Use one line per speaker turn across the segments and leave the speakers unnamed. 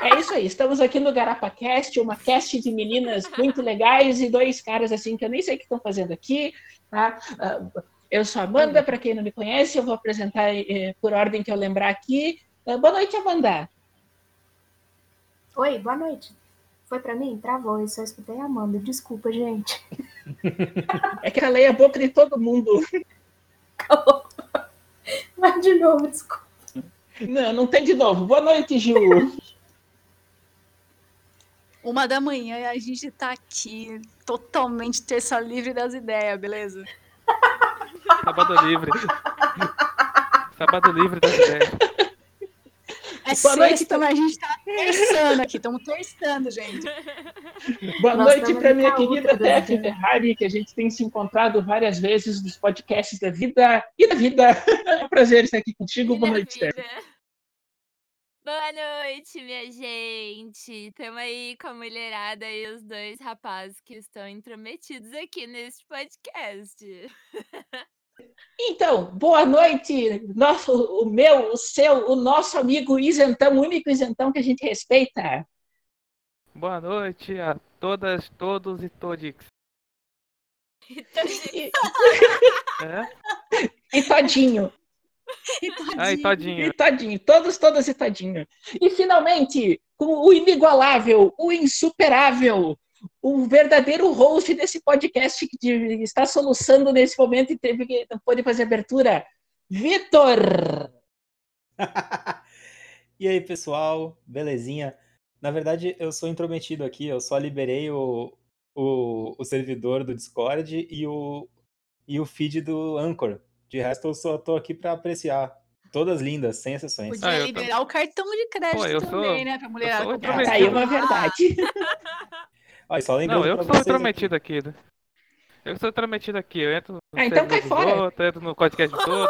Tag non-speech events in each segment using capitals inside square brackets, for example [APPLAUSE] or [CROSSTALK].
É isso aí, estamos aqui no GarapaCast, uma cast de meninas muito legais e dois caras assim que eu nem sei o que estão fazendo aqui. Tá? Eu sou a Amanda, para quem não me conhece, eu vou apresentar eh, por ordem que eu lembrar aqui. Eh, Boa noite, Amanda.
Oi, boa noite. Foi pra mim? Travou, eu só escutei a Amanda. Desculpa, gente. [LAUGHS]
É que ela leia a boca de todo mundo.
Calou. Vai de novo, desculpa.
Não, não tem de novo. Boa noite, Gil.
Uma da manhã e a gente tá aqui, totalmente terça livre das ideias, beleza?
Sábado livre. Sábado livre das ideias.
É
Boa noite, então.
sexta, mas a gente tá terçando aqui, estamos terçando, gente.
É
Boa
Nossa,
noite
vai
para minha
ficar
querida
outra doida,
Def
né?
Ferrari, que a gente tem se encontrado várias vezes nos podcasts da vida e da vida. [LAUGHS] É um prazer estar aqui contigo. Boa noite, Def.
Maravilha. Boa noite, minha gente. Tamo aí com a mulherada e os dois rapazes que estão intrometidos aqui nesse podcast.
Então, boa noite, nosso, o meu, o seu, o nosso amigo isentão, o único isentão que a gente respeita.
Boa noite a todas, todos e todix.
Então, gente,
É?
E Todinho,
E
Ai,
tadinho.
todinho.
e Todinho, todos, todas e Todinho. E finalmente, com o inigualável, o insuperável, o verdadeiro host desse podcast que de- está soluçando nesse momento e teve que não pôde fazer abertura, Vitor.
E aí, pessoal, belezinha? Na verdade, eu sou intrometido aqui, eu só liberei o, o, o servidor do Discord e o, e o feed do Anchor. De resto, eu só tô aqui pra apreciar. Todas lindas, sem exceções.
Podia
Ah, eu tô-
liberar o cartão de crédito
Pô, eu sou-
também, né? Pra mulherada
eu sou
comprar.
Tá aí uma verdade.
Ó, e só lembrando
Não, eu que
pra
sou
vocês aqui-
intrometido aqui. né? Eu que sou intrometido aqui. Eu entro no
Ah, então
servidor
cai
dos
fora.
outros, eu entro no podcast todo.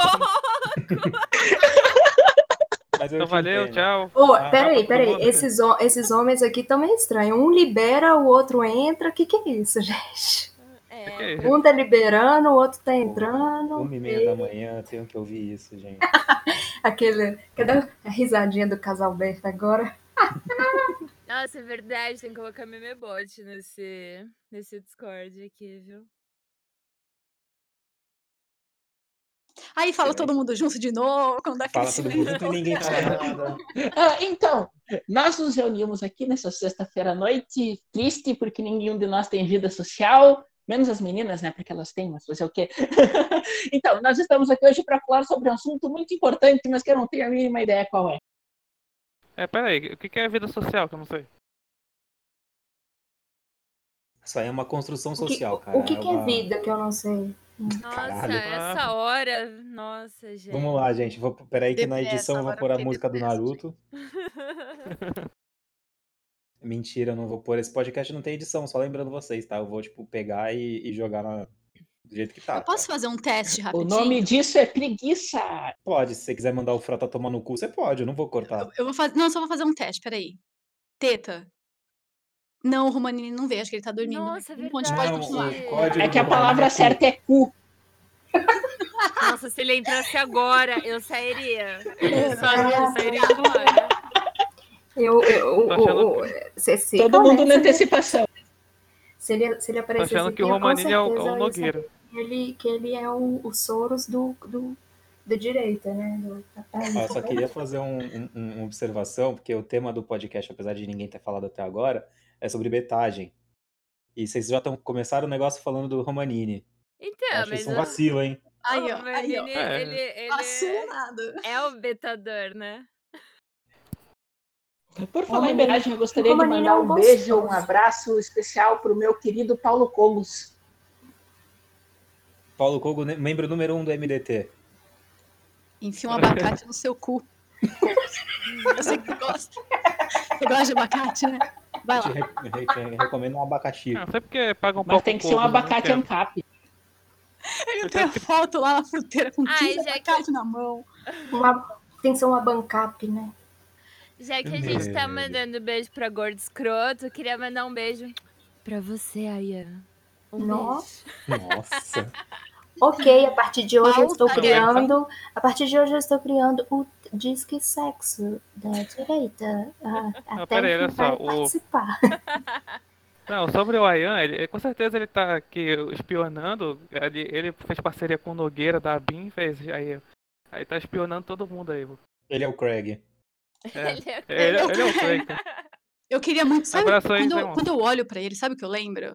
[LAUGHS] mas eu
Então
te
valeu,
entendo.
tchau.
Ô,
Ah,
peraí, peraí.
tá bom.
Esses, ho- esses homens aqui estão meio estranhos. Um libera, o outro entra. O que, que é isso, [LAUGHS] gente?
É
[LAUGHS] é,
que é isso?
Um tá liberando, o outro tá entrando.
Uma e meia da manhã, eu tenho que ouvir isso, gente.
Ah, Aquele. Cadê a risadinha do casal Berta agora?
Nossa, é verdade, tem que colocar memebot nesse, nesse Discord aqui, viu?
Aí fala todo mundo junto de novo, quando dá aquele
Fala todo mundo
silêncio.
e ninguém fala nada.
Ah, então, nós nos reunimos aqui nessa sexta-feira à noite, triste porque nenhum de nós tem vida social, menos as meninas, né? Porque elas têm, mas fazer o quê? [LAUGHS] então, nós estamos aqui hoje para falar sobre um assunto muito importante, mas que eu não tenho a mínima ideia qual é.
É, peraí, o que que é vida social? Que eu não sei.
Isso aí é uma construção
O que-
social,
o-
cara.
o que, que é
uma-
vida que eu não sei?
Nossa,
Caralho.
essa hora. Nossa, gente.
Vamos lá, gente. Vou, peraí que na
É. Depressa,
edição eu vou
agora
pôr a
fiquei
música do
depressa, gente.
Naruto.
[LAUGHS]
Mentira, eu não vou pôr. Esse podcast não tem edição, só lembrando vocês, tá? Eu vou, tipo, pegar e, e jogar na- do jeito que tá.
Eu posso
tá?
fazer um teste
O
rapidinho?
nome disso é preguiça.
Pode, se você quiser mandar o Frota tomar no cu, você pode, eu não vou cortar.
Eu vou fazer... Não, só vou fazer um teste, peraí. Teta. Não, o Romanini não veio, acho que ele tá dormindo.
Nossa,
Não, pode-
verdade.
pode continuar.
o código
É que a
do
palavra
Naruto-
certa é cu.
Nossa, se ele entrasse agora, eu
[LAUGHS]
sairia. Eu, só,
Caraca.
eu sairia agora.
Eu, eu,
Tô
o-
achando-
o- cê- cê
Todo mundo na
começa, né?
antecipação.
Se ele, se ele
Tô
aparecesse
achando
aqui,
que o
eu com
Romanini é o,
certeza
é
eu
o
ia saber
Nogueira.
que ele, que ele é o, o Soros do, do, do direita, né? Do- da
Ó,
perna.
Eu só queria fazer um- um- um- uma observação, porque o tema do podcast, apesar de ninguém ter falado até agora, é sobre betagem. E vocês já tão, começaram o negócio falando do Romanini.
É,
Eu
Então,
acho
mas
isso um
o-
vacilo, hein?
Aí, ó, Tá
o
aí, ó.
Manini,
É.
ele, ele
Assinado.
é o betador, né?
Por falar em homenagem, eu gostaria de
Como
mandar um
animal
beijo, um
gostoso.
abraço especial para o meu querido Paulo Colos.
Paulo Cogo, ne- membro número um do MDT.
Enfia um abacate no seu cu. Eu sei que tu gosta. Tu gosta de abacate, né? Vai
Te
lá.
re- re- recomendo um abacaxi.
Ah, não sei porque paga um pouco.
Mas tem que ser um abacate ancap.
Ele tem a foto lá na fruteira com
Ai,
15
já que-
abacate na mão.
Uma- tem que ser uma bancap, né?
É
Já que a gente tá
Meu.
mandando beijo pra gordo escroto, eu queria mandar um beijo pra você, Ayana. Um
Nossa.
beijo.
Nossa.
Ok, a partir de hoje eu estou
Pauta.
criando. A partir de hoje eu estou criando o, diz que sexo da direita ah, até
pera aí,
que
olha
vai
só, o-
participar.
Não, sobre o Ayan, ele, ele- com certeza ele tá aqui espionando. Ele, ele fez parceria com o Nogueira da Abin, fez aí. Aí tá espionando todo mundo aí. pô.
Ele é o Craig.
É.
Ele é
Ele,
o
ele é o Clayton.
Eu queria muito. Sabe,
Abraço aí,
quando,
Zé
eu,
Mons.
quando eu olho pra ele, sabe o que eu lembro?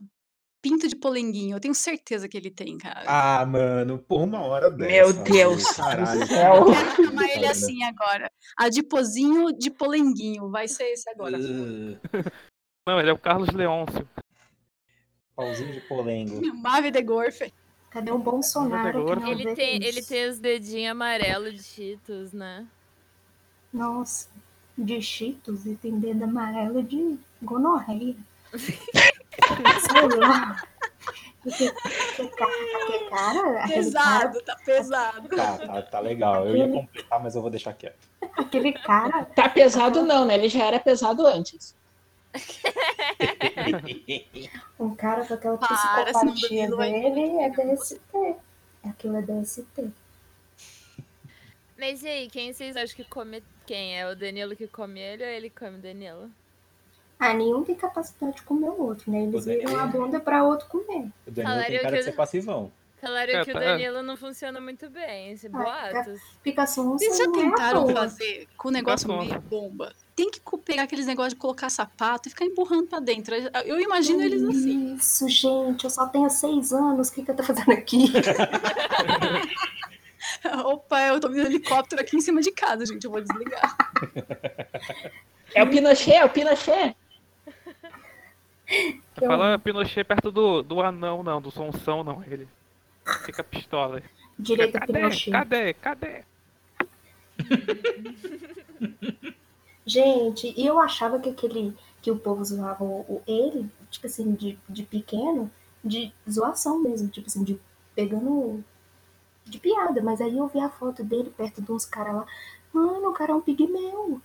Pinto de polenguinho. Eu tenho certeza que ele tem, cara.
Ah, mano, por uma hora dessa.
Meu Deus
velho,
[LAUGHS]
Caralho.
do céu.
Eu É quero chamar ele
Cara.
assim agora. Adiposinho de polenguinho. Vai ser esse agora.
Uh,
Não, ele é o Carlos Leôncio.
pauzinho de polengo.
Mave de Gorfe.
Cadê o Bolsonaro? que não vê
Ele tem, ele
isso?
tem os dedinhos amarelos de Cheetos, né?
Nossa, de Cheetos e tem dedo amarelo de gonorreia. [LAUGHS] Sei lá. Aquele- aquele cara- aquele cara- aquele cara
Pesado, tá pesado.
Tá, tá, tá legal. Eu ia completar, mas eu vou deixar quieto.
Aquele cara,
Tá
Uhum.
pesado não, né? Ele já era pesado antes.
um cara com aquela
Para,
psicopatia
senão o Danilo vai-
dele é DST. Aquilo é DST.
Mas e aí, quem vocês acham que come quem? É o Danilo que come ele ou ele come o Danilo?
Ah, nenhum tem capacidade de comer o outro, né? Eles
Poderia.
viram a bunda pra outro comer.
O Danilo
Falaram
tem cara
que-
de ser passivão.
Falaram
É,
que
tá-
o Danilo não funciona muito bem,
Ah,
esse
é,
boatos.
Fica assim, não sei
Vocês já
não é à
tentaram
toa.
fazer com o negócio
Fica
meio bomba? Tem que co- pegar aqueles negócios de colocar sapato e ficar empurrando pra dentro. Eu imagino eles assim.
Isso, gente, eu só tenho seis anos, o que, que eu tô fazendo aqui?
[LAUGHS] Opa, eu tô vendo um helicóptero aqui em cima de casa, gente. Eu vou desligar.
É o Pinochet, é o Pinochet.
Não fala Pinochet perto do, do anão, não, do Sonsão, não. Ele fica pistola.
Direita
Cadê?
Pinochet.
Cadê? Cadê?
Gente, e eu achava que aquele que o povo zoava o, o- ele, tipo assim, de, de pequeno, de zoação mesmo, tipo assim, de pegando de piada, mas aí eu vi a foto dele perto de uns caras lá. Mano, o cara é um pigmeu.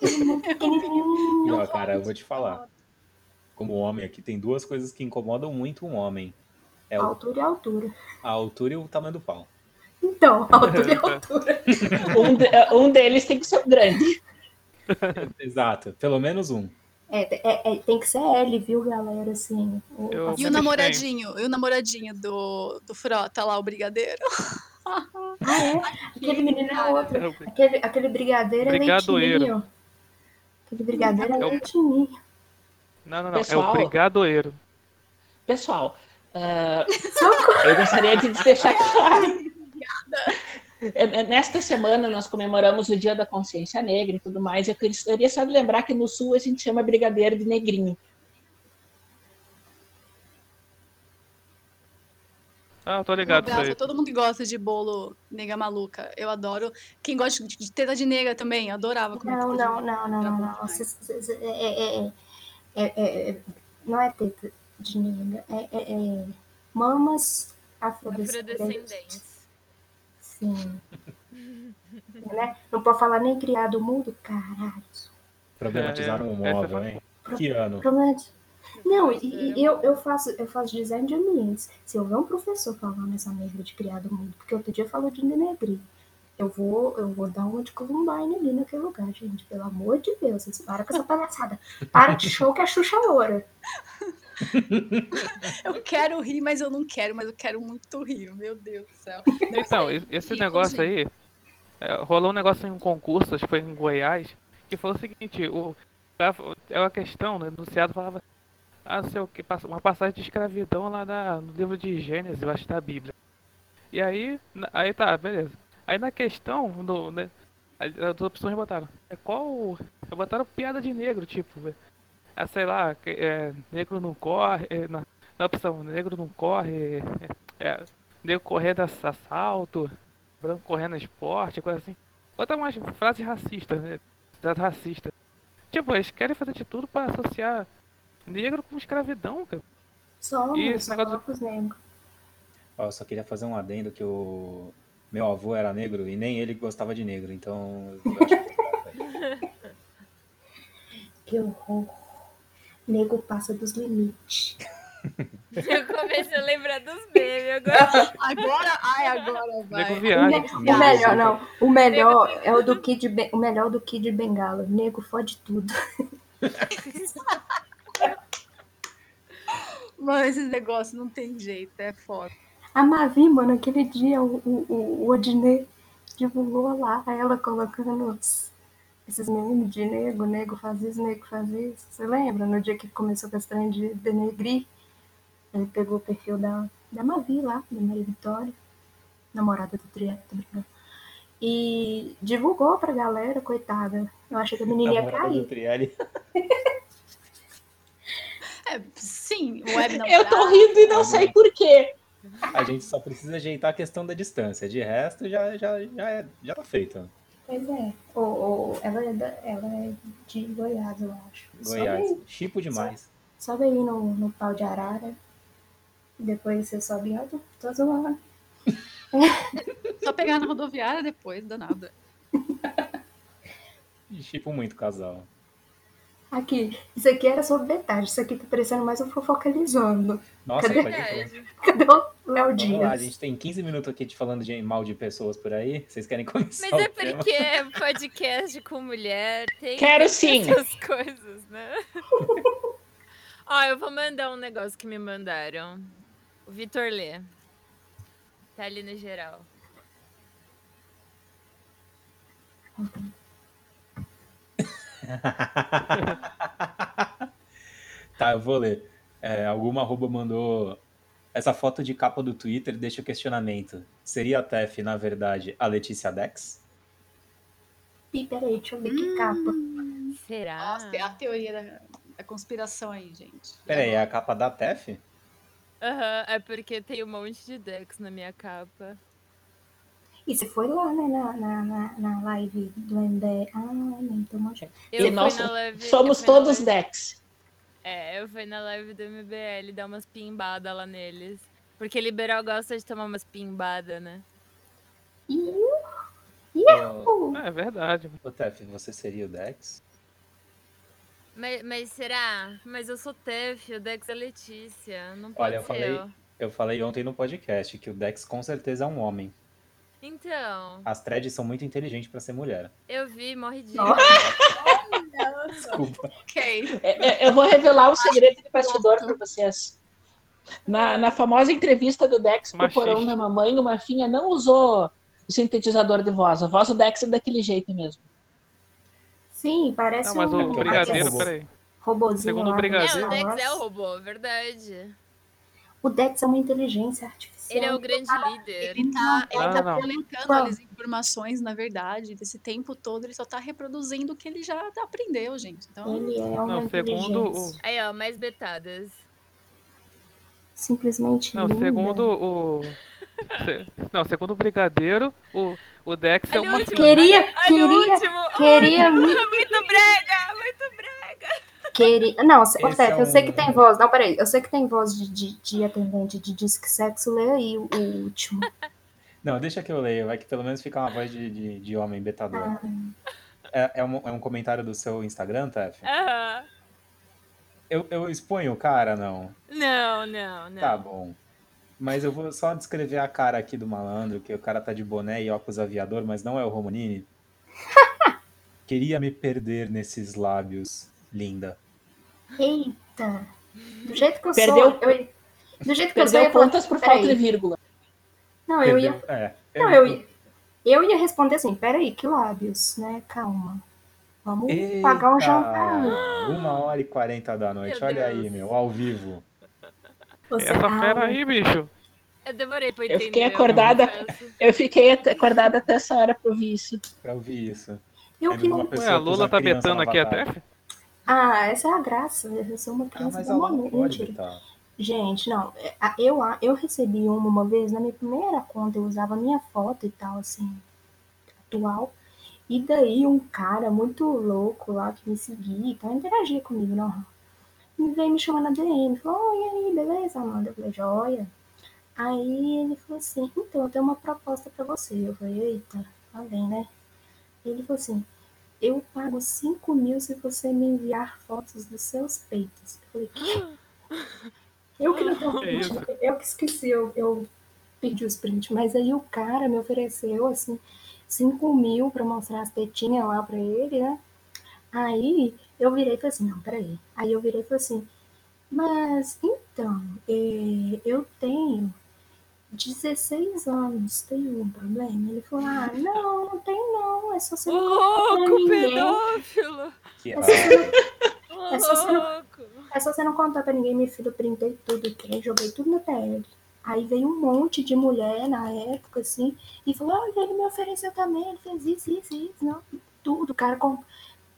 Ele é muito pequenininho.
Não, cara, eu vou te falar. Como homem aqui, tem duas coisas que incomodam muito um homem. É o-
Altura é altura.
a altura e o tamanho do pau.
Então, altura é altura.
Um, de- um deles tem que ser o grande.
Exato, pelo menos um.
É, é- é- tem que ser L, viu, galera? Assim, o-
Eu-
E
Mas
o
eles
namoradinho, e o namoradinho do, do Frota lá, o brigadeiro.
Ah, é? Aquele menino é outro.
É o-
Aquele, aquele brigadeiro é
Brigadoeiro.
leitinho. Aquele brigadeiro é
Eu-
leitinho.
Não, não, não. É
Pessoal.
o Brigadoeiro.
Pessoal, ah, eu gostaria de deixar claro. É, é, Nesta semana nós comemoramos o Dia da Consciência Negra e tudo mais. Eu gostaria só de lembrar que no Sul a gente chama brigadeiro de negrinho.
Ah, eu tô
Um
ligado isso
abraço
aí.
a todo mundo que gosta de bolo nega maluca. Eu adoro. Quem gosta de, de teta de nega também, eu adorava comer
Não,
teta
não, não,
de
não,
Tá
não,
bom
não.
demais.
Cês- cês- é- é- é- é- é- é- Não é teta de nega. É, é- é mamas
é,
afrodescendentes.
Afrodescendentes.
Sim. [LAUGHS] Né? Não pode falar nem criado mudo? Caralho.
Problematizaram
É,
um
essa
móvel,
foi-
hein? Que ano?
Promete. Não, e,
É.
e eu, eu, faço, eu faço design de ambientes. Se eu ver um professor falando essa merda de criado mudo, porque outro dia falou de denegrir, eu vou, eu vou dar uma de Columbine ali naquele lugar, gente. Pelo amor de Deus, vocês param
[LAUGHS]
com essa palhaçada. Para de show que a Xuxa é loura.
nega. Eu quero rir, mas eu não quero, mas eu quero muito rir. Meu Deus do céu.
Então, e- esse
E,
negócio
gente,
aí. é, rolou um negócio em um concurso, acho que foi em Goiás, que foi o seguinte, o, é uma questão, né? Anunciado falava. Ah, não sei o que, uma passagem de escravidão lá na- no livro de Gênesis, eu acho, da Bíblia. E aí, na- aí tá, beleza. Aí na questão, no, né, aí as opções botaram. É qual. Botaram piada de negro, tipo. É, sei lá, que- é, negro não corre. é, na, na opção, negro não corre. É, é, negro correndo ass- assalto, branco correndo esporte, coisa assim. Bota umas frases racistas, né? Frases racistas. Tipo, eles querem fazer de tudo pra associar negro com escravidão, cara.
Somos,
Ih, esse negócio-
somos negros.
Ó, eu só queria fazer um adendo que o meu avô era negro e nem ele gostava de negro, então. eu acho que-
Que horror. Nego passa dos limites.
[LAUGHS] Eu comecei a lembrar dos memes
[LAUGHS] Ah,
agora.
Agora, ai, agora
Nego
vai.
O,
viagem.
me-
Viagem.
o melhor, não. O melhor é o do Kid, Ben- o melhor do Kid Bengala. Nego fode tudo.
Mano, esses negócios não tem jeito, é foda.
A Mavi, mano, aquele dia o, o, o, o Odinê divulgou lá, aí ela colocando os- esses memes de nego, nego faz isso, nego faz isso. Você lembra? No dia que começou com essa trem de denegrir, ele pegou o perfil da, da Mavi lá, da Maria Vitória, namorada do Triângulo, tô brincando. E divulgou pra galera, coitada. Eu achei que a menina ia
Namorada do
cair.
Trielli.
É, sim, [LAUGHS] web não
Eu tô rindo e não sei por quê.
A gente só precisa ajeitar a questão da distância. De resto, já, já, já, é, já tá feito.
Pois é. Ou, ou- ela, é da- ela é de Goiás, eu acho. Sobe
Goiás.
aí.
Chipo demais.
Sobe aí no, no pau de arara. Depois você sobe em alto. Tô zoando.
Só pegar na rodoviária depois, danada.
Chipo muito casal.
Aqui. Isso aqui era sobre detalhes. Isso aqui tá parecendo mais um fofocalizando. [LAUGHS]
Nossa,
Cadê?
pode crer.
Cadê o Léo
Vamos lá, a
Dias?
gente tem 15 minutos aqui de falando de mal de pessoas por aí. Vocês querem começar
Mas
o
é
tema?
porque é podcast com mulher tem
Quero sim.
[LAUGHS] essas coisas, né? [LAUGHS] Ó, eu vou mandar um negócio que me mandaram. O Vitor Lê. Tá ali no geral.
[LAUGHS] Tá, eu vou ler. É, alguma arroba mandou essa foto de capa do Twitter deixa o questionamento. Seria a Tef, na verdade, a Letícia Dex?
Ih, peraí, deixa eu ver
Hum.
que capa.
Será?
Nossa, tem a teoria da, da conspiração aí, gente.
Peraí, é a capa da Tef?
Aham, é porque tem um monte de Dex na minha capa.
E você foi lá, né, na, na, na, na live do MDE. Ah, nem tô manchando.
Eu
E
fui
nós
na live,
Somos
eu fui na
todos
live-
Dex.
É, eu fui na live do MBL dar umas pimbadas lá neles. Porque liberal gosta de tomar umas pimbadas, né?
Ih,
Ô,
uh,
É verdade.
ô, Tef, você seria o Dex?
Mas, mas será? Mas eu sou Tef, o Dex é Letícia. Não pode
Olha, eu
ser
falei- Eu falei ontem no podcast que o Dex com certeza é um homem.
Então,
As threads são muito inteligentes pra ser mulher.
eu vi, morre de.
Nossa.
Desculpa.
[LAUGHS] Ok.
É, é, Eu vou revelar um segredo de bastidor para vocês. Na, na famosa entrevista do Dex pro
Machista.
porão da mamãe, o Marfinha não usou sintetizador de voz. A voz do Dex é daquele jeito mesmo.
Sim, parece
Não, mas
um
o
Então,
brigadeiro,
robô.
peraí.
robozinho
Segundo o
lá, né?
É,
brigadeiro.
Star
o Dex
Wars.
é o robô, verdade.
O Dex é uma inteligência artificial.
Ele é o grande líder.
Ele tá, ele
Não,
tá
não.
violentando
Não.
as informações, na verdade, desse tempo todo, ele só tá reproduzindo o que ele já aprendeu, gente. Então,
Ele é uma
Não, segundo o.
inteligência
Aí, ó, mais betadas.
Simplesmente
Não,
linda.
segundo o. se- Não, segundo o Brigadeiro, o, o Dex é
Olha o
uma.
último.
Queria,
Olha o
queria,
último! [LAUGHS]
queria
Olha,
muito.
Muito brega!
queria. Não, se- ô,
Esse
Tef,
é
eu sei que
um-
tem voz. Não, peraí. Eu sei que tem voz de, de, de atendente de disque sexo. Lê aí o, o último.
Não, deixa que eu leio, vai que pelo menos fica uma voz de, de, de homem betador. É, é um, é um comentário do seu Instagram, Tef?
Aham.
Eu, eu exponho o cara, não?
Não, não, não.
É.
Tá bom. Mas eu vou só descrever a cara aqui do malandro, que o cara tá de boné e óculos aviador, mas não é
[LAUGHS]
o Romanini. Queria me perder nesses lábios, linda.
Eita. Do jeito que eu sou.
Perdeu-
Eu, do jeito que eu sou,
Perdeu
eu ia falar,
pontas por
peraí.
falta de vírgula.
Não, eu ia.
Perdeu- É,
Não, eu ia. Eu ia responder assim, peraí, que lábios, né? Calma. Vamos
Eita,
pagar um jantar.
Uma hora e quarenta da noite,
Meu
olha
Deus.
aí, meu, ao vivo.
Você-
Essa
Ah,
fera aí, bicho.
Eu demorei pra
Eu
entender.
fiquei acordada.
confesso.
Eu fiquei até- acordada até essa hora pra ouvir isso.
Pra ouvir isso.
Eu
Teve
que
uma
não.
pessoa
Ué, a
que usa
Lula tá
criança
betando
no
aqui até?
avatar.
Ah, essa é a graça. Eu sou uma
Ah,
criança
mas
da
a Lula
mamãe.
pode tá.
Mentira.
betar.
Gente, não, é, a- eu, a- eu recebi uma uma vez, na minha primeira conta, eu usava a minha foto e tal, assim, atual. E daí um cara muito louco lá que me seguia e tal, interagia comigo, normal. Me veio me chamando na DM, falou, oi, e aí, beleza, Amanda? Eu falei, joia. Aí ele falou assim, então, eu tenho uma proposta pra você. Eu falei, eita, tá bem, né? Ele falou assim, eu pago 5 mil se você me enviar fotos dos seus peitos. Eu falei, Eu que não tava-
[LAUGHS] É isso.
eu que esqueci, eu, eu perdi os prints. Mas aí o cara me ofereceu, assim, 5 mil pra mostrar as tetinhas lá pra ele, né? Aí eu virei e falei assim, não, peraí. Aí eu virei e falei assim, mas então, eh, eu tenho 16 anos, tem um problema? Ele falou, ah, não, não tem não, é só você
Ô,
não contar pra
louco,
ninguém.
pedófilo!
Que
É só você não
Ô,
Essa você não-
louco!
é só você não contar pra ninguém, meu filho, eu printei tudo, que joguei tudo no TL. Aí veio um monte de mulher na época, assim, e falou, olha, ele me ofereceu também, ele fez isso, isso, isso, não, tudo, o cara comp...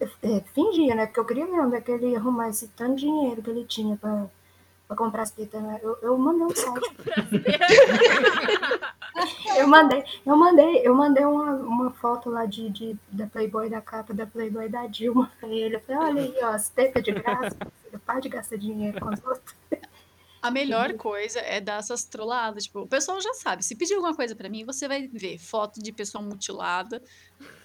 é, fingia, né, porque eu queria ver onde é que ele ia arrumar esse tanto de dinheiro que ele tinha pra, pra comprar as fitas, né? eu, eu mandei um site,
[LAUGHS]
eu mandei, eu mandei, eu mandei uma, uma foto lá de, de- da Playboy da capa, da Playboy da Dilma pra ele, eu falei, olha aí, ó, as tetas de graça, [LAUGHS] para de gastar dinheiro com os outros.
A melhor coisa é dar essas trolladas. Tipo, o pessoal já sabe. Se pedir alguma coisa pra mim, você vai ver foto de pessoa mutilada,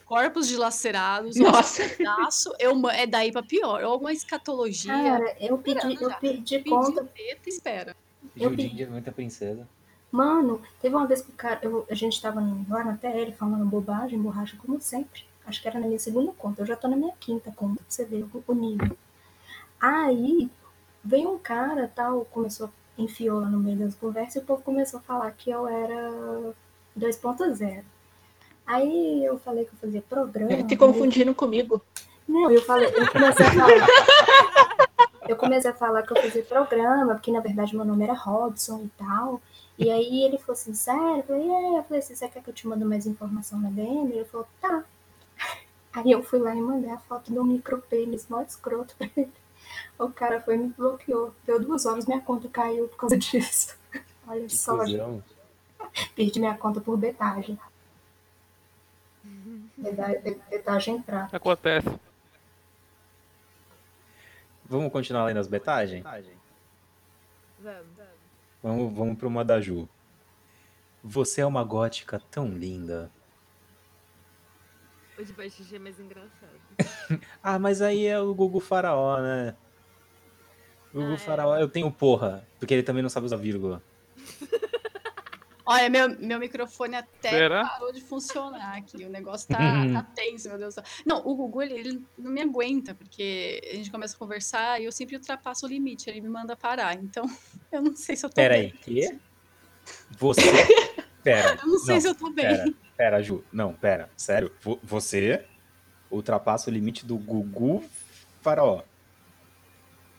corpos dilacerados, um
Nossa,
pedaço. Eu, ma- é daí pra pior. Ou alguma escatologia.
Cara, eu pedi, eu
já.
perdi
Pediu
conta.
teta, espera.
Eu
Judinho
pe-
de muita princesa.
Mano, teve uma vez que o cara, eu- a gente tava lá na TL falando bobagem, borracha, como sempre. Acho que era na minha segunda conta. Eu já tô na minha quinta conta, pra você ver o, o nível. Aí veio um cara tal, começou, enfiou lá no meio das conversas e o povo começou a falar que eu era 2.0. Aí eu falei que eu fazia programa.
te confundindo comigo.
Não, eu falei, eu comecei a falar. Eu comecei a falar que eu fazia programa, porque na verdade meu nome era Robson e tal. E aí ele falou assim, sério? Eu falei, é, eu falei assim, você quer que eu te mando mais informação na DM? Ele falou, tá. Aí eu fui lá e mandei a foto do micropênis, mó escroto pra ele. O cara foi e me bloqueou. Deu duas horas, minha conta caiu por causa disso. Olha
Que
só, gente,
cuzão.
perdi minha conta por
[LAUGHS]
betagem. Beta- Betagem pra.
Acontece.
Vamos continuar lendo as betagens?
Vamos, vamos.
Vamos, vamos pro uma da Ju. Você é uma gótica tão linda.
O de baixo G é mais engraçado.
Ah, mas aí é o Gugu Faraó, né? O Gugu
Ah, é.
Faraó, eu tenho porra, porque ele também não sabe usar vírgula.
Olha, meu, meu microfone até
Será?
parou de funcionar aqui. O negócio tá, tá tenso, meu Deus do céu. Não, o Gugu, ele, ele não me aguenta, porque a gente começa a conversar e eu sempre ultrapasso o limite. Ele me manda parar. Então, [LAUGHS] eu não sei se eu tô
Pera
Tá bem.
aí, quê?
[LAUGHS]
Você. Pera.
Eu não sei se eu tô bem.
Pera, pera, Ju. Não, pera. Sério. Vo- Você ultrapassa o limite do Gugu
É,
Faraó.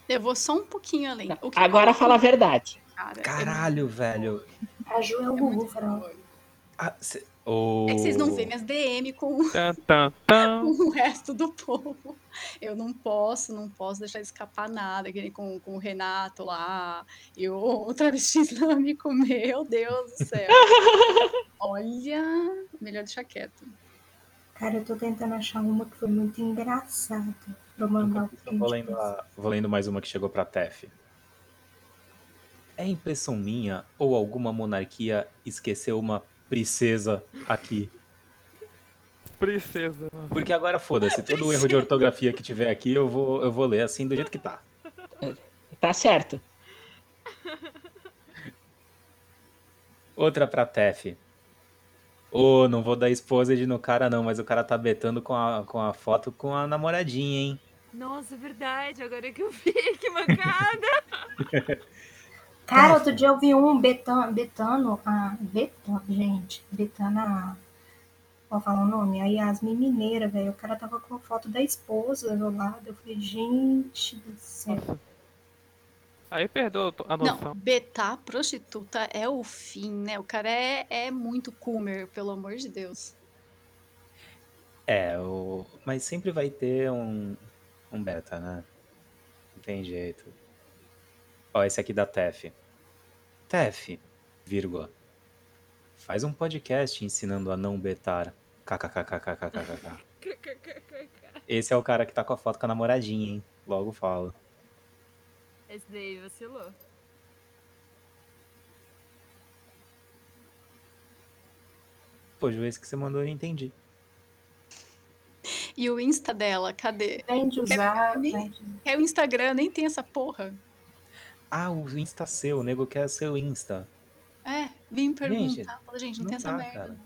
Eu vou só um pouquinho além. O que é?
Agora fala a verdade.
Cara,
Caralho, velho.
A Ju é o
É
Gugu,
muito
Fran.
Ah, cê- Ô.
É que vocês não
Oh.
veem minhas DM com,
Tan, tan, tan.
com o resto do povo. Eu não posso, não posso deixar escapar nada, que nem com, com o Renato lá, e o, o travesti [LAUGHS] islâmico, meu Deus do céu. Olha, melhor deixar quieto.
Cara, eu tô tentando achar uma que foi muito engraçada. Vou mandar o
Enquanto isso, eu Vou
print.
lendo, a- vou lendo mais uma que chegou pra Tef. É impressão minha ou alguma monarquia esqueceu uma princesa aqui?
Princesa.
Porque agora foda-se, todo erro de ortografia que tiver aqui eu vou, eu vou ler assim do jeito que tá.
Tá certo.
Outra pra Tef. Ô, não vou dar exposed no cara não, mas o cara tá betando com a, com a foto com a namoradinha, hein?
Nossa, é verdade, agora que eu vi, que mancada!
Cara, outro dia eu vi um Betan, Betano, a Betano, gente, Betana, vou falar o nome, a Yasmin Mineira, velho. O cara tava com a foto da esposa do lado. Eu falei, gente do céu.
Aí perdeu a noção.
Não, betar prostituta é o fim, né? O cara é, é muito coomer, pelo amor de Deus.
É, o... mas sempre vai ter um, um beta, né? Não tem jeito. Ó, esse aqui da Tef. Tef, vírgula. Faz um podcast ensinando a não betar. KKKKKKKK. Esse é o cara que tá com a foto com a namoradinha, hein? Logo falo.
[LAUGHS] Esse daí vacilou.
Pô, Ju, esse que você mandou eu entendi.
E o Insta dela, cadê?
Vem de usar,
mim?
vem de-
É o Instagram, nem tem essa porra.
Ah, o Insta seu, o nego quer seu Insta.
É, vim
Gente,
perguntar. Fala, gente, não, tem essa
dá,
merda.
cara.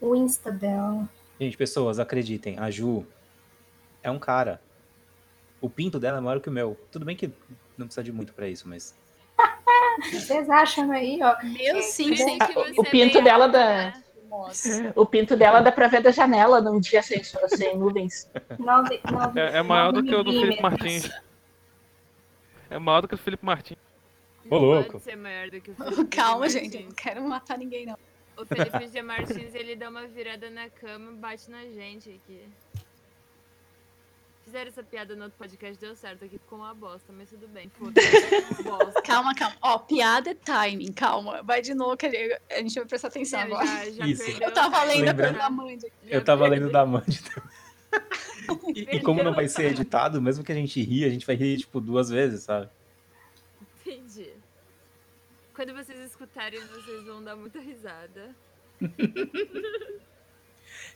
O Insta dela.
Gente, pessoas, acreditem, a Ju é um cara. O pinto dela é maior que o meu. Tudo bem que não precisa de muito pra isso, mas.
Vocês acham aí, ó.
Meu sim, sim.
Dizem que
o- o
você
pinto
vem
dela
alto,
da-
né?
Nossa.
O pinto dela dá pra ver da janela num dia sem, sol, sem nuvens.
Nove, nove,
É, é maior do
nove
que o do Felipe
milímetros.
Martins. É maior do que o Felipe Martins.
Não
Ô, louco.
Tipo, Pode ser maior do
[LAUGHS]
que o Felipe
Calma,
de
gente. Eu não
Martins.
quero matar ninguém, não.
O Felipe de Martins, ele dá uma virada na cama, bate na gente aqui. Fizeram essa piada no outro podcast, deu certo aqui, ficou uma bosta, mas tudo bem.
[LAUGHS]
Foda-se. bosta.
Calma, calma. Ó, piada é timing, calma. Vai de novo, que a gente vai prestar atenção
Não,
agora.
já- já
Isso.
perdeu.
Eu tava lendo a
Lembrando-
da mãe. de-
Já
Eu tava
perdeu.
lendo da Mandy
[LAUGHS]
também. E, e como não vai ser editado, mesmo que a gente ria, a gente vai rir, tipo, duas vezes, sabe?
Entendi. Quando vocês escutarem, vocês vão dar muita risada.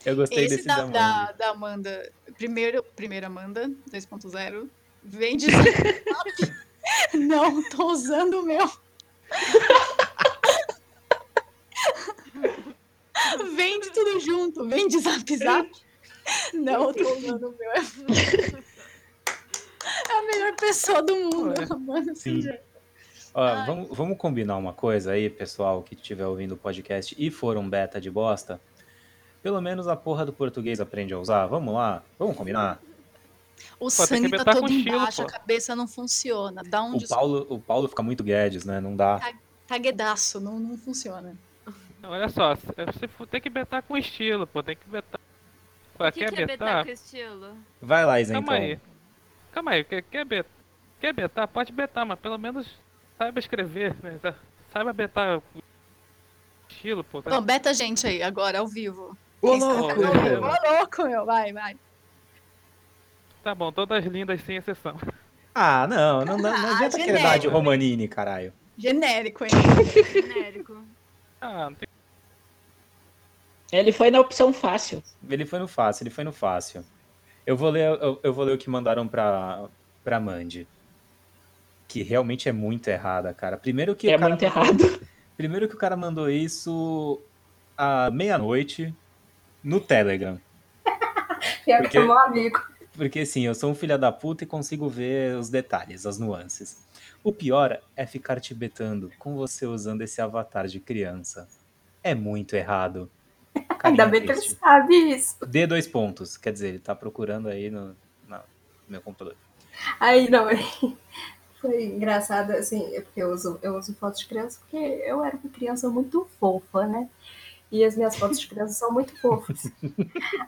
Eu gostei
Esse
desse
da,
da,
da,
Mandy.
da Amanda, primeiro, primeiro Amanda 2.0, vem de. [LAUGHS] Não, tô usando o [LAUGHS] meu. Vende tudo junto, vende zap zap. Não, tô usando o meu. É a melhor pessoa do mundo,
É.
Amanda. assim,
Sim.
Singer.
Ó,
Ai.
vamos, vamos combinar uma coisa aí, pessoal, que estiver ouvindo o podcast e for um beta de bosta. Pelo menos a porra do português aprende a usar. Vamos lá, vamos combinar.
O
tem que
sangue tá
inventar
todo
com estilo,
embaixo, a
pô.
cabeça não Tá. funciona. Dá um
O Paulo, o Paulo fica muito Guedes, né? Não dá.
taguedaço, não, não funciona.
Não, olha só, se- você for- tem que betar com estilo, pô, tem que betar. Pô,
O que,
quer
que é
betar?
betaco estilo?
Vai lá, Isa,
Calma
então.
aí. Calma aí, quer, quer, bet... quer betar? Pode betar, mas pelo menos saiba escrever, né? Sa- Saiba betar o estilo, pô. tá-
Não, beta a gente aí, agora, ao vivo.
Ô,
Quem está-
louco!
Ô, louco, meu, vai, vai.
Tá bom, todas lindas sem exceção. [LAUGHS]
Ah, não, não, não, não
Ah,
adianta querer
genérico.
dar de Romanini, caralho.
Genérico, hein?
Genérico.
Ah, não tem...
Ele foi na opção fácil.
Ele foi no fácil, ele foi no fácil. Eu vou ler, eu, eu vou ler o que mandaram pra, pra Mandy. Que realmente é muito errada, cara. Primeiro que,
é
o, cara,
muito errado.
primeiro que o cara mandou isso à meia-noite no Telegram.
Pior que
Porque-
é meu amigo.
Porque assim, eu sou um filho da puta e consigo ver os detalhes, as nuances. O pior é ficar te betando com você usando esse avatar de criança. É muito errado.
[LAUGHS] Ainda
Carinha
bem que ele
triste.
sabe isso.
D dois pontos. Quer dizer, ele tá procurando aí no, na- no meu computador.
Aí não. [LAUGHS] Foi engraçado, assim, é porque eu uso, eu uso fotos de criança porque eu era uma criança muito fofa, né? E as minhas fotos de criança são muito fofas.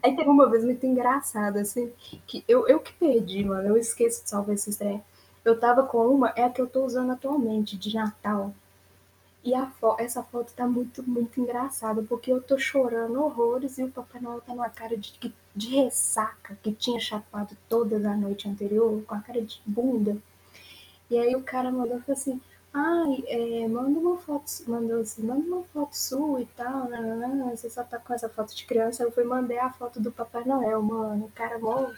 Aí teve uma vez muito engraçada, assim, que eu, eu que perdi, mano. Eu esqueço de salvar esse trem. Eu tava com uma, é a que eu tô usando atualmente, de Natal. E a fo- essa foto tá muito, muito engraçada, porque eu tô chorando horrores e o Papai Noel tá numa cara de, que- de ressaca, que tinha chapado toda a noite anterior, com a cara de bunda. E aí o cara mandou e falou assim, ai, é, manda uma foto, su- mandou assim, manda uma foto sua e tal, né, nananã, você só tá com essa foto de criança. Eu fui mandei a foto do Papai Noel, mano, o cara mó... [LAUGHS]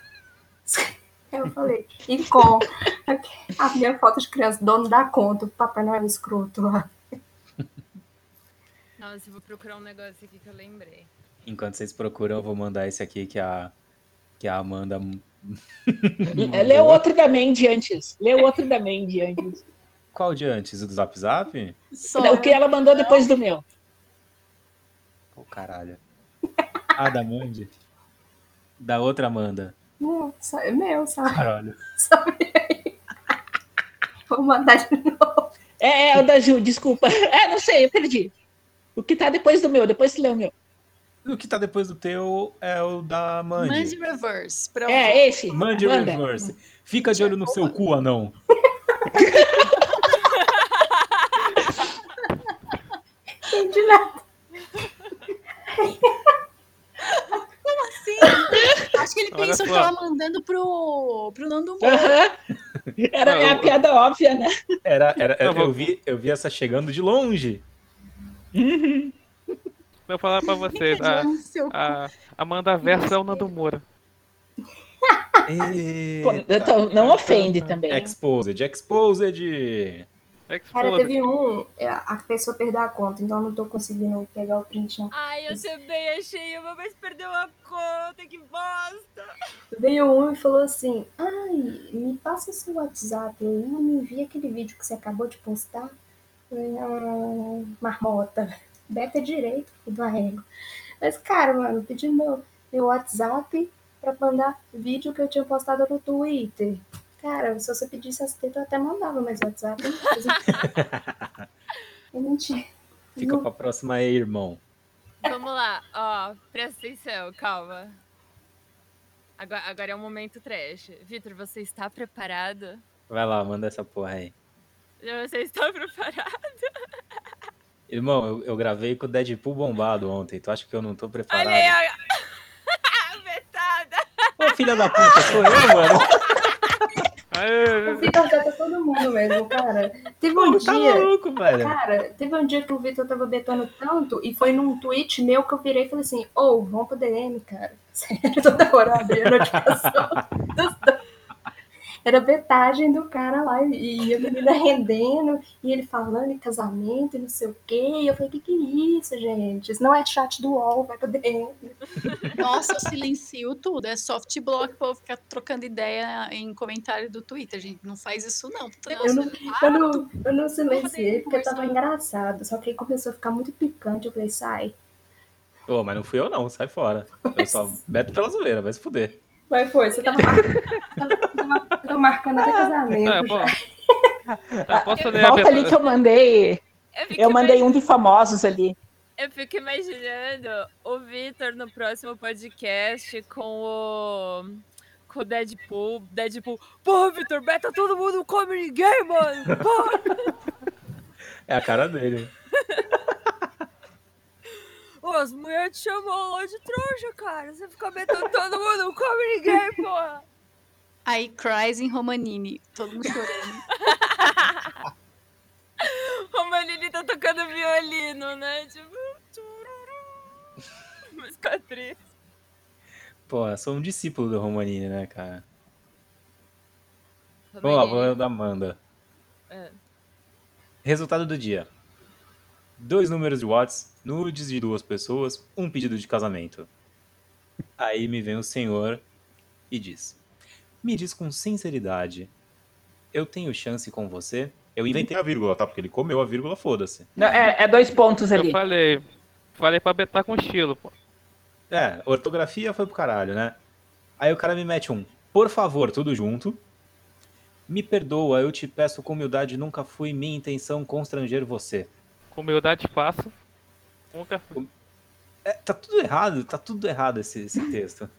Aí Eu falei, e com a minha foto de criança, dono da conta, o Papai Noel escroto lá.
Nossa, eu vou procurar um negócio aqui que eu lembrei.
Enquanto vocês procuram, eu vou mandar esse aqui que a, que a Amanda.
Lê o outro da Mandy antes. Lê o outro da Mandy antes.
Qual de antes? O do Zap Zap?
Só.
O que ela mandou depois do meu.
Pô,
[LAUGHS]
caralho. Ah, da Mandy? Da outra Amanda.
Não, só, é meu, sabe?
Caralho.
Vou mandar de novo.
É, é o da Ju, desculpa. É, não sei, eu perdi. O que tá depois do meu, depois você lê o meu.
O que tá depois do teu é o da
Mande
Mandy.
reverse. Pronto.
É, esse.
Mandy
Manda.
Reverse. Fica de olho no seu cu, anão.
Entendi nada.
Sim. Acho que ele
Olha
pensou que
só.
tava mandando pro, pro Nando Moura.
Aham. Era é a piada óbvia, né?
Era, era,
Eu vou-
eu, vi, eu vi essa chegando de longe.
Vou falar pra vocês. A,
Não sei o quê.
a Amanda Versa é o Nando Moura.
Pô,
Eita. é.
então, não ofende também.
Exposed, exposed.
É que se
Cara,
foda.
teve um, é, a pessoa perdeu a conta, então eu não tô conseguindo pegar o print, não.
Ai, eu também achei uma vez perdeu a conta, que bosta!
Veio um e falou assim, ai, me passa seu WhatsApp aí, me envia aquele vídeo que você acabou de postar. Eu falei, "Ah, marmota, [LAUGHS] beta direito do arrego. Mas, cara, mano, pedi meu, meu WhatsApp pra mandar vídeo que eu tinha postado no Twitter. Cara, se você pedisse as tetas, eu até mandava, mas o WhatsApp... eu não É fiz. Eu não tinha.
Fica pra próxima aí, irmão.
Vamos lá, ó, presta atenção, calma. Agora, agora é o momento trash. Vitor, você está preparado?
Vai lá, manda essa porra aí.
Você está [LAUGHS] preparado?
Irmão, eu, eu gravei com o Deadpool bombado ontem. Tu acha que eu não tô preparado?
Olha aí, olha. Vetada!
Ô, filha da puta, sou eu,
[LAUGHS]
mano.
Aê,
O Vitor teta todo mundo mesmo, cara. Teve um
Tá
dia...
maluco, velho.
Cara, teve um dia que o Vitor tava betando tanto e foi num tweet meu que eu virei e falei assim: Ô, vamos pro DM, cara. [LAUGHS] Sério, toda hora eu abria a notificação. dos dois. Era a betagem do cara lá e e a menina rendendo e ele falando em casamento e não sei o quê. E eu falei: que que é isso, gente? Isso não é chat do UOL, vai pro DM.
Nossa, eu silencio tudo. É soft block pra eu ficar trocando ideia em comentário do Twitter, gente. Não faz isso, não.
Eu não, eu não, eu não silenciei porque tava engraçado. Só que aí começou a ficar muito picante. Eu falei: sai,
Ô, mas não fui eu não, sai fora. Eu só beto pela zoeira, vai se fuder.
Mas foi, você tá [LAUGHS] tava, tava, tava marcando até casamento.
Não, é bom.
já.
[LAUGHS]
Eu posso ler
Ah,
a
Volta ali que
pessoa.
eu mandei.
Eu, fico
Eu mandei
imagi-
um de famosos [LAUGHS] ali.
eu fico imaginando o Vitor no próximo podcast com o. Com o Deadpool. Deadpool. Porra, Vitor, beta todo mundo, não come ninguém, mano! Porra!
É a cara dele.
Ô, as mulheres te chamam lá de trouxa, cara. Você fica metendo todo mundo, não come ninguém, porra.
Aí, cries em Romanini. Todo mundo chorando.
O Manini tá tocando violino, né? Tipo, tururu. Música triste.
Pô, eu sou um discípulo do Romanini, né, cara? Vamos lá, vou ler o da Amanda.
É.
Resultado do dia. Dois números de Watts, nudes de duas pessoas, um pedido de casamento. Aí me vem o senhor e diz: Me diz com sinceridade, eu tenho chance com você? Eu inventei a vírgula, tá? Porque ele comeu a vírgula, foda-se.
Não, é, é dois pontos
Eu
ali.
falei. Falei pra betar com estilo, pô.
É, ortografia foi pro caralho, né? Aí o cara me mete um, por favor, tudo junto. Me perdoa, eu te peço com humildade, nunca foi minha intenção constranger você.
Com humildade faço. Nunca
É, tá tudo errado, tá tudo errado esse,
[LAUGHS]
esse texto.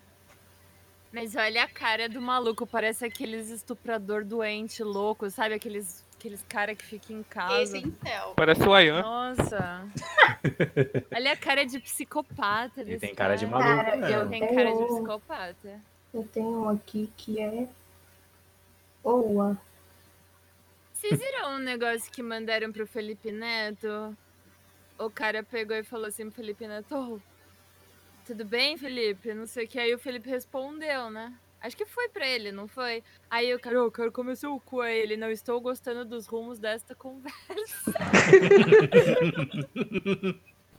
Mas olha a cara do maluco, parece aqueles estuprador doente, louco, sabe? Aqueles, aqueles cara que fica em
Esse
casa.
é Intel.
parece o Ayan.
Nossa.
[LAUGHS]
olha a cara de psicopata.
Ele
desse
tem cara de maluco,
Cara,
né?
eu-
Tem cara de
Tenho-
psicopata.
Eu tenho um aqui que é. Boa.
Vocês viram um negócio que mandaram pro Felipe Neto? O cara pegou e falou assim pro Felipe Neto: "Ô, Tudo bem, Felipe? Não sei o que. Aí o Felipe respondeu, né? Acho que foi pra ele, não foi? Aí o cara, ô, quero comer seu cu. Aí ele, não estou gostando dos rumos desta conversa.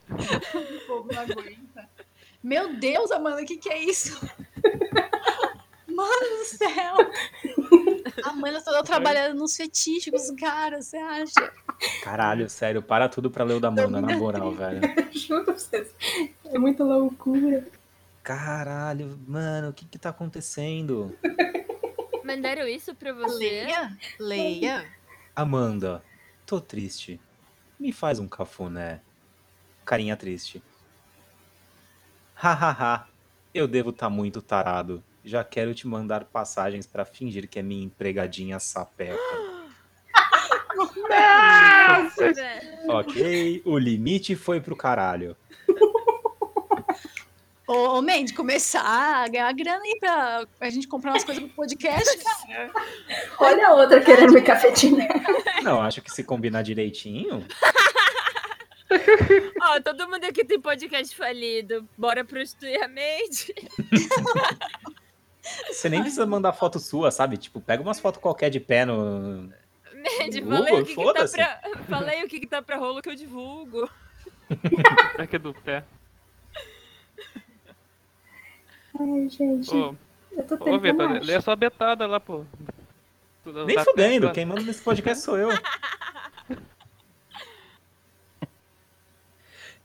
O povo não aguenta. Meu Deus, Amanda, o que, que é [LAUGHS] isso? Mano do céu! A Amanda toda trabalhando nos fetiches com os caras, você acha?
Caralho, sério, para tudo pra ler o da
[LAUGHS]
Amanda, na moral, velho.
Juro pra vocês. É muita loucura.
Caralho, mano, o que que tá acontecendo?
Mandaram isso pra você?
Leia, leia.
Amanda, tô triste. Me faz um cafuné. Carinha triste. Hahaha, eu devo estar muito tarado. Já quero te mandar passagens pra fingir que é minha empregadinha sapeca.
Né?
ok, o limite foi pro caralho.
Ô, ô Mandy, começar a ganhar grana aí pra a gente comprar umas coisas pro podcast, cara.
Olha a outra querendo me cafetinar.
Não, acho que se combinar direitinho.
Ó, todo mundo aqui tem podcast falido. Bora prostituir a [LAUGHS] mente.
Você nem precisa mandar foto sua, sabe? Tipo, pega umas fotos qualquer de pé no,
Ned, falei o que, que tá
foda-se.
pra. Falei o que, que tá pra rolo que eu divulgo.
Aqui né, é do pé.
Ai, gente,
Ô,
eu tô
ô Vitor,
tentando.
lê
achar.
só a betada lá, pô. Tu-
Nem
tá-
fudendo,
tá-
quem manda nesse podcast
[LAUGHS]
sou eu.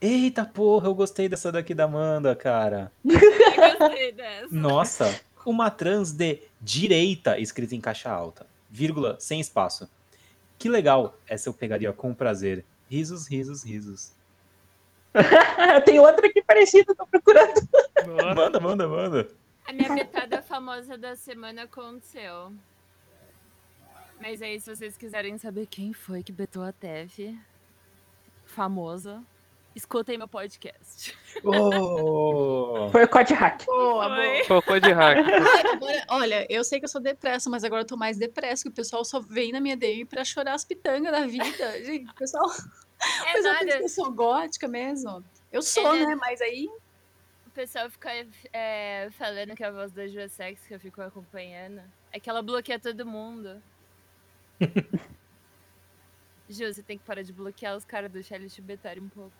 Eita porra, eu gostei dessa daqui da Amanda, cara.
Eu gostei dessa.
Nossa, uma trans de direita escrita em caixa alta, vírgula, sem espaço. Que legal, essa eu pegaria com prazer. Risos, risos, risos.
Tem outra aqui parecida, tô procurando.
Nossa,
é Manda, manda, manda.
A minha betada famosa da semana aconteceu. Mas aí, se vocês quiserem saber quem foi que betou a Tef, famosa, escutem meu podcast.
Oh.
Foi o Code Hack.
Boa,
Oi.
boa.
Cocô de hack.
[LAUGHS]
Ai, agora- olha, eu sei que eu sou depressa, mas agora eu tô mais depressa, que o pessoal só vem na minha DM pra chorar as pitangas da vida. Gente, o pessoal, o
É
pessoal pensa
nada,
que eu sou gótica mesmo. Eu sou,
Ele-
né? Mas aí
o pessoal fica é, falando que a voz da Ju é sexy, que eu fico acompanhando. É que ela bloqueia
[LAUGHS]
todo mundo. Ju, você tem que parar de bloquear os caras do Shelly te betarem um pouco.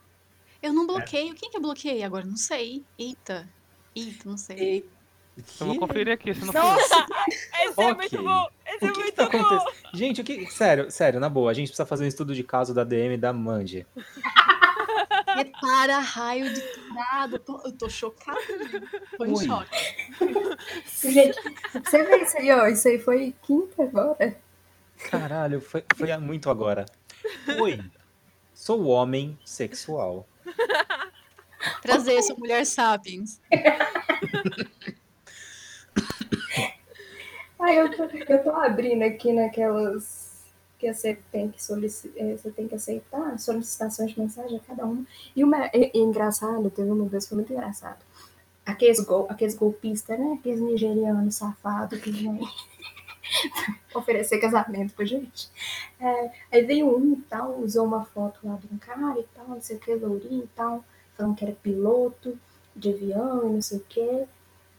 eu
É.
não bloqueio. Quem que eu bloqueei agora? Não sei. Eita. Eita, não sei.
Eita.
Eu vou conferir aqui, se não for.
Nossa! Esse
é muito Ok. bom,
Esse
O que, que tá acontecendo? Gente, o que. Sério, sério, na boa, a gente precisa fazer um estudo de caso da DM da Mandy.
Repara raio de dourado. Eu tô, eu tô chocada. né? Tô em
Ui.
choque.
Gente, você vê isso aí, ó. Isso aí foi quinta agora.
Caralho, foi, foi há muito agora. Oi, sou homem sexual.
Prazer,
é?
sou mulher sapiens.
Ai, eu tô, eu tô abrindo aqui naquelas que você tem que, solici- eh, você tem que aceitar solicitações de mensagem a cada um. E uma e, e engraçado, teve uma vez que foi muito engraçado. Aqueles, gol, aqueles golpistas, né? Aqueles nigerianos safados que vêm [LAUGHS] oferecer casamento pra gente. É, aí veio um e tal, usou uma foto lá de um cara e tal, não sei o que, lourinho e tal, falando que era piloto de avião e não sei o que.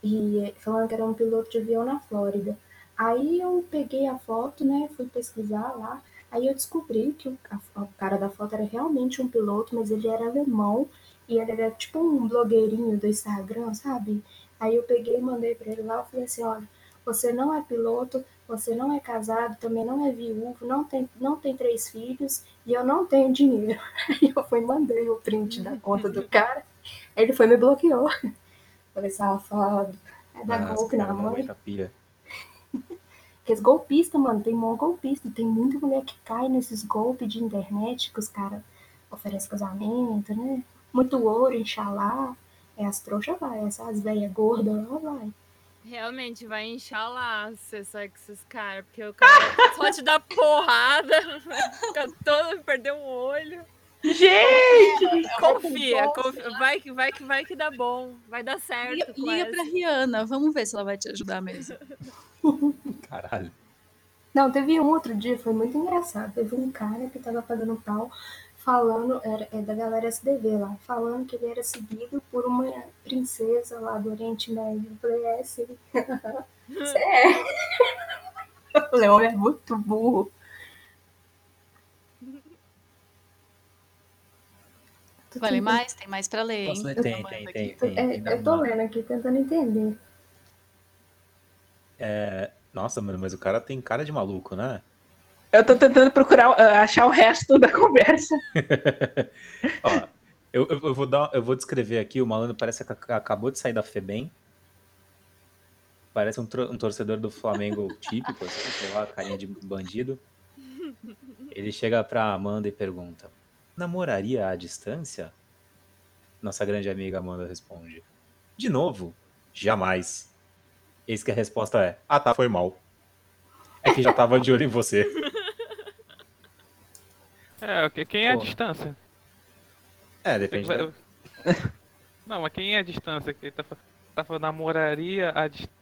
E eh, falando que era um piloto de avião na Flórida. Aí eu peguei a foto, né? Fui pesquisar lá. Aí eu descobri que o, a- o cara da foto era realmente um piloto, mas ele era alemão e ele era tipo um blogueirinho do Instagram, sabe? Aí eu peguei e mandei pra ele lá, eu falei assim, olha, você não é piloto, você não é casado, também não é viúvo, não tem, não tem três filhos e eu não tenho dinheiro. [LAUGHS] Aí eu fui e mandei o print da conta do cara, aí ele foi e me bloqueou. [LAUGHS] Falei, safado, é da
Nossa,
golpe
Ah, cara,
na
não
mão.
aguenta a pilha.
Porque os golpistas, mano, tem mó golpista. Tem muita mulher que cai nesses golpes de internet que os caras oferecem casamento, né? Muito ouro, inxalá. É as trouxas vai, essas velhas gordas lá vai.
Realmente, vai inchar lá você sai com esses caras, porque o [LAUGHS] cara só te dá porrada, [LAUGHS] fica todo, perdeu um olho.
Gente!
Tá Confia, confia. Vai, que- vai, que- vai que dá bom, vai dar certo.
Liga,
com
liga
essa.
pra Rihanna. Vamos ver se ela vai te ajudar mesmo.
[LAUGHS] Caralho.
Não, teve um outro dia, foi muito engraçado. Teve um cara que tava pagando pau, falando, era, é da galera SDV lá, falando que ele era seguido por uma princesa lá do Oriente Médio. Eu falei, é, [LAUGHS] sim. Você é. O Leão é muito burro. Tô
Vale
tentando-
mais? Tem mais pra ler, hein?
Posso ler?
Tô
Tem,
amando
tem,
aqui.
tem,
Tô-
tem.
é,
tem da
eu tô
Amanda.
lendo aqui, tentando entender.
Nossa, mano, mas o cara tem cara de maluco, né?
Eu tô tentando procurar, ah, achar o resto da conversa.
Ó, eu, eu- eu vou dar, eu vou descrever aqui, o malandro parece que ac- acabou de sair da Febem. Parece um, tro- um torcedor do Flamengo [LAUGHS] típico, assim, sei lá, carinha de bandido. Ele chega pra Amanda e pergunta: Namoraria à distância? Nossa grande amiga Amanda responde: De novo? Jamais. Eis que a resposta é: Ah, tá, foi mal. É que já tava de olho em você.
É, ok, quem é a
Porra.
distância?
É, depende. da-
[LAUGHS] Não, mas quem é a distância? Que ele tá, fa- tá falando namoraria a distância.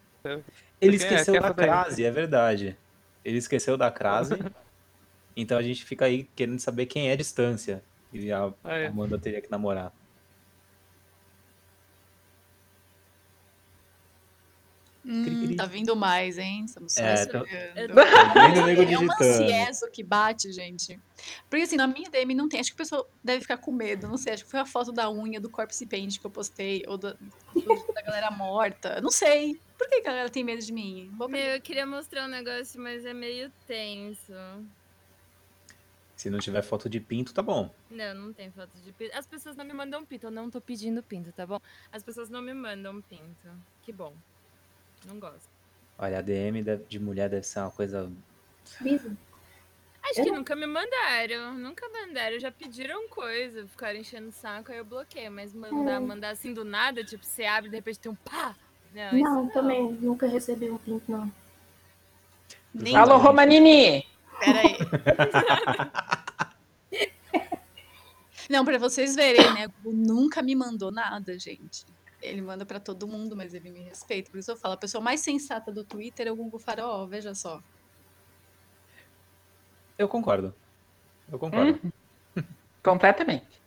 Ele
Porque é
esqueceu
aquela
da
daí, né?
crase, é verdade. Ele esqueceu
[LAUGHS]
da crase. então a gente fica aí querendo saber quem é a distância. E a
Ah, é.
Amanda teria que namorar.
Hum, tá vindo mais, hein? Estamos só
É,
esperando.
Tá vendo o nego
É uma
digitando.
ansiesa que bate, gente. Porque assim, na minha DM não tem. Acho que a pessoa deve ficar com medo. Não sei, acho que foi a foto da unha do corpse paint que eu postei. Ou do- do- da galera morta. Não sei. Por que que a galera tem medo de mim? Vou
Meu, eu queria mostrar um negócio, mas é meio tenso.
Se não tiver foto de pinto, tá bom.
Não, não tem foto de pinto. As pessoas não me mandam pinto. Eu não tô pedindo pinto, tá bom? As pessoas não me mandam pinto. Que bom. Não gosto.
Olha, a DM deve- de mulher deve ser uma coisa.
Vivo.
Acho
Eu
que
não-
nunca me mandaram. Nunca mandaram. Já pediram coisa, ficaram enchendo o saco, aí eu bloqueei. Mas
É.
mandar, mandar assim do nada, tipo, você abre e de repente tem um pá. Não, isso
Não, também nunca recebi um pinto, não.
Nem
Alô, Romanini!
Peraí. Não, pra vocês verem, né? O nunca me mandou nada, gente. Ele manda pra todo mundo, mas ele me respeita. Por isso eu falo, a pessoa mais sensata do Twitter é o Google Farol, veja só.
Eu concordo. Eu concordo.
Hum?
Completamente.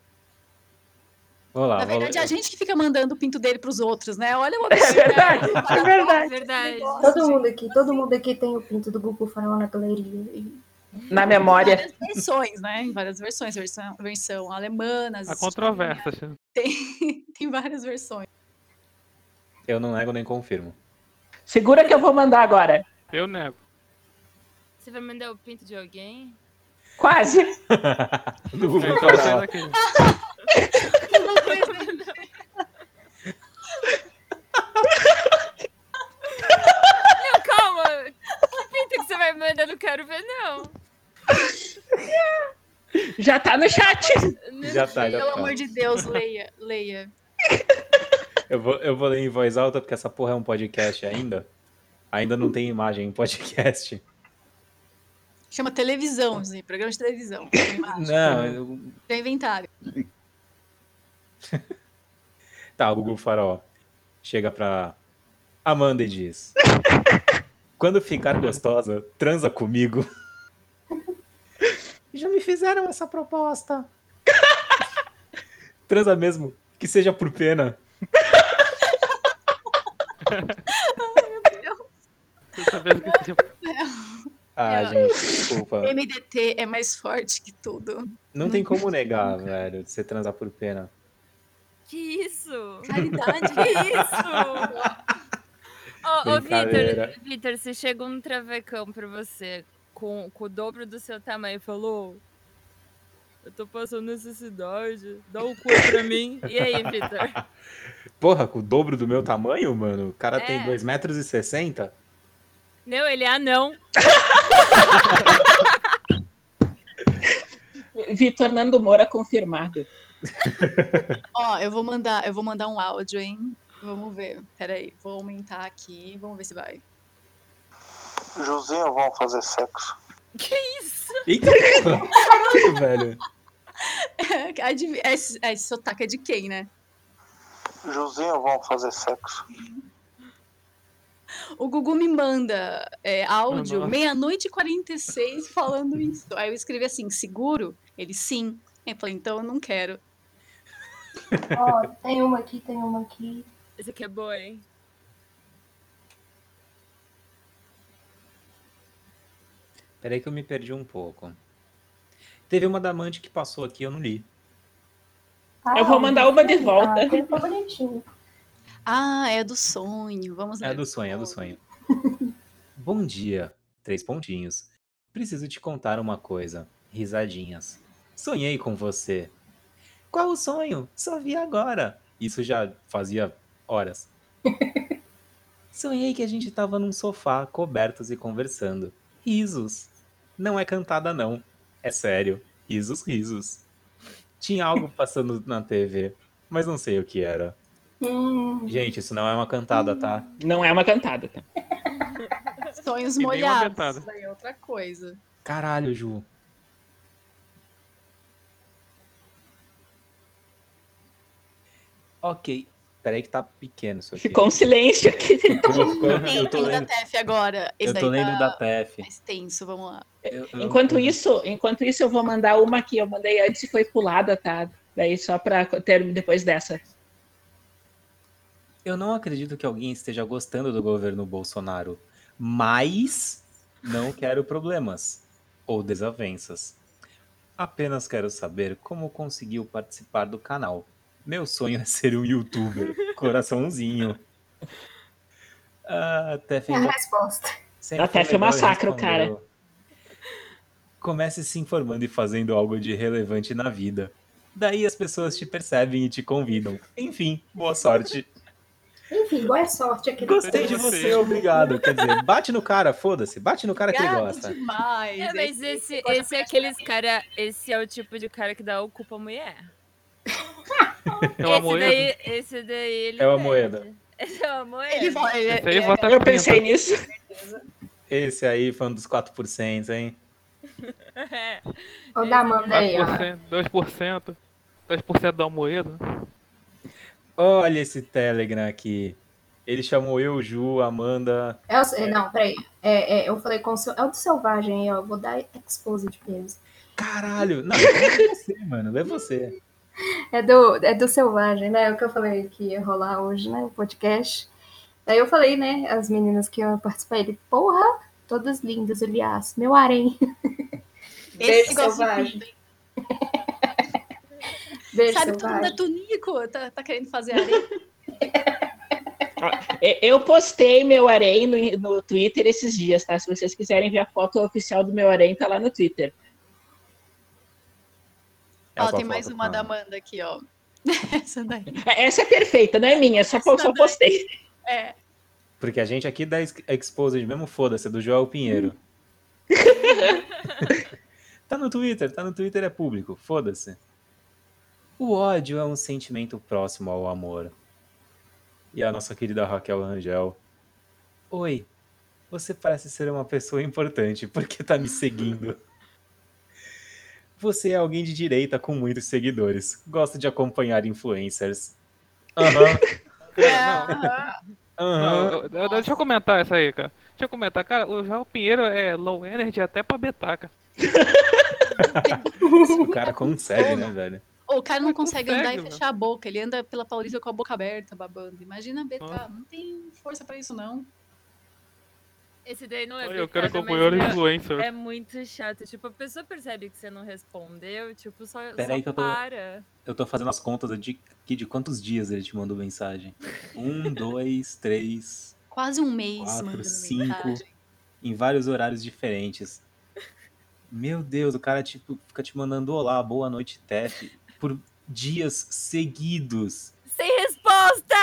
Vou lá,
Na
vou lá.
verdade, é a gente que fica mandando o pinto dele pros outros, né? Olha o
É
absurdo.
verdade, é
É
verdade.
verdade.
Todo mundo aqui, todo mundo aqui tem o pinto do Google Farol na galeria. E
Na memória.
Várias versões, né? Em várias versões. Versão, versão alemana. às
Há
vezes
controvérsias.
Tem várias versões.
Eu não nego
[LAUGHS]
nem confirmo.
Segura que eu vou mandar agora.
Eu nego.
Você vai mandar o pinto de
[LAUGHS]
alguém?
Quase.
Do
É,
Google
então,
Farol.
sendo aqui.
Não, calma. Que pinto que você vai mandar? Eu não quero ver, não.
Já tá no chat.
Já tá, já
Pelo
tá.
amor de Deus, leia, leia.
Eu vou, eu vou ler em voz alta porque essa porra é um podcast ainda. Ainda não tem imagem em podcast.
Tipo,
Chama televisão, assim, programa de televisão.
Não, eu-
Tem inventário.
tá, o Google Farol chega pra Amanda e [LAUGHS] diz: Quando ficar gostosa, transa comigo. [LAUGHS] Já me fizeram essa proposta. [LAUGHS] transa mesmo, que seja por pena.
Dessa vez que tipo,
Ah,
Eu-
gente,
Tá.
desculpa. [LAUGHS]
MDT é mais forte que tudo.
Não tem como negar, velho, de você transar por pena.
Que isso?
Caridade. [LAUGHS]
Que
[LAUGHS]
isso? Ô, ô
Brincadeira.
Vitor, Vitor, se chega um travecão pra você com, com o dobro do seu tamanho e falou. Eu tô passando necessidade, dá o cu
[LAUGHS]
pra mim. E aí, Vitor?
Porra, com o dobro do meu tamanho, mano? O cara tem
É.
2,60 metros e 60?
Não, ele é anão.
Vitor Nando Moura confirmado.
Ó, eu vou mandar, eu vou mandar um áudio, hein? Vamos ver. Peraí, vou aumentar aqui, vamos ver se vai. [LAUGHS]
Josinho vão fazer sexo.
Isso.
Eita, [LAUGHS] porra! Que, velho?
Adiv- Esse, esse sotaque é de quem, né?
Josinho vão fazer sexo.
O Gugu me manda é, áudio,
Nossa.
meia-noite e 46, falando isso. Aí eu escrevi assim, seguro? Ele, sim. Eu falei, então eu não quero.
Ó, tem uma aqui, tem uma aqui.
Esse aqui é boa, hein?
Peraí que eu me perdi um pouco. Teve uma da Mante que passou aqui, eu não li.
Ah,
Eu vou mandar uma de volta.
Ah, aquele tá bonitinho.
Ah, é do sonho. Vamos
É
ler.
do sonho, é do sonho. [LAUGHS] Bom dia. Três pontinhos. Preciso te contar uma coisa. Risadinhas. Sonhei com você. Qual o sonho? Só vi agora. Isso já fazia
[LAUGHS]
horas. Sonhei que a gente tava num sofá, cobertos e conversando. Risos. Não é cantada, não. É sério. Risos, risos. Tinha algo passando na TV, mas não sei o que era.
Hum,
Gente, isso não é uma cantada, tá?
Não é uma cantada. tá?
Sonhos
E nem uma
molhados.
dentada.
Isso daí é outra coisa.
Caralho, Ju. Ok. Peraí que tá
[LAUGHS]
pequeno isso aqui.
Ficou um silêncio aqui.
Ficou- ficou-
Tem,
eu tô
tem o da
lendo,
TEF agora. Esse
eu
daí
tô lendo
tá É,
da TEF.
mais tenso, vamos lá.
Eu- eu-
Enquanto isso, enquanto isso, eu vou mandar uma que eu mandei antes e foi pulada, tá? Daí só pra ter depois dessa.
Eu, Eu não acredito que alguém esteja gostando do governo Bolsonaro, mas não quero problemas ou desavenças. Apenas quero saber como conseguiu participar do canal. Meu sonho é ser
[LAUGHS]
um youtuber. Coraçãozinho. Ah, até
É
fez
a resposta.
Sempre
Até
foi
foi
legal
massacre o
responder.
cara.
Comece se informando e fazendo algo de relevante na vida. Daí as pessoas te percebem e te convidam. Enfim, boa sorte.
Enfim, boa sorte aqui.
Gostei de você, obrigado. Quer dizer, bate no cara, foda-se. Bate no cara que ele
Obrigado
gosta.
demais.
É, mas esse,
gosta
esse é aqueles cara. Esse é o tipo de cara que dá o culpa à mulher.
É o
esse
Amoedo.
daí, esse daí ele.
É o
perde.
Amoedo.
Esse [LAUGHS] é o Amoedo.
Ele vai. Ele,
Esse aí
ele-
vota
Eu
30.
pensei nisso.
Esse aí foi um dos 4%, hein?
[LAUGHS] É.
Olha da Amanda aí, ó.
4%, 2%, 2% do Almoedo.
Olha esse Telegram aqui. Ele chamou eu, Ju, Amanda.
É o- é, não, peraí. É, é, eu falei com o seu. É o do selvagem aí, ó. Eu vou dar expose de peso.
Caralho! Não, é você, mano. É você.
É do, é do Selvagem, né? O que eu falei que ia rolar hoje, né? O podcast. Daí eu falei, né? As meninas que iam participar, ele, porra, todas lindas, aliás, meu harém. [LAUGHS] Beijo,
Esse gosta de
selvagem.
tudo, hein?
Beijo,
Sabe, todo mundo é
Selvagem.
tunico. Tá, tá querendo fazer areia.
É, Eu postei meu harém no, no Twitter esses dias, tá? Se vocês quiserem ver a foto oficial do meu harém, tá lá no Twitter.
[LAUGHS] É a
ó,
sua
tem mais
foto,
uma
mano.
da Amanda aqui, ó. [LAUGHS] Essa daí.
Essa é perfeita, não é minha, só, po- só postei.
É.
Porque a gente aqui dá ex- exposed mesmo, foda-se, é do Joel Pinheiro. tá no Twitter, tá no Twitter, é público, foda-se. O ódio é um sentimento próximo ao amor. E a nossa querida Raquel Rangel. Oi, você parece ser uma pessoa importante, [LAUGHS] porque tá me seguindo. Você é alguém de direita com muitos seguidores. Gosta de acompanhar influencers. Aham,
É,
Ah.
aham.
Não, eu- eu- deixa eu comentar isso aí, cara. Deixa eu comentar, cara, o João Pinheiro é low energy até pra betaca.
O cara consegue, né, velho?
O cara não consegue andar e
consegue,
fechar a boca. Ele anda pela Paulista com a boca aberta, babando. Imagina a Beta.
Nossa.
Não tem força pra isso, não.
Esse daí não é.
Eu quero
pecado, mas
acompanhar
ele é-
influencer.
É muito chato. Tipo, a pessoa percebe que você não respondeu, tipo, só,
Pera
só
aí que eu tô-
para.
Eu tô fazendo as contas de, aqui de quantos dias ele te mandou mensagem. Um, dois, três,
Quase um mês,
Quatro,
mandando
cinco.
mensagem.
em vários horários diferentes. Meu Deus, o cara tipo, fica te mandando olá, boa noite, Tef, por dias seguidos,
Sem resposta!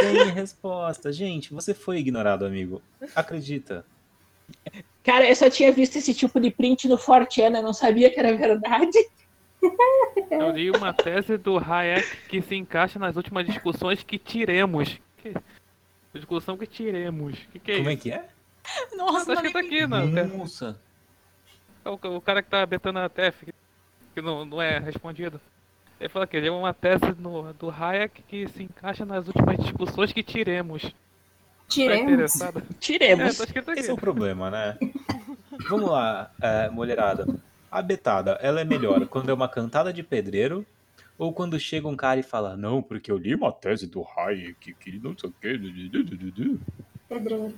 sem resposta. Gente, você foi ignorado, amigo. Acredita.
Cara, eu só tinha visto esse tipo de print no Fortune, eu não sabia que era verdade.
É.
Eu li uma tese do Hayek que se encaixa nas últimas discussões que tiremos. Que... Discussão que tiremos. O que, que é
Como é
isso?
que é?
Ah,
Nossa,
tá escrito
não
aqui, não. cara.
Nossa.
É O, o cara que tá betando a TEF, que- que não, não é respondido. Ele fala que ele é uma tese no- do Hayek que se encaixa nas últimas discussões que tiremos. Tá
Tiremos.
interessado? É,
Tiremos.
tá escrito
Esse é o
aqui.
problema, né? Vamos lá, é, mulherada. A betada, ela é melhor quando é uma cantada de pedreiro ou quando chega um cara e fala, não, porque eu li uma tese do Hayek, que não sei o quê.
Pedreiro.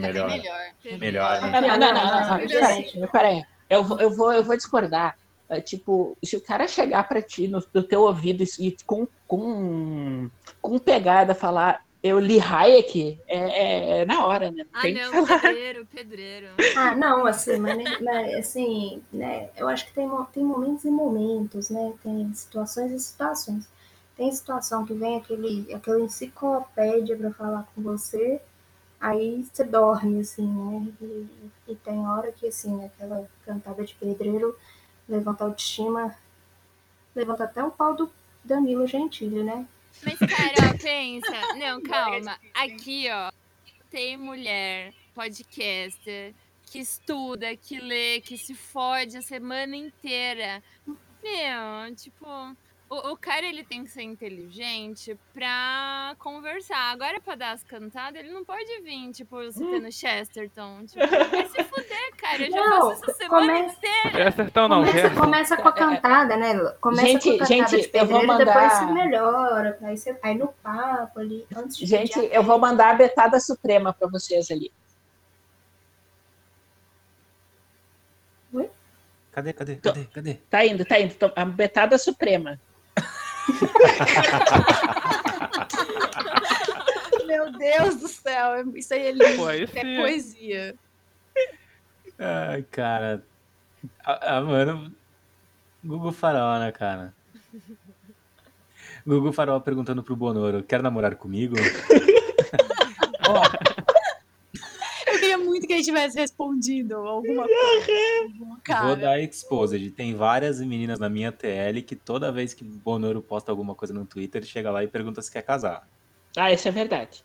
Pedreiro
melhor. né?
é melhor.
Melhor, né?
Não, não, não, não, não, peraí, peraí. Eu, vou- eu, vou, eu vou discordar. É, tipo, se o cara chegar pra ti no, no teu ouvido e- e com, com, com pegada falar eu li Hayek, é, é- é na hora, né?
Ah,
Tem-
não, pedreiro, pedreiro.
Ah, não, assim, mas, né, mas, assim, né? Eu acho que tem, mo- tem momentos e momentos, né? Tem situações e situações. Tem situação que vem aquele, aquela enciclopédia pra falar com você, aí você dorme, assim, né? E, e tem hora que, assim, aquela cantada de pedreiro levanta a autoestima, levanta até o pau do Danilo Gentili, né?
Mas, cara, ó, pensa. Não, calma. Aqui, ó, tem mulher, podcaster, que estuda, que lê, que se fode a semana inteira. Meu, tipo, o, o cara ele tem que ser inteligente pra conversar. Agora, pra dar as cantadas, ele não pode vir, tipo, citando Chesterton. Tipo, vai se fuder, cara. Eu já
Não,
faço essa semana
começa-
inteira.
É acertão não,
começa,
é
começa com a cantada, né? Lu? Começa
Gente,
com a cantada
gente,
de
eu vou
pedreiro, depois
mandar-
você melhora. Aí você vai no papo ali. Antes de
Gente,
pedir a-
eu vou mandar a Betada Suprema pra vocês ali.
Cadê, cadê, cadê, cadê?
Tá indo, tá indo. Tô- A Betada Suprema.
[LAUGHS] Meu Deus do céu, é- isso aí é lindo.
Pô, aí
isso é
sim.
poesia.
Ai, cara. Ah, ah, mano. Google Farol, né, cara? Google Farol perguntando pro Bonoro: quer namorar comigo?
Eu queria muito que ele tivesse respondido alguma coisa. alguma
Vou
Cara,
dar exposed. Tem várias meninas na minha TL que toda vez que Bonoro posta alguma coisa no Twitter, chega lá e pergunta se quer casar.
Ah, isso é verdade.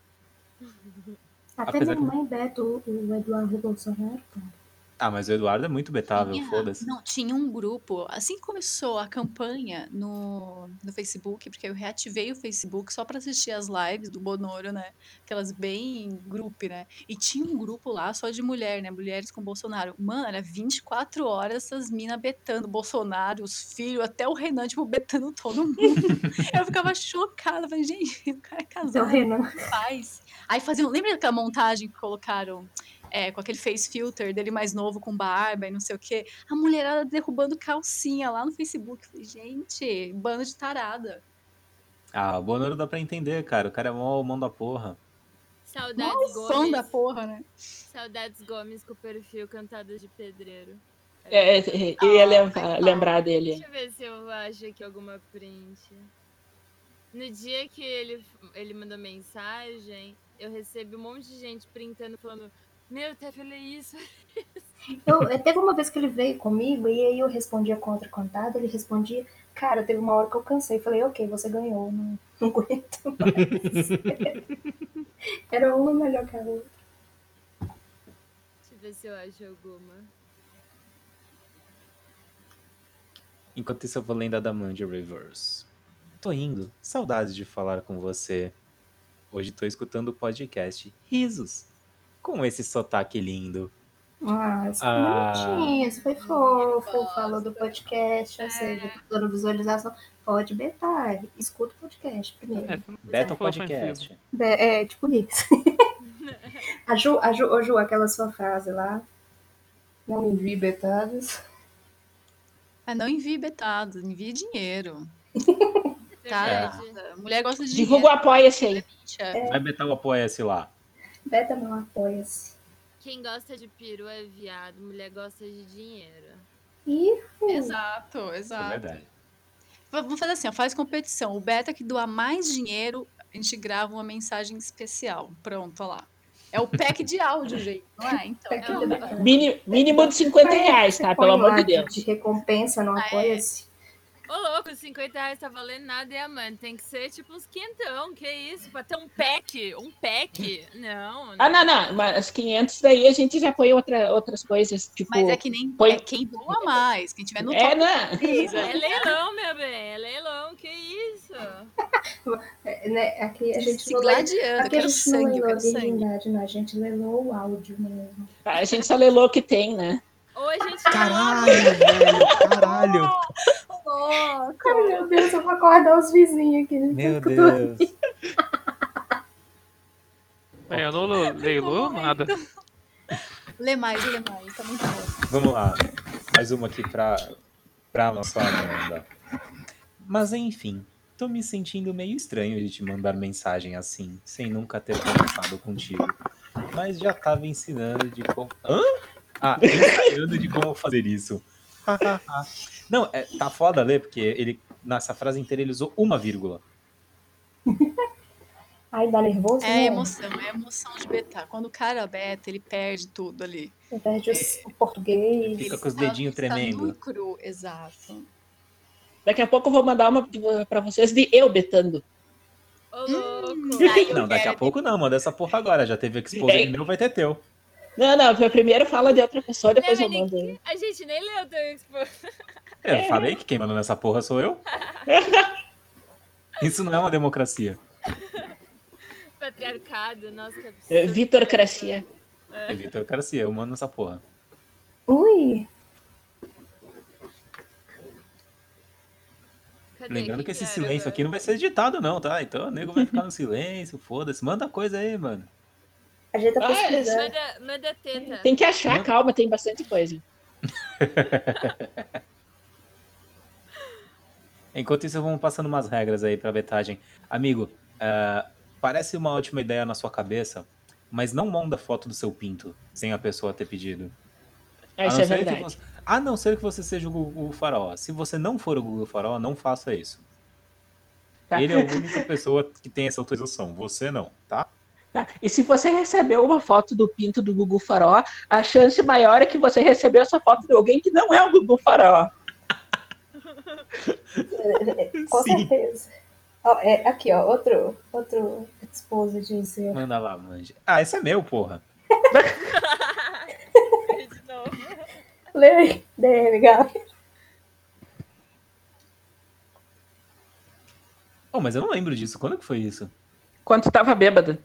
Até
apesar
minha mãe Beto, o- o Eduardo né? Bolsonaro.
Ah, mas o Eduardo é muito betável,
Tinha-
foda-se.
Não, tinha um grupo. Assim que começou a campanha no, no Facebook, porque eu reativei o Facebook só para assistir as lives do Bonoro, né? Aquelas bem grupo, né? E tinha um grupo lá só de mulher, né? Mulheres com Bolsonaro. Mano, era 24 horas essas minas betando Bolsonaro, os filhos, até o Renan, tipo, betando todo mundo. eu ficava chocada. Falei, gente, o cara é
Então,
casado
Renan.
faz. Aí faziam, lembra aquela montagem que colocaram é, com aquele face filter dele mais novo com barba e não sei o quê? A mulherada derrubando calcinha lá no Facebook. Eu Falei, gente, bando de tarada.
Ah, o Bonoro dá pra entender, cara. O cara é mó mão da porra.
Saudades
Malfão
Gomes.
da porra, né?
Saudades Gomes com o perfil Cantadas de Pedreiro.
É, é, é, eu ia lembrar, lembrar dele.
Deixa eu ver se eu acho aqui alguma print. No dia que ele, ele mandou mensagem, eu recebi um monte de gente printando, falando: Meu, tá até falei isso.
Eu, eh, teve uma vez que ele veio comigo e aí eu respondia contra contado, ele respondia. Cara, teve uma hora que eu cansei. Falei, ok, você ganhou. Não, não aguento mais. [LAUGHS] Era uma melhor que a outra.
Deixa eu ver se eu acho alguma.
Enquanto isso, eu vou lendo a da Mandy Reverse. Tô indo. Saudades de falar com você. Hoje tô escutando o podcast Risos. Com esse sotaque lindo.
Ah, isso
Ah.
foi bonitinho, isso foi fofo. Falou do podcast,
é.
ou seja, toda visualização. Pode betar. Escuta o podcast primeiro.
É,
Beta
Foi
Podcast.
Be- É, tipo isso. [LAUGHS] a Ju, a Ju, ô, Ju, aquela sua frase lá. Não me vi betadas.
Ah, não envie betados, envie dinheiro. É Tá.
Verdade.
Tarada. Mulher gosta de é.
Divulga o apoia-se aí.
dinheiro.
Vai betar o Apoia-se lá.
Beta não apoia-se.
Quem gosta de peru é viado, mulher gosta de dinheiro.
Então,
E
Exato,
É
exato.
verdade.
V- Vamos fazer assim, ó, faz competição. O beta que doar mais dinheiro, a gente grava uma mensagem especial. Pronto, ó lá. É o pack de áudio, gente, não é? Então,
Pack
é
de
um-
beta.
Mini- mínimo de 50 reais, tá?
põe
Pelo amor
lá
de Deus.
De recompensa
Ah,
não
é?
apoia-se.
Ô, louco, 50 reais tá valendo nada, e a mãe tem que ser tipo uns quentão, que isso? Pra ter um pack, um pack. Não,
Ah, não, não. Mas 500 daí a gente já põe outra, outras coisas, tipo...
Mas é que nem
põe-
é quem doa mais, quem tiver no
É,
top
né?
3,
É
né?
leilão, meu bem, é leilão, que isso?
É, né? Aqui a gente
se
não lê-
gladiando, eu
Aqui a
quero
gente não
sangue,
lelou a
eu quero sangue.
virgindade, não. A gente lelou o áudio né? mesmo.
A gente só lelou o que tem, né?
Ou a gente tá
Caralho, velho. Caralho.
Ai, meu Deus, eu vou acordar os vizinhos aqui. né?
Meu Deus.
É, eu não le- leilou nada.
Lê mais, lê mais, tá muito bom.
Vamos lá. Mais uma aqui pra, pra nossa Amanda. Mas enfim, tô me sentindo meio estranho de te mandar mensagem assim, sem nunca ter conversado contigo. Mas já tava ensinando de como. Hã? Ah, ensinando de como
[LAUGHS]
fazer isso. Não, é, tá foda ler, porque ele, nessa frase inteira ele usou uma vírgula.
Ai, dá nervoso?
É
né?
emoção, é emoção de betar. Quando o cara beta, ele perde tudo ali.
Você Perde os- o português.
Fica com os
tá-
dedinhos
Tá
tremendo.
lucro, exato.
Daqui a pouco eu vou mandar uma pra vocês de eu betando.
Ô, louco.
Ai, eu
Hum. Não, daqui a
quero-
pouco não, manda essa porra agora. Já teve exposed
Ei.
meu, vai ter teu.
Não, não. eu Primeiro fala de outra pessoa, depois
Não,
é
eu mando. aí.
A gente nem leu teu expo.
Eu
É.
falei que quem manda nessa porra
[LAUGHS]
sou eu. Isso não é uma democracia.
Patriarcado, nossa, que absurdo.
É, Vitorcracia.
É vitorcracia, eu mando nessa porra.
aí.
Cadê?
Lembrando
Quem
que esse
era
silêncio
agora?
aqui não vai ser editado, não, tá? Então o nego vai ficar no silêncio, foda-se. Manda coisa aí, mano.
A gente tá
Ah, é,
pesquisando.
Manda, manda teta.
Tem que achar, calma, tem bastante coisa.
Enquanto isso, vamos passando umas regras aí pra vetagem. Amigo, ah, parece uma ótima ideia na sua cabeça, mas não manda foto do seu pinto sem a pessoa ter pedido.
Ah, isso
não tipo,
é
ser que
verdade.
você- a não ser que você seja o Google Faraó. Se você não for o Google Faraó, não faça isso.
Tá.
Ele é a única pessoa que tem essa autorização. Você não, tá?
Tá. E se você recebeu uma foto do pinto do Gugu Faró, a chance maior é que você recebeu essa foto de alguém que não é o Gugu Faró.
[LAUGHS] Com
Sim.
certeza. Ó, é, aqui, ó, outro, outro esposo de Zé.
Manda lá, manja. Ah, esse é meu, porra.
De novo.
Lê aí, DM, Gabi.
Oh, mas eu não lembro disso. Quando que foi isso?
Quando tava bêbada.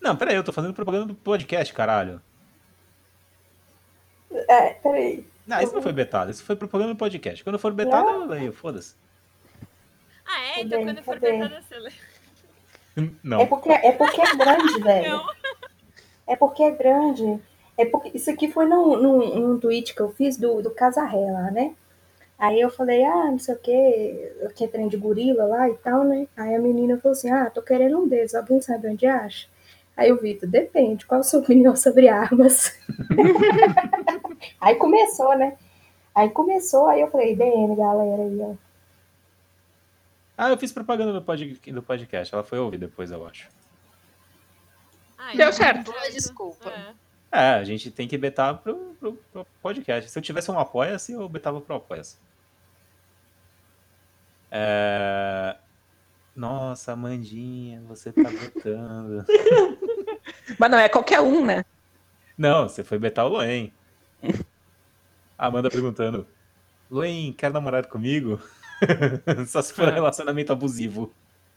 Não, peraí, eu tô fazendo propaganda do podcast, caralho.
É, peraí.
Não, Ah, isso não foi betado. Isso foi propaganda do podcast. Quando for betado, eu leio, foda-se.
Ah, é?
Tá
Então
bem,
quando
tá
for
bem.
petada, você lê.
É
Não.
porque é, porque é grande, velho.
Não.
É porque é grande. É porque isso aqui foi num, num, num tweet que eu fiz do, do Casarré lá, né? Aí eu falei, ah, não sei o que, eu que trem de gorila lá e tal, né? Aí a menina falou assim, ah, tô querendo um desses, alguém sabe onde acha? Aí o Vitor, depende, qual a sua [LAUGHS] opinião sobre armas? aí começou, né? Aí começou, aí eu falei, DM, galera, aí, ó.
Ah, eu fiz propaganda do, pod- do podcast. Ela foi ouvir depois, eu acho.
Ah,
Deu
então
certo.
pode.
Desculpa.
É.
É, a gente tem que betar pro, pro- pro podcast. Se eu tivesse um apoia-se, eu betava pro apoia-se. É... Nossa, Amandinha, você tá betando.
Mas não é qualquer um, né?
Não, você foi betar o Loen. Amanda perguntando: Loen, quer namorar comigo? [LAUGHS] Só se for um relacionamento abusivo.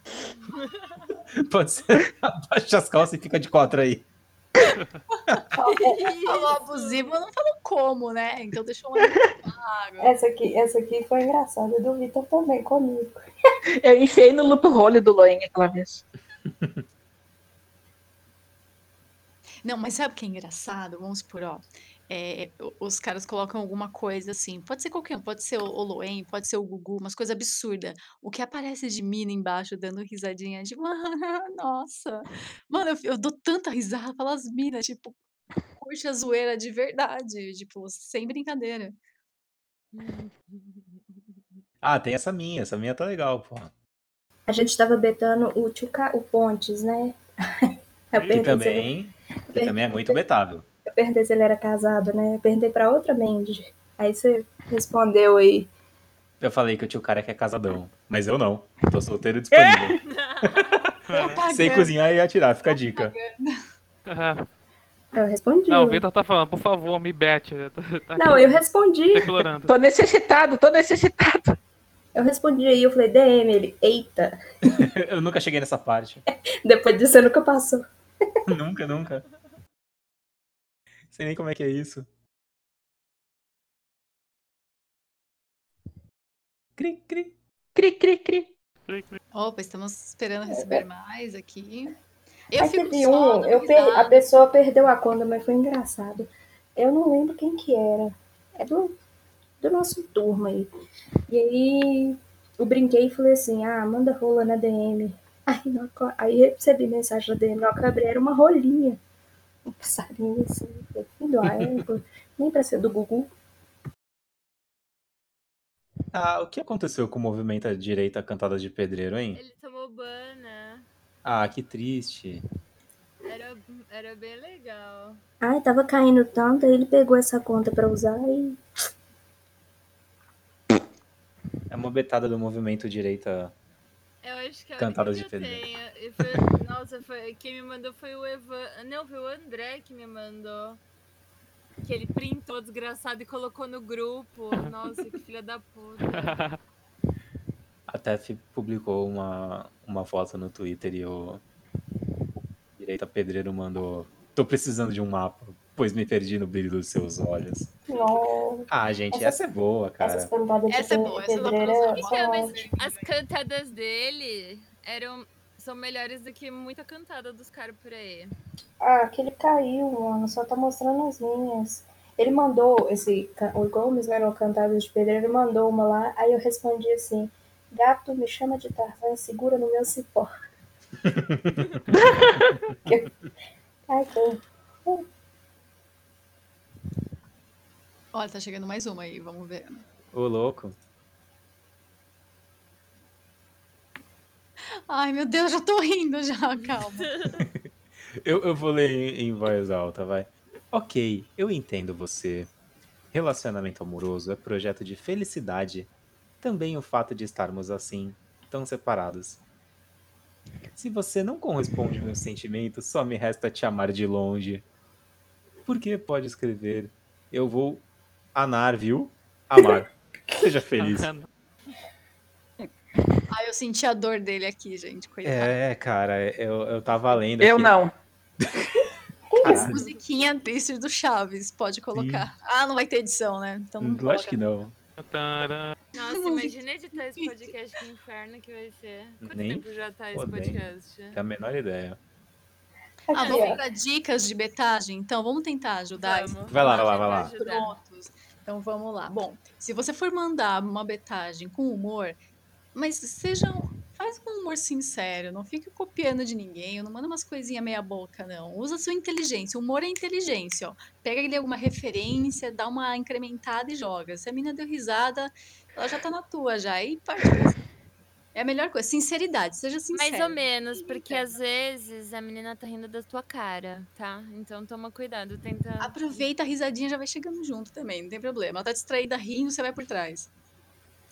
[LAUGHS] Pode ser. Abaixa as calças e fica de quatro aí.
Falou abusivo, mas não falou como, né? Então deixou mais claro.
Essa aqui, essa aqui foi engraçada, do Vitor também, comigo.
Eu enfiei no loophole do Loen aquela vez.
Não, mas sabe o que é engraçado? Vamos por ó. é, o- os caras colocam alguma coisa assim. Pode ser qualquer um, pode ser o o Loen, pode ser o Gugu, umas coisas absurdas. O que aparece de mina embaixo dando risadinha de mano, [LAUGHS] nossa. Mano, eu, fi- eu dou tanta risada pelas minas, tipo, curte a zoeira de verdade, tipo, sem brincadeira.
Ah, tem essa minha. Essa minha tá legal, porra.
A gente tava betando o, Tchuca, o Pontes, né? Eu
Que
perguntei se ele-
também, que também é muito betável.
eu perguntei se ele era casado, né? Eu perguntei pra outra Mandy. Aí você respondeu aí.
Eu falei que eu tinha o cara que é casadão, mas eu não. Tô solteiro e disponível. Sei
Propaganda.
cozinhar e atirar, fica a dica.
Ah,
Eu respondi.
Não, o Vitor tá falando, por favor, me bete. Tá, tá
Não, eu respondi.
explorando.
Tô necessitado, tô necessitado.
Eu respondi aí, eu falei, DM, ele, eita.
Eu nunca cheguei nessa parte.
Depois disso, você nunca passou.
[LAUGHS] nunca, nunca. Sei nem como é que é isso. Cri, cri.
Cri, cri, cri.
Opa, estamos esperando receber mais aqui. Eu
Aí
fico
É, teve
só
um,
dando
eu per- a
risada.
pessoa perdeu a conta, mas foi engraçado. Eu não lembro quem que era. É do, do nosso turma aí. E aí eu brinquei e falei assim, ah, manda rola na DM. [LAUGHS] Aí, não aco- aí eu recebi mensagem da DM, eu acabei, era uma rolinha. Um passarinho assim, eu falei, filho da égua, nem pra ser do Gugu.
Ah, o que aconteceu com o movimento à direita Cantadas de Pedreiro, hein?
É, Ele tomou ban, né?
Ah, que triste.
Era, era bem legal.
Ai, tava caindo tanto, aí ele pegou essa conta pra usar e
É uma betada do movimento direita.
Eu acho que é
Cantadas
a única
de
que eu
Fedeli.
tenho. E foi- [LAUGHS] nossa, foi, quem me mandou foi o Evan. Não, foi o André que me mandou. Que ele printou desgraçado e colocou no grupo. Nossa, que filha da
[LAUGHS]
puta.
A Tef publicou uma, uma foto no Twitter e o Direita Pedreiro mandou Tô precisando de um mapa, pois me perdi no brilho dos seus olhos.
Não.
Ah, gente,
Essa-
essa é boa,
Essas
cara.
cantadas de
Essa é boa, essa eu vou
pedreira
fazer.
são
Então, mas
ótimas.
as cantadas dele eram, são melhores do que muita cantada dos caras por aí.
Ah, aquele caiu, mano. Só tá mostrando as minhas. Ele mandou esse. ca- O Gomes era o cantado de pedreiro, ele mandou uma lá. Aí eu respondi assim: Gato, me chama de Tarzan e segura no meu cipó. [LAUGHS] Ai, que.
Olha, tá chegando mais uma aí, vamos ver.
Ô, louco.
Ai, meu Deus, já tô rindo já, calma.
Eu, eu vou ler em, em voz alta, vai. Ok, eu entendo você. Relacionamento amoroso é projeto de felicidade. Também o fato de estarmos assim, tão separados. Se você não corresponde meus sentimentos, só me resta te amar de longe. Porque pode escrever, eu vou anar, viu? Amar.
[LAUGHS]
Seja feliz.
Ai, Ah, eu senti a dor dele aqui, gente, coitado.
É, cara, eu, eu tava lendo
Eu
aqui.
não.
Essa
Caralho.
musiquinha triste do Chaves, pode colocar. Ah, não vai ter edição, né? Então não
Lógico
coloca.
Hum, que não.
Tarã.
Nossa, imagina editar esse podcast, que inferno que vai ser. Quanto
Nem
tempo já tá esse
fodendo.
podcast?
Tenho a menor ideia.
Ah,
Aqui,
vamos
ó.
dar dicas de betagem? Então, vamos tentar ajudar. esses
Vamos.
Vai lá, vai lá, vai lá.
Ajudar.
Prontos. Então, vamos lá. Bom, se você for mandar uma betagem com humor, mas seja... um- Faz com humor sincero, não fique copiando de ninguém, não manda umas coisinhas meia boca, não. Usa a sua inteligência, o humor é inteligência, ó. Pega ali alguma referência, dá uma incrementada e joga. Se a mina deu risada, ela já tá na tua já, e partiu. É a melhor coisa, sinceridade, seja sincero.
Mais ou menos, porque
É.
Sincero.
às vezes a menina tá rindo da tua cara, tá? Então toma cuidado, tenta.
Aproveita a risadinha, já vai chegando junto também, não tem problema. Ela tá distraída rindo, você vai por trás.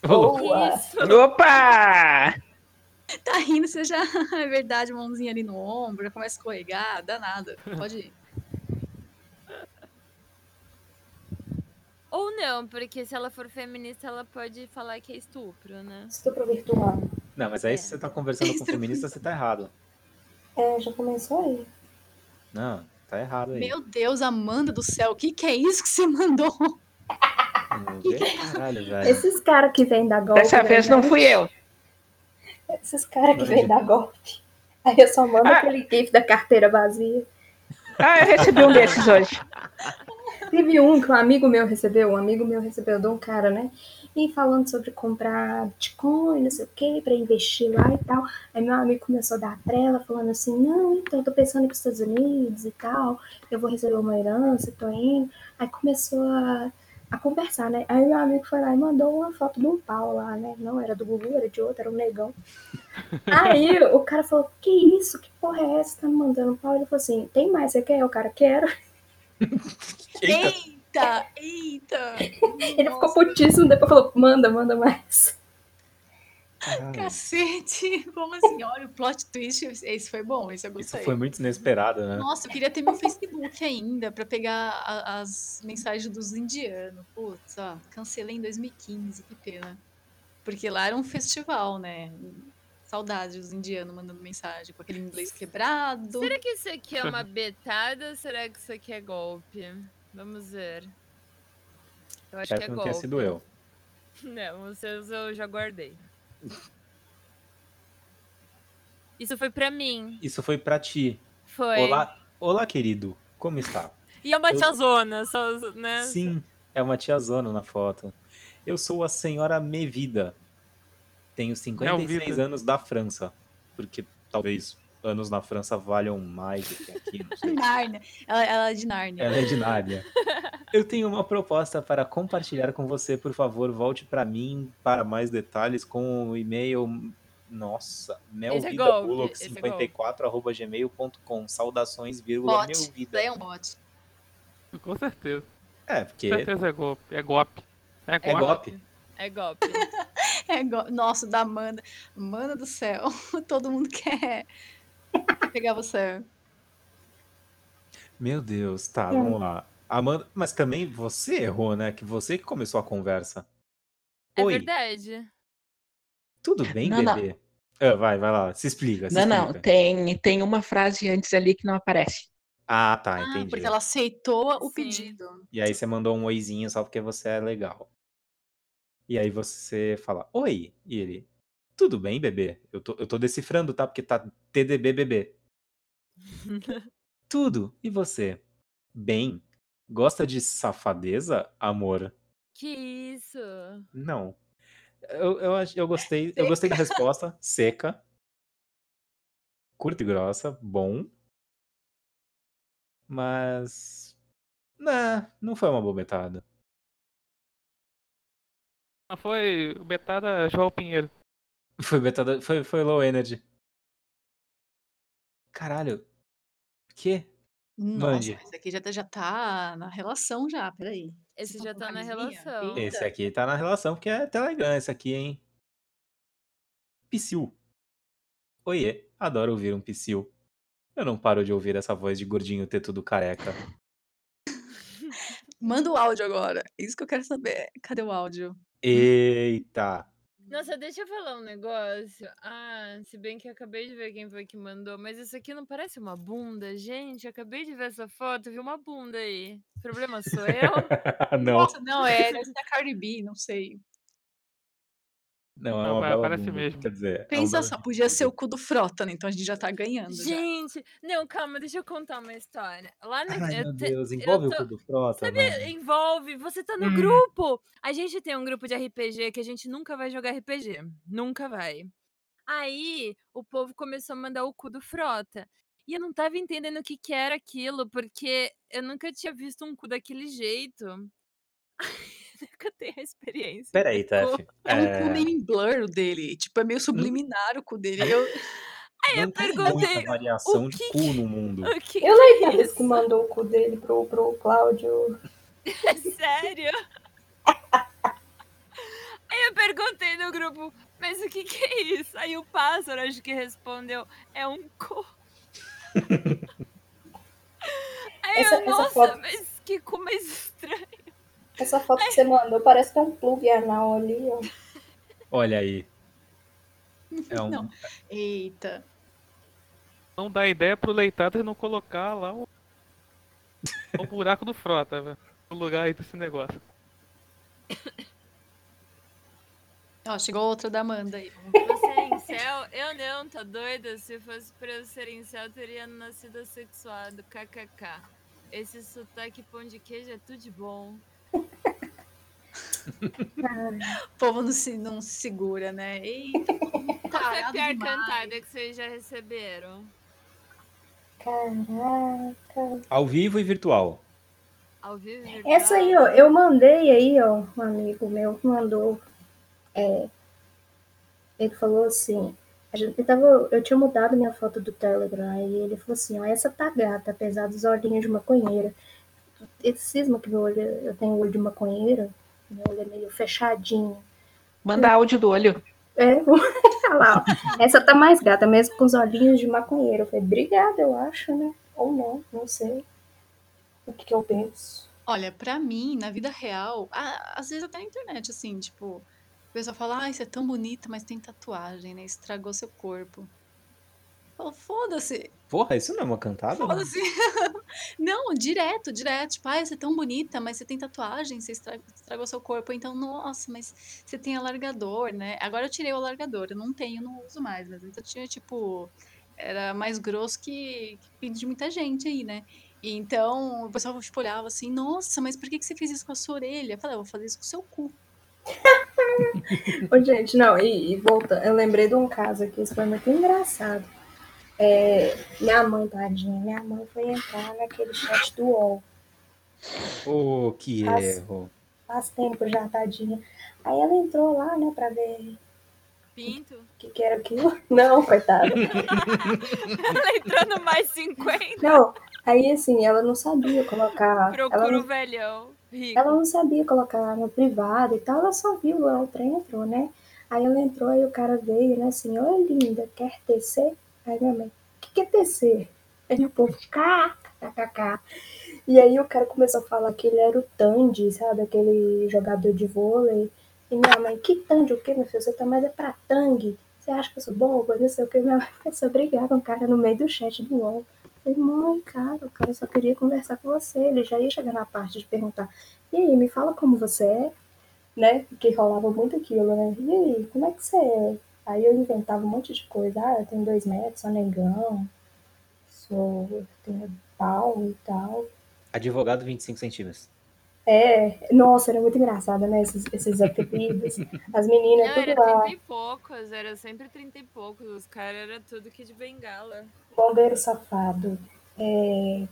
então,
Boa!
Isso!
Opa!
Tá rindo, você já. [LAUGHS] É verdade, mãozinha ali no ombro, já começa a escorregar, dá nada. Pode ir.
Ou não, porque se ela for feminista, ela pode falar que é estupro, né?
Estupro virtual.
Não, mas
É.
aí se você tá conversando com
Extra-
feminista, você tá errado.
É, já começou aí.
Não, tá errado aí.
Meu Deus, Amanda do céu, o que, que é isso que você mandou?
[LAUGHS] Meu Deus, caralho, velho.
Esses caras que vêm da golpe. né?
Dessa vez não fui eu.
Esses caras que vêm da golpe. Aí eu só mando
Ah.
aquele gif da carteira vazia.
Ah, eu recebi um desses hoje.
Teve um que um amigo meu recebeu, um amigo meu recebeu de um cara, né? E falando sobre comprar Bitcoin, não sei o quê, pra investir lá e tal. Aí meu amigo começou a dar trela, falando assim, não, então eu tô pensando ir pros Estados Unidos e tal, eu vou receber uma herança, tô indo. Aí começou a, a conversar, né? Aí meu amigo foi lá e mandou uma foto de um pau lá, né? Não era do Gugu, era de outro, era um negão. Aí o cara falou, que isso? Que porra é essa? Tá me mandando pau? Ele falou assim, tem mais, você quer? O cara, quero.
é
Eita, eita!
[LAUGHS] Ele ficou putíssimo, depois falou, manda, manda mais.
Caralho.
Cacete! [LAUGHS] Como assim? Olha, o plot twist, esse foi bom, esse eu
Isso
gostei.
foi muito inesperado, né?
Nossa, eu queria ter meu Facebook ainda pra pegar a- as mensagens dos indianos. Putz, ó, cancelei em 2015, que pena. Porque lá era um festival, né? Saudades dos indianos mandando mensagem com aquele inglês quebrado.
Será que isso aqui é
[LAUGHS]
uma betada ou será que isso aqui é golpe? Vamos ver. Eu acho que é
Espero que não tenha
golpe.
sido eu.
[LAUGHS] Não, os seus eu já guardei. Isso foi pra mim.
Isso foi pra ti.
Foi.
Olá, olá, querido. Como está?
E é uma
Eu-
tiazona, só, né?
Sim, é uma tiazona na foto. Eu sou a senhora Mevida. Tenho 56
Melvida.
anos da França. Porque talvez anos na França valham mais do que aqui, não
[LAUGHS]
[LAUGHS]
sei.
Nárnia. Ela, ela é de Nárnia.
Ela é de Nárnia. Eu tenho uma proposta para compartilhar com você, por favor, volte para mim para mais detalhes com o e-mail nossa,
golpe, esse é
melvidabullock54@gmail.com. Saudações, vírgula,
Bot.
meu
Ela
vida.
é um bot.
Com certeza.
É,
Com
porque
certeza é golpe. É golpe. É
é
golpe.
golpe.
É golpe.
É go- Nossa, da Amanda. Amanda do céu. [LAUGHS] Todo mundo quer pegar você.
Meu Deus, tá, vamos lá. Amanda, mas também você errou, né? Que você que começou a conversa.
É
Oi,
verdade.
tudo bem,
Não, não.
bebê? Ah, vai, vai lá, se explica. se
Não, não,
explica.
tem, tem uma frase antes ali que não aparece.
Ah, tá,
Ah,
entendi.
porque ela aceitou o
Sim.
pedido.
E aí você mandou um oizinho só porque você é legal. E aí você fala, oi, e ele, tudo bem, bebê? Eu tô, eu tô decifrando, tá? Porque tá TDB, bebê. tudo. E você? Bem, gosta de safadeza, amor?
Que isso?
Não. Eu, eu, ach- eu gostei, eu gostei da resposta, seca. Curta e grossa, bom. Mas. Né, não foi uma boa metade.
Não Ah, foi betada João Pinheiro.
Foi betada. Foi, foi low energy. Caralho. O quê?
Nossa,
Mande.
mas aqui já, tá- já tá na relação já, peraí.
Esse
Você
já
tá
tá
com
na
camisinha?
relação.
Ih.
Esse aqui tá na relação, porque é Telegram esse aqui, hein? Psiu. Oiê, adoro ouvir um psiu. Eu não paro de ouvir essa voz de gordinho tetudo careca.
Manda o áudio agora. É Isso que eu quero saber. Cadê o áudio?
[LAUGHS]
Eita.
Nossa, deixa eu falar um negócio. Ah, se bem que eu acabei de ver quem foi que mandou, mas isso aqui não parece uma bunda, gente. Eu acabei de ver essa foto, vi uma bunda aí. O problema sou eu? [LAUGHS]
não,
Nossa, não, é deve ser da Cardi B, não sei.
não é
Não,
uma
pa-
bela
parece
bunda,
mesmo.
Quer dizer, é um
Pensa
belo
só,
jeito.
podia ser o cu do Frota, né? Então a gente já tá ganhando. já.
gente, não, calma, deixa eu contar uma história. Lá na
Ai,
eu
meu
te-
Deus, envolve
tô-
o cu do Frota,
Sabe,
mano.
envolve, você tá no
Hum.
grupo. A gente tem um grupo de RPG que a gente nunca vai jogar RPG. Nunca vai. Aí o povo começou a mandar o cu do Frota. E eu não tava entendendo o que, que era aquilo, porque eu nunca tinha visto um cu daquele jeito. [LAUGHS] nunca tenho a experiência.
Peraí, Tef.
É um cu
é,
meio em blur o dele. Tipo, é meio subliminar o cu dele.
Hum?
Eu,
Aí eu
não tem
perguntei
muita variação
o
de
que
cu no mundo.
o que
Eu [LAUGHS] não entendo esse que mandou o cu dele pro, pro Cláudio.
[LAUGHS] É sério? Aí eu perguntei no grupo, mas o que, que é isso? Aí o pássaro acho que respondeu, é um
[LAUGHS]
cu. Aí
Essa-
eu,
essa
nossa,
foto-
mas que cu mais estranho.
Essa foto que você mandou parece que é um plug anal ali, ó.
Olha
[LAUGHS]
aí. É um,
Não. eita.
Não dá ideia pro Leitado não colocar lá o, o buraco do Frota, velho. O lugar aí desse negócio.
Ó, chegou outra da Amanda aí.
Você é incel? Eu não, tá doida? Se fosse pra eu ser incel, eu teria nascido assexuado, kkk. Esse sotaque pão de queijo é tudo de bom.
O povo não se, não se segura, né? Eita,
[LAUGHS]
o povo
Qual foi a
tarado
pior
demais.
cantada que vocês já receberam?
Caraca.
ao vivo e virtual.
Ao vivo? e
Essa
virtual?
aí, ó, eu mandei aí, ó, um amigo meu que mandou. é, ele falou assim. a gente- Eu, tava, eu tinha mudado minha foto do Telegram e ele falou assim, ó, essa tá gata, apesar dos olhinhos de maconheira. Esse cisma que meu olho, eu tenho olho de maconheira, meu olho é meio fechadinho.
Manda áudio do olho.
É, [LAUGHS] olha lá, ó. Essa tá mais gata, mesmo com os olhinhos de maconheiro. Eu falei, obrigada, eu acho, né? Ou não, não sei. O que, que eu penso?
Olha, pra mim, na vida real, a- às vezes até na internet, assim, tipo, o pessoal fala, ai, você é tão bonita, mas tem tatuagem, né? Estragou seu corpo. Fala, Foda-se,
Porra, isso não é uma cantada? mano?
foda-se. Não, direto, direto. Tipo, ai, você é tão bonita, mas você tem tatuagem, você estra- estragou seu corpo. Então, nossa, mas você tem alargador, né? Agora eu tirei o alargador, eu não tenho, não uso mais. Mas antes eu tinha, tipo, era mais grosso que, que pinto de muita gente aí, né? E então o pessoal tipo, olhava assim, nossa, mas por que, que você fez isso com a sua orelha? Eu falei, eu vou fazer isso com o seu cu.
Ô, gente, não, e, e volta, eu lembrei de um caso aqui, isso foi muito engraçado. É, minha mãe, tadinha, minha mãe foi entrar naquele chat do UOL.
Ô, que
Nossa.
erro.
Faz tempo já, tadinha. Aí ela entrou lá, né, pra ver
Pinto?
o que, que era aquilo. [LAUGHS] Não, coitada.
Ela entrou no mais 50.
Não, aí assim, ela não sabia colocar. ela
Procura
não
o velhão. Rico.
Ela não sabia colocar no privado e tal, ela só viu lá o trem entrou, né? Aí ela entrou e o cara veio, né, assim, ô linda, quer tecer? Aí minha mãe, o que, que é tecer? Aí o povo, kkkk. E aí o cara começou a falar que ele era o Tandy, sabe, aquele jogador de vôlei. E minha mãe, que Tandy o quê, meu filho? Você tá mais é pra tangue. Você acha que eu sou boba? Não sei o que. Minha mãe começou a brigar com o cara no meio do chat do LOL. Ele, mãe, cara, o cara só queria conversar com você. Ele já ia chegar na parte de perguntar, e aí, me fala como você é, né? Que rolava muito aquilo, né? E aí, como é que você é? Aí eu inventava um monte de coisa. Ah, eu tenho dois metros, sou negão, sou, eu tenho pau e tal.
Advogado 25 centímetros.
É, nossa, era muito engraçado, né? Esses, esses apelidos. As meninas,
Não,
tudo
era
lá.
30 e poucos, era sempre 30 e poucos. Os caras eram tudo que de bengala.
Bombeiro safado. É,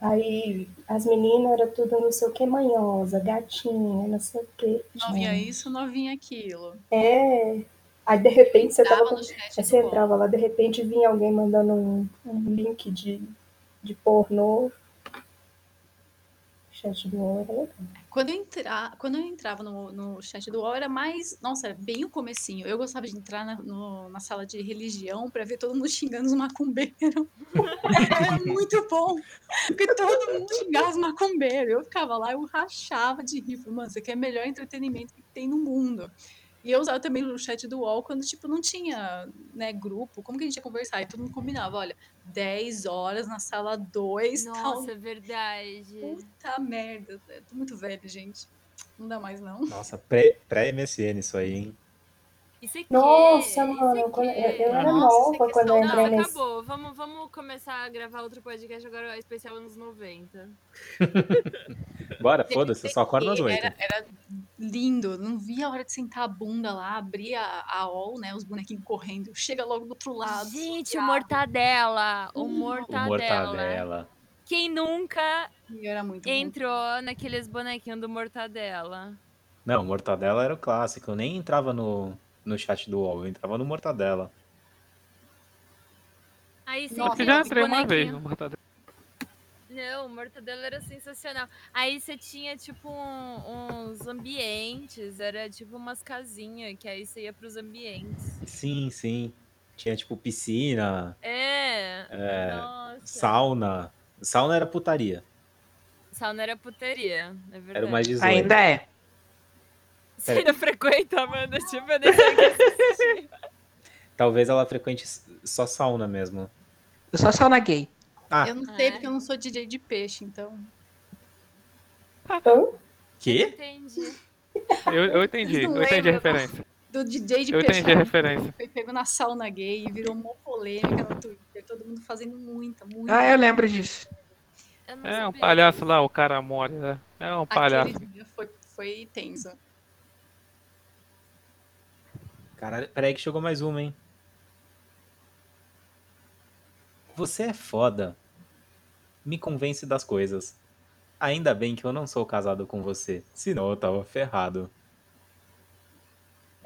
aí as meninas eram tudo não sei o que, manhosa, gatinha, não sei o que.
Novinha isso, novinha aquilo.
É. Aí de repente você tava.
Tava
com-
no chat
Aí
do
você
bom.
entrava lá, de repente vinha alguém mandando um, um link de, de pornô. Chat do UOL era legal.
né? Quando eu, entra... Quando eu entrava no, no chat do UOL, era mais. Nossa, era bem o comecinho. Eu gostava de entrar na, no- na sala de religião para ver todo mundo xingando os macumbeiros. [LAUGHS] era muito bom. Porque todo mundo xingava os macumbeiros. Eu ficava lá, eu rachava de rir. Falei, Mano, isso aqui é o melhor entretenimento que tem no mundo. E eu usava também o chat do UOL quando, tipo, não tinha, né, grupo. Como que a gente ia conversar? E todo mundo combinava, olha, 10 horas na sala 2, tal
Nossa, é verdade.
Puta Tá merda, eu tô muito velho, gente. Não dá mais, não.
Nossa, pré- pré-MSN isso aí, hein?
Isso aqui.
Nossa,
isso
mano, quando-
aqui.
eu, eu era
Nossa,
nova
que
quando eu
saudade.
entrei
Não,
nesse.
acabou. Vamos, vamos começar a gravar outro podcast agora, especial anos 90.
Bora, foda-se, eu só acordo às
E
8.
Era, era lindo, não via a hora de sentar a bunda lá, abrir a, a OL, né? Os bonequinhos correndo, chega logo do outro
Ah,
lado. Ah,
Gente, o Mortadela. O Mortadela. Quem nunca
E era muito bom.
entrou naqueles bonequinhos do Mortadela?
Não, Mortadela era o clássico. Eu nem entrava no, no chat do UOL, eu entrava no Mortadela.
Aí
Nossa,
sempre
Eu já
os
entrei uma vez
bonequinhos-
no Mortadela.
Não, o Mortadela era sensacional. Aí você tinha, tipo, um- uns ambientes, era tipo umas casinhas, que aí você ia pros ambientes.
Sim, sim. Tinha tipo piscina,
É,
É,
nossa.
sauna. Sauna era putaria.
Sauna era puteria, é verdade.
Era o mais 18.
Ainda é.
Você ainda frequenta, Amanda? Tipo, eu nem sei o que assistir.
Talvez ela frequente s- só sauna mesmo.
Eu só sauna gay.
Ah,
Eu não sei
É.
porque eu não sou DJ de peixe, então.
quê?
Entendi.
Eu, eu entendi,
Não
eu entendi a
lembro.
referência.
Do DJ de
Eu
peixe.
entendi a referência.
Foi pego na sauna gay e virou uma polêmica no Twitter. Todo mundo fazendo muita, muita.
Ah, eu lembro disso.
Eu não
É um
sabia.
palhaço lá, o cara mole, né? É um palhaço.
Aquele dia foi, foi tenso.
Caralho, peraí que chegou mais uma, hein? Você é foda. Me convence das coisas. Ainda bem que eu não sou casado com você, senão eu tava ferrado.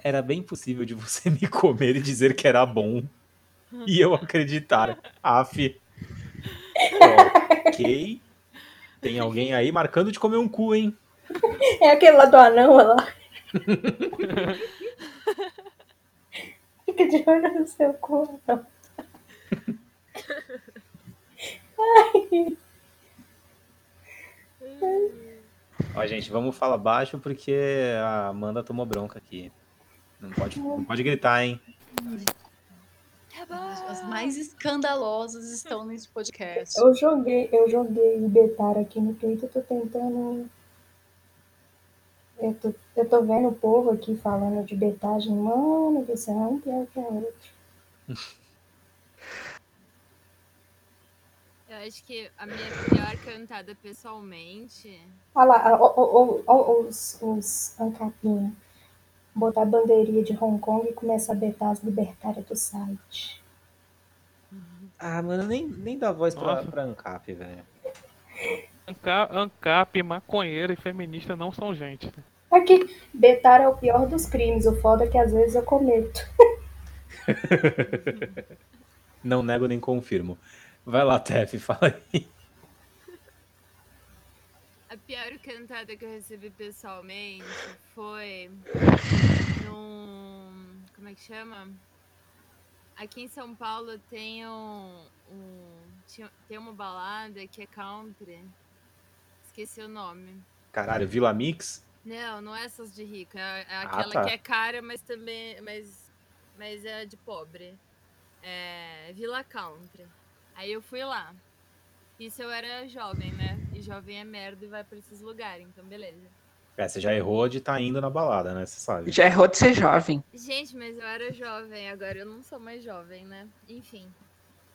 Era bem possível de você [LAUGHS] me comer e dizer que era bom. E eu acreditar. Af. Ok. Tem alguém aí marcando de comer um cu, hein?
[LAUGHS] É aquele lá do anão,
[LAUGHS]
olha lá. Fica de olho no seu cu. anão.
Ó, gente, vamos falar baixo porque a Amanda tomou bronca aqui. Não pode, não pode gritar, hein?
Tá bom.
As mais escandalosas estão nesse podcast.
Eu joguei, eu joguei Betar aqui no Twitter, eu tô tentando. Eu tô, eu tô vendo o povo aqui falando de betagem, mano do céu, é um pior que a outra.
Eu acho que a minha pior cantada pessoalmente.
Olha lá, ó, ó, ó, ó, os, os ancapinha. Botar a bandeirinha de Hong Kong e começar a betar as libertárias do site.
Ah, mano, nem, nem dá voz pra,
Nossa.
pra ANCAP, velho.
Anca- Ancap, maconheiro e feminista não são gente.
Aqui, betar é o pior dos crimes, o foda é que às vezes eu cometo.
Não nego nem confirmo. Vai lá, Tef, [LAUGHS] fala aí.
A pior cantada que eu recebi pessoalmente foi num. Como é que chama? Aqui em São Paulo tem um. um- tinha- tem uma balada que é country. Esqueci o nome.
Caralho, Vila Mix?
Não, não é essas de rico. É, é
Ah,
aquela
tá.
que é cara, mas também. Mas, mas é de pobre. É, Vila Country. Aí eu fui lá. Isso eu era jovem, né? E jovem é merda e vai pra esses lugares, então beleza.
É, você já errou de
tá
estar indo na balada, né? Você sabe.
Já errou de ser jovem.
Gente, mas eu era jovem, agora eu não sou mais jovem, né? Enfim.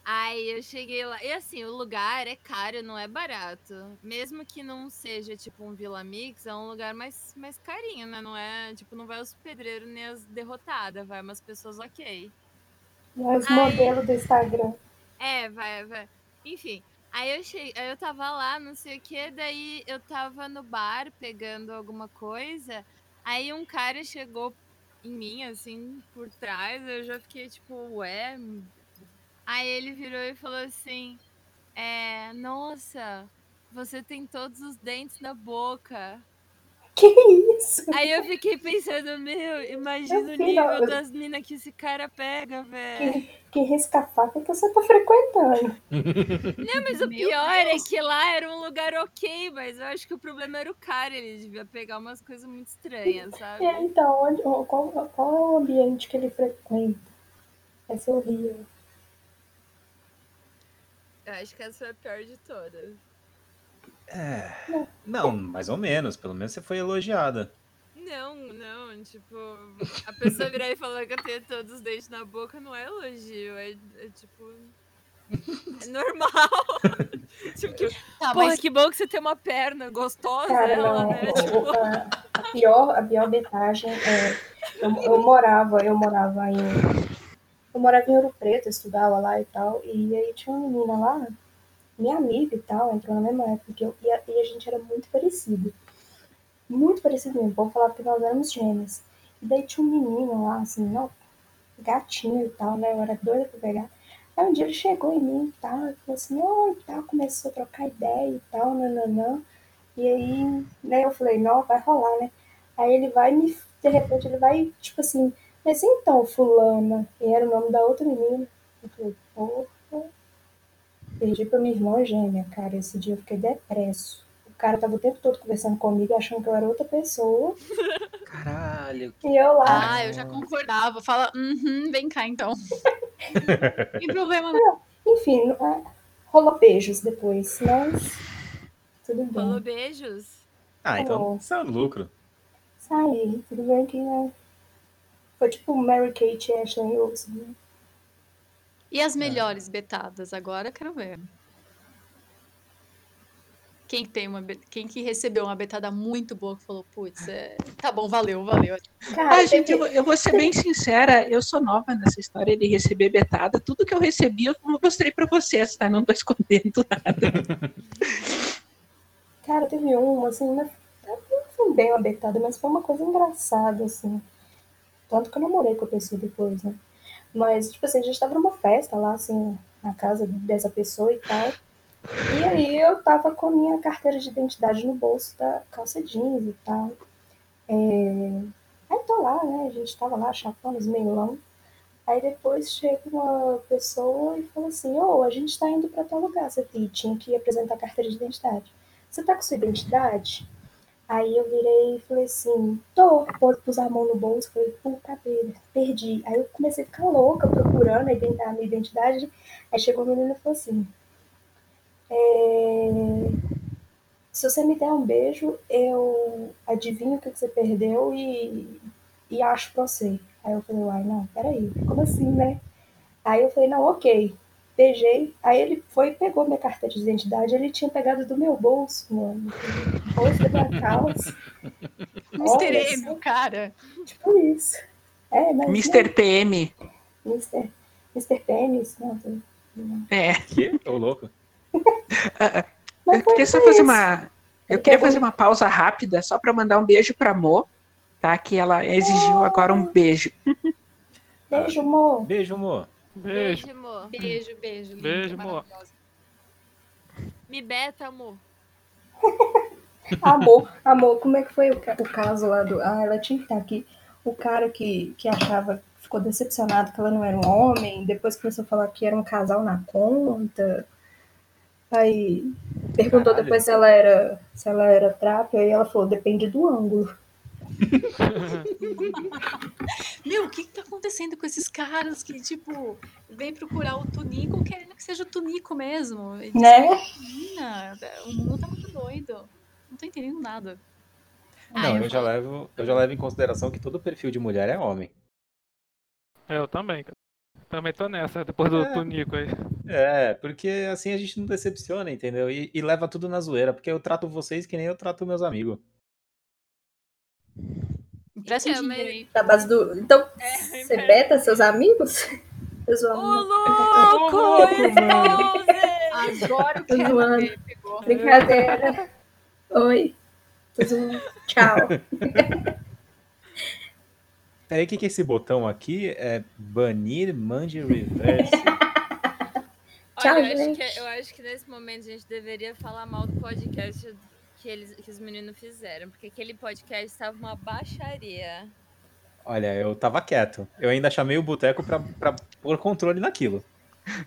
Aí eu cheguei lá. E assim, o lugar é caro, não é barato. Mesmo que não seja tipo um Vila Mix, é um lugar mais, mais carinho, né? Não é, tipo, não vai os pedreiros nem as derrotadas, vai umas pessoas ok.
Mas
Ai.
modelo do Instagram.
É, vai, vai. Enfim. Aí eu, che... aí eu tava lá, não sei o que, daí eu tava no bar pegando alguma coisa. Aí um cara chegou em mim, assim, por trás. Eu já fiquei tipo, ué. Aí ele virou e falou assim: é, Nossa, você tem todos os dentes na boca.
Que isso?
Aí eu fiquei pensando, meu, imagina o
Meu filho,
nível
Assim, eu-
das minas que esse cara pega, velho.
Que rescafada que você tá frequentando.
Não, mas o
Meu
pior
Deus.
é que lá era um lugar ok, mas eu acho que o problema era o cara, ele devia pegar umas coisas muito estranhas, sabe?
É, então, onde, qual, qual é o ambiente que ele frequenta? É Vai ser horrível.
Eu acho que essa foi a pior de todas.
É. Não, mais ou menos. Pelo menos você foi elogiada.
Não, não, tipo, a pessoa virar e falar que eu tenho todos os dentes na boca não é elogio, é, é tipo. É normal. [LAUGHS] tipo, que,
Tá,
porra,
mas
que bom que você tem uma perna gostosa,
Cara,
ela,
não.
né?
o-
Tipo,
o- a, a pior, a pior betagem é. Eu, eu morava, eu morava em. Eu morava em Ouro Preto, eu estudava lá e tal. E aí tinha uma menina lá, minha amiga e tal, entrou na mesma época que eu. E a, e a gente era muito parecido. Muito parecido mesmo. Vou falar porque nós éramos gêmeas. E daí tinha um menino lá, assim, não, gatinho e tal, né? Eu era doida pra pegar. Aí um dia ele chegou em mim e tal, e falou assim, oi e tal, começou a trocar ideia e tal, nananã. E aí, né, eu falei, não, vai rolar, né? Aí ele vai me, de repente, ele vai, tipo assim, mas então, fulana, e era o nome da outra menina. Eu falei, porra, perdi pra minha irmã gêmea, cara, esse dia eu fiquei depresso. O cara tava o tempo todo conversando comigo, achando que eu era outra pessoa,
Caralho.
e eu lá,
Ah, eu já concordava. Fala, uhum, vem cá então. Não tem problema, não.
enfim, ah, rolou beijos depois, mas tudo bem.
falou beijos.
Ah, então
Bom.
isso é um lucro.
Saí, tudo bem que, né? Foi tipo Mary Kate e Ashley Olsen, né?
E as melhores betadas agora, eu quero ver. Quem que tem uma, be- quem que recebeu uma betada muito boa que falou, putz, é, tá bom, valeu, valeu.
Cara,
Ah, gente,
teve-
eu, eu vou ser bem sincera, eu sou nova nessa história de receber betada. Tudo que eu recebi, eu mostrei pra vocês, tá? Não tô escondendo.
Cara, teve uma, assim, não não foi bem uma betada, mas foi uma coisa engraçada, assim. Tanto que eu namorei com a pessoa depois, né? Mas, tipo assim, a gente tava numa festa lá, assim, na casa dessa pessoa e tal. E aí eu tava com a minha carteira de identidade no bolso da calça jeans e tal. É... Aí tô lá, né? A gente tava lá, chapando os meilão. Aí depois chega uma pessoa e fala assim, ô, a gente tá indo pra tal lugar, você tinha que apresentar a carteira de identidade você tá com sua identidade? Aí eu virei e falei assim, tô, pô- pus a mão no bolso, falei, puta merda, perdi. Aí eu comecei a ficar louca procurando a iden- a minha identidade. Aí chegou o menino e falou assim, é, se você me der um beijo, eu adivinho o que que você perdeu e, e acho pra você. Aí eu falei, uai, não, peraí, como assim, né? Aí eu falei, não, ok, Beijei, aí ele foi e pegou minha carteira de identidade, ele tinha pegado do meu bolso, mano. Bolso da minha calça,
Mr.
Olha
M,
só.
o cara.
[LAUGHS] tipo isso. É, mas.
Mr. PM.
Né? Mr. Mr. Pênis, né, não. tô-
É.
Que? Ô, louco.
Mas
Eu queria só
foi
fazer
isso.
uma. Eu
Ele
queria
pegou-
fazer uma pausa rápida só pra mandar um beijo pra Mo, tá? Que ela exigiu agora um beijo.
Beijo, amor.
Beijo, amor.
Beijo.
Beijo, amor.
Beijo, beijo. linda,
Beijo, amor.
maravilhosa.
Me beta, amor.
Amor, amor, como é que foi o, ca- o caso lá do. Ah, ela tinha que estar aqui. O cara que, que achava, ficou decepcionado que ela não era um homem, depois começou a falar que era um casal na conta. Aí perguntou
Caralho.
depois se ela era se ela era trap, aí ela falou, depende do ângulo.
Meu, o que, que tá acontecendo com esses caras que, tipo, vem procurar o Tunico querendo que seja o Tunico mesmo? Eles-
Né?
Menina, o mundo tá muito doido. Não tô entendendo nada.
Ah,
Não, eu já, levo, eu já levo em consideração que todo perfil de mulher é homem.
Eu também, cara. Também tô nessa, depois do
É.
Tunico aí.
É, porque assim a gente não decepciona, entendeu? E, e leva tudo na zoeira, porque eu trato vocês que nem eu trato meus amigos.
Empresta um
Então,
dinheiro
mas-
aí.
Da base do. Então, você
é.
beta seus amigos? Eu sou
Ô,
amiga.
louco! Exposed!
Agora o
Tô zoando.
que é. pegou.
Brincadeira. Oi. Tô zoando. Tchau.
Peraí, o que, que é esse botão aqui é banir, mande reverse.
Olha,
Tchau,
eu, acho
gente.
que, é, eu acho que nesse momento a gente deveria falar mal do podcast que, eles, que os meninos fizeram, porque aquele podcast estava uma baixaria.
Olha, eu tava quieto. Eu ainda chamei o boteco pra, pra pôr controle naquilo.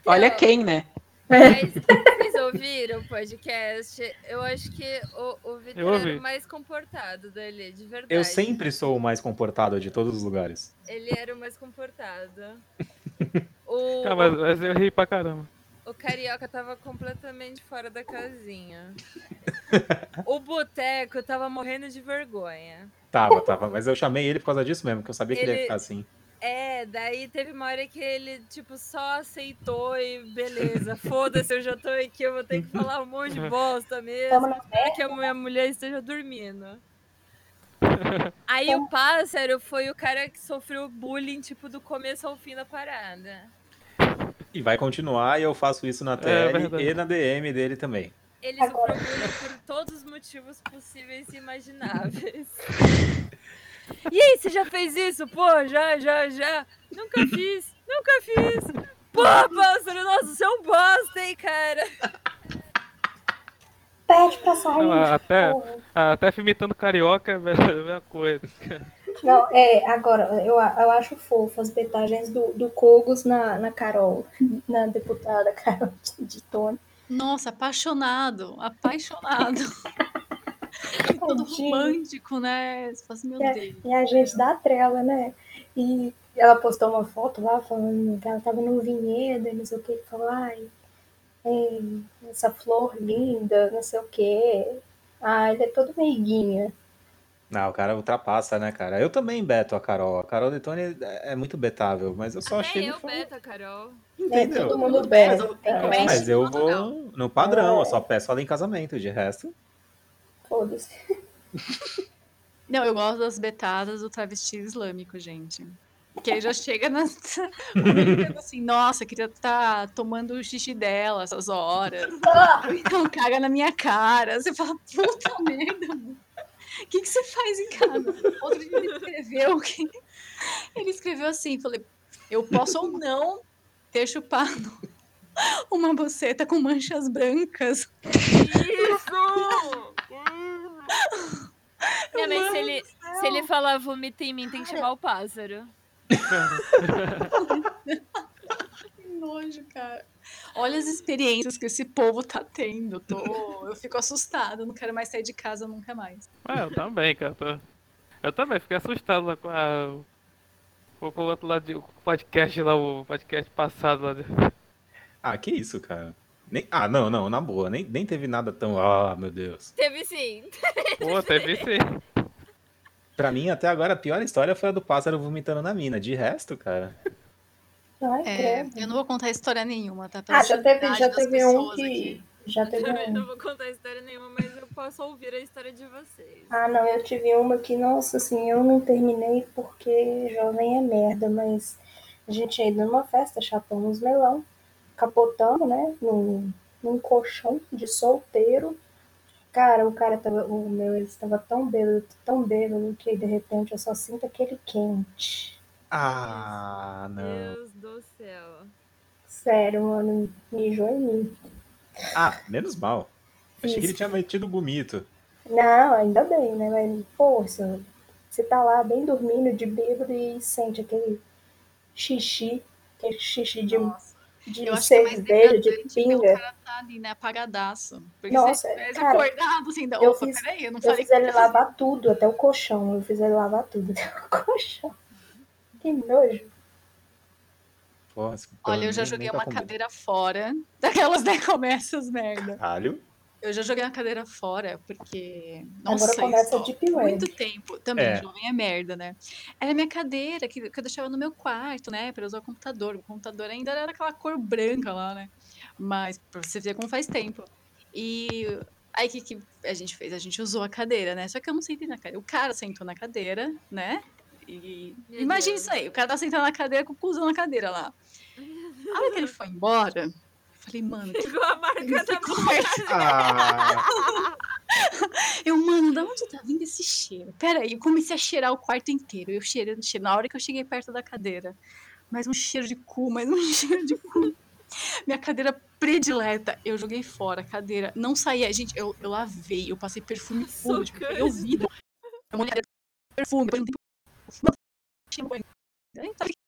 Olha quem, né?
É.
Mas vocês ouviram o podcast? Eu acho que o, o Vitor
Eu ouvi.
era o mais comportado dali, de verdade.
Eu sempre sou o mais comportado de todos os lugares.
Ele era o mais
[LAUGHS]
comportado. O,
Ah, mas, mas eu ri pra caramba.
o Carioca tava completamente fora
[LAUGHS]
da casinha. o Boteco tava morrendo de vergonha.
Tava, tava. Mas eu chamei ele por causa disso mesmo, que eu sabia que ele, ia
Ele-
ficar assim.
É, daí teve uma hora que ele, tipo, só aceitou e beleza, foda-se, eu já tô aqui, eu vou ter que falar um monte de bosta mesmo,
Tamo na
espero que a minha mulher
[LAUGHS]
esteja dormindo. Aí o pássaro foi o cara que sofreu bullying, tipo, do começo ao fim da parada.
E vai continuar e eu faço isso na TL
verdade.
e na DM dele também.
Ele
Agora.
sofreu bullying por todos os motivos possíveis e [LAUGHS] imagináveis. E aí, você já fez isso? Pô, já, já, já. Nunca fiz, nunca fiz. Pô, pássaro, nossa, você é um bosta, hein, cara.
Pede pra sair.
Não, até,
porra.
Ah, até imitando carioca [LAUGHS] é a mesma coisa.
Não, é, agora, eu, a- eu acho fofo as betagens do, do Cogos na, na Carol, na deputada Carol de, de Tony.
Nossa, apaixonado,
[LAUGHS]
apaixonado. E Todo
Tadinho.
romântico, né? Você fala assim, meu
É.
Deus.
E a gente dá trela, né? E ela postou uma foto lá falando que ela tava no vinhedo e não sei o que, falou, ai, é, essa flor linda, não sei o que. Ah, ele é todo meiguinha.
Não, Ah, o cara ultrapassa, né, cara? Eu também beto a Carol. A Carol Detone é é muito betável, mas eu só
Até
achei. ele
É eu,
fo-
Beta, Carol.
Né?
Entendeu? Ah,
Todo mundo
Mas
bebe. né?
eu- também-
Mas eu
Natural.
vou no padrão, eu só peço ela em casamento, de resto.
Foda-se.
Não, eu gosto das betadas do travesti islâmico, gente. Que aí já chega na. [LAUGHS] comentando assim, nossa, queria estar tomando o xixi dela essas horas. Então caga na minha cara. Você fala, puta merda, mano. O que, que você faz em casa? Outro dia ele escreveu que. Ele escreveu assim, falei, eu posso ou não ter chupado uma buceta com manchas brancas.
Isso! Minha mãe, se ele, se ele falar vomita em mim, tem que chamar o pássaro.
Que nojo, cara. Olha as experiências que esse povo tá tendo. Tô... Eu fico assustada, não quero mais sair de casa nunca mais.
Ah, eu também, cara. tô- Eu também fiquei assustado lá com a. Vou pro outro lado de- o podcast lá, o podcast passado lá. de-
Ah, que isso, cara. Nem... Ah, não, não, na boa. Nem, nem teve nada tão. Ah, meu Deus.
Teve sim.
Pô, teve sim.
Pra mim, até agora, a pior história foi a do pássaro vomitando na mina. De resto, cara.
Não é,
É,
credo.
eu não vou contar história nenhuma, tá? Pela
Ah, já teve,
seriedade
já
das
teve um
pessoas
que.
aqui.
Já teve
Eu
um.
não vou contar história nenhuma, mas eu posso ouvir a história de vocês.
Ah, não, eu tive uma que, nossa, assim, eu não terminei porque jovem é merda, mas a gente ia ido numa festa, chapamos melão, capotamos, né, num, num colchão de solteiro. Cara, o cara tava, o meu, ele estava tão bêbado, tão bêbado, que de repente eu só sinto aquele quente.
Ah, não.
Deus do céu.
Sério, mano, mijou em mim.
Ah, menos mal. Achei que
Isso.
ele tinha metido vomito.
Não, ainda bem, né? Mas, pô, você, você tá lá bem dormindo, de bêbado, e sente aquele xixi, aquele xixi de,
Nossa,
de
eu acho que é mais
cerveja, de
degradante pelo
pinga.
cara tá ali, né? Apagadaço. Porque
Nossa,
você tivesse
cara,
acordado assim, da
eu
opa,
fiz-
peraí, eu não
Eu
falei
fiz ele
que eu
[LAUGHS] lavar tudo, até o colchão. Eu fiz ele lavar tudo, até o colchão. Que nojo.
Porra, esse
Olha, eu já
nem-
joguei
nem tá
uma
combinando.
cadeira fora. [LAUGHS] Daquelas, né? Começa as merda.
Caralho.
Eu já joguei uma cadeira fora, porque.
Agora
Nossa,
começa
isso- é
a Deep Web.
muito tempo. Também,
É.
jovem é merda, né? Era a minha cadeira, que, que eu deixava no meu quarto, né? Pra usar o computador. O computador ainda era aquela cor branca lá, né? Mas pra você ver como faz tempo. E aí o que, que a gente fez? A gente usou a cadeira, né? Só que eu não sentei na cadeira. O cara sentou na cadeira, né? E.
Meu
Imagina
Deus.
isso aí, o cara tá sentado na cadeira com o cuzão na cadeira lá. A hora que ele foi embora, eu falei, mano, que
Ficou a marca da
ficou
boca.
Ah,
Eu, mano, da onde tá vindo esse cheiro? Peraí, eu comecei a cheirar o quarto inteiro. Eu cheirando, cheiro. Na hora que eu cheguei perto da cadeira. Mais um cheiro de cu, mais um [LAUGHS] cheiro de cu. Minha cadeira predileta. Eu joguei fora a cadeira. Não saía. Gente, eu, eu lavei, eu passei perfume puro. Tipo,
Socando.
eu vidro. Eu molhei a cadeira com perfume. Depois de um tempo- Mano, tinha banho. Eu nem sabia que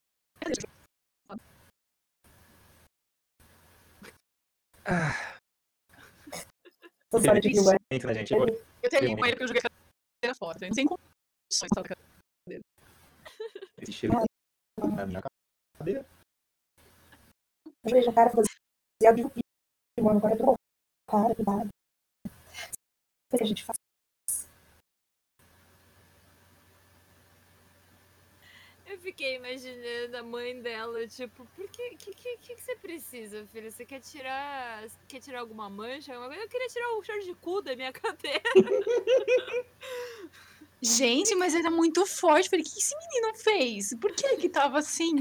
era cadeira.
Tô fora de Deep Web.
Entra, gente.
Eu terminei
Bom.
com ele porque eu joguei a cadeira fora. então Eu não sei como. Só estava com a
Esse cheiro
É.
na minha cadeira.
Eu vejo o cara fazendo de um mano, agora é do cara, cuidado. Sabe O que a gente faz?
Eu fiquei imaginando a mãe dela, tipo, por que, que, que, que que você precisa, filha? Você quer tirar. Quer tirar alguma mancha? alguma coisa? Eu queria tirar o cheiro de cu da minha [LAUGHS] cadeira.
Gente, mas era muito forte. Falei, o que esse menino fez? Por que ele que tava assim?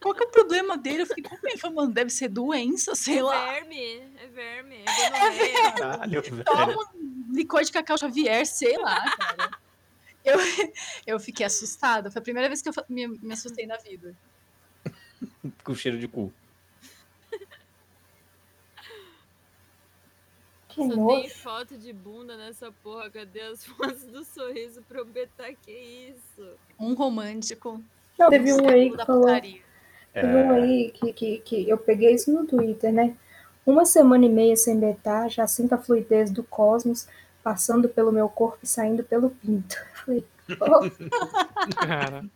Qual que é o problema dele? Eu fiquei com medo. Falei, mano, deve ser doença, sei lá.
É verme, é verme, [LAUGHS] é gonorreia.
[LAUGHS]
Caralho, velho.
Toma um licor de cacau Xavier, sei lá, cara. Eu, [LAUGHS] eu fiquei assustada. Foi a primeira vez que eu fa- me, me assustei na vida.
Com cheiro de cu.
Que
Só tem
nojo.
foto de bunda nessa porra. Cadê as [LAUGHS] fotos do sorriso pra eu betar? Que isso?
Um romântico.
Não, teve um
século
aí que
da
falou.
putaria.
Teve um aí que, que, que eu peguei isso no Twitter, né? Uma semana e meia sem betar, já sinto a fluidez do cosmos passando pelo meu corpo e saindo pelo pinto. Falei, oh,
[LAUGHS] Cara,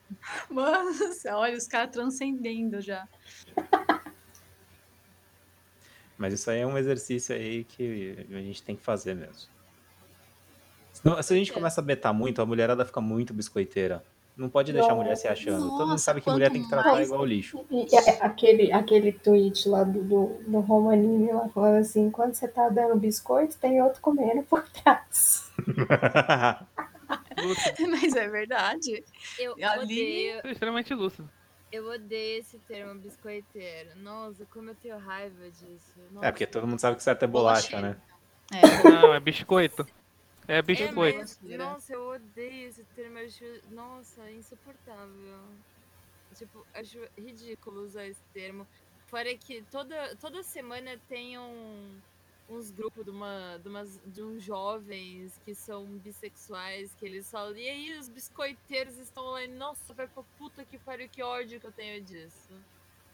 Mano, do céu, olha, os caras transcendendo já. [LAUGHS]
Mas isso aí é um exercício aí que a gente tem que fazer mesmo. Senão, se a
É.
gente começa a betar muito, a mulherada fica muito biscoiteira. Não pode deixar a mulher se achando. Todo mundo
Nossa,
sabe que
quanto
mulher tem que tratar
mais-
igual lixo.
[LAUGHS] e a- aquele, aquele tweet lá do, do, do Romanini lá falando assim, quando você tá dando biscoito, tem outro comendo por trás.
lúcido.
Mas é verdade.
Eu
Ali-
odeio,
Sou extremamente lúcido.
eu odeio esse termo biscoiteiro. Nossa, como eu tenho raiva disso.
É, porque todo mundo sabe que certo é bolacha, né?
É,
Não, é biscoito. É biscoito.
mas,
Biscoito.
nossa, eu odeio esse termo. eu acho- nossa, insuportável. Tipo, acho ridículo usar esse termo. Fora que toda, toda semana tem um, uns grupos de, uma, de, umas, de uns jovens que são bissexuais, que eles falam, e aí os biscoiteiros estão lá, e, nossa, vai pra puta que pariu, que ódio que eu tenho disso.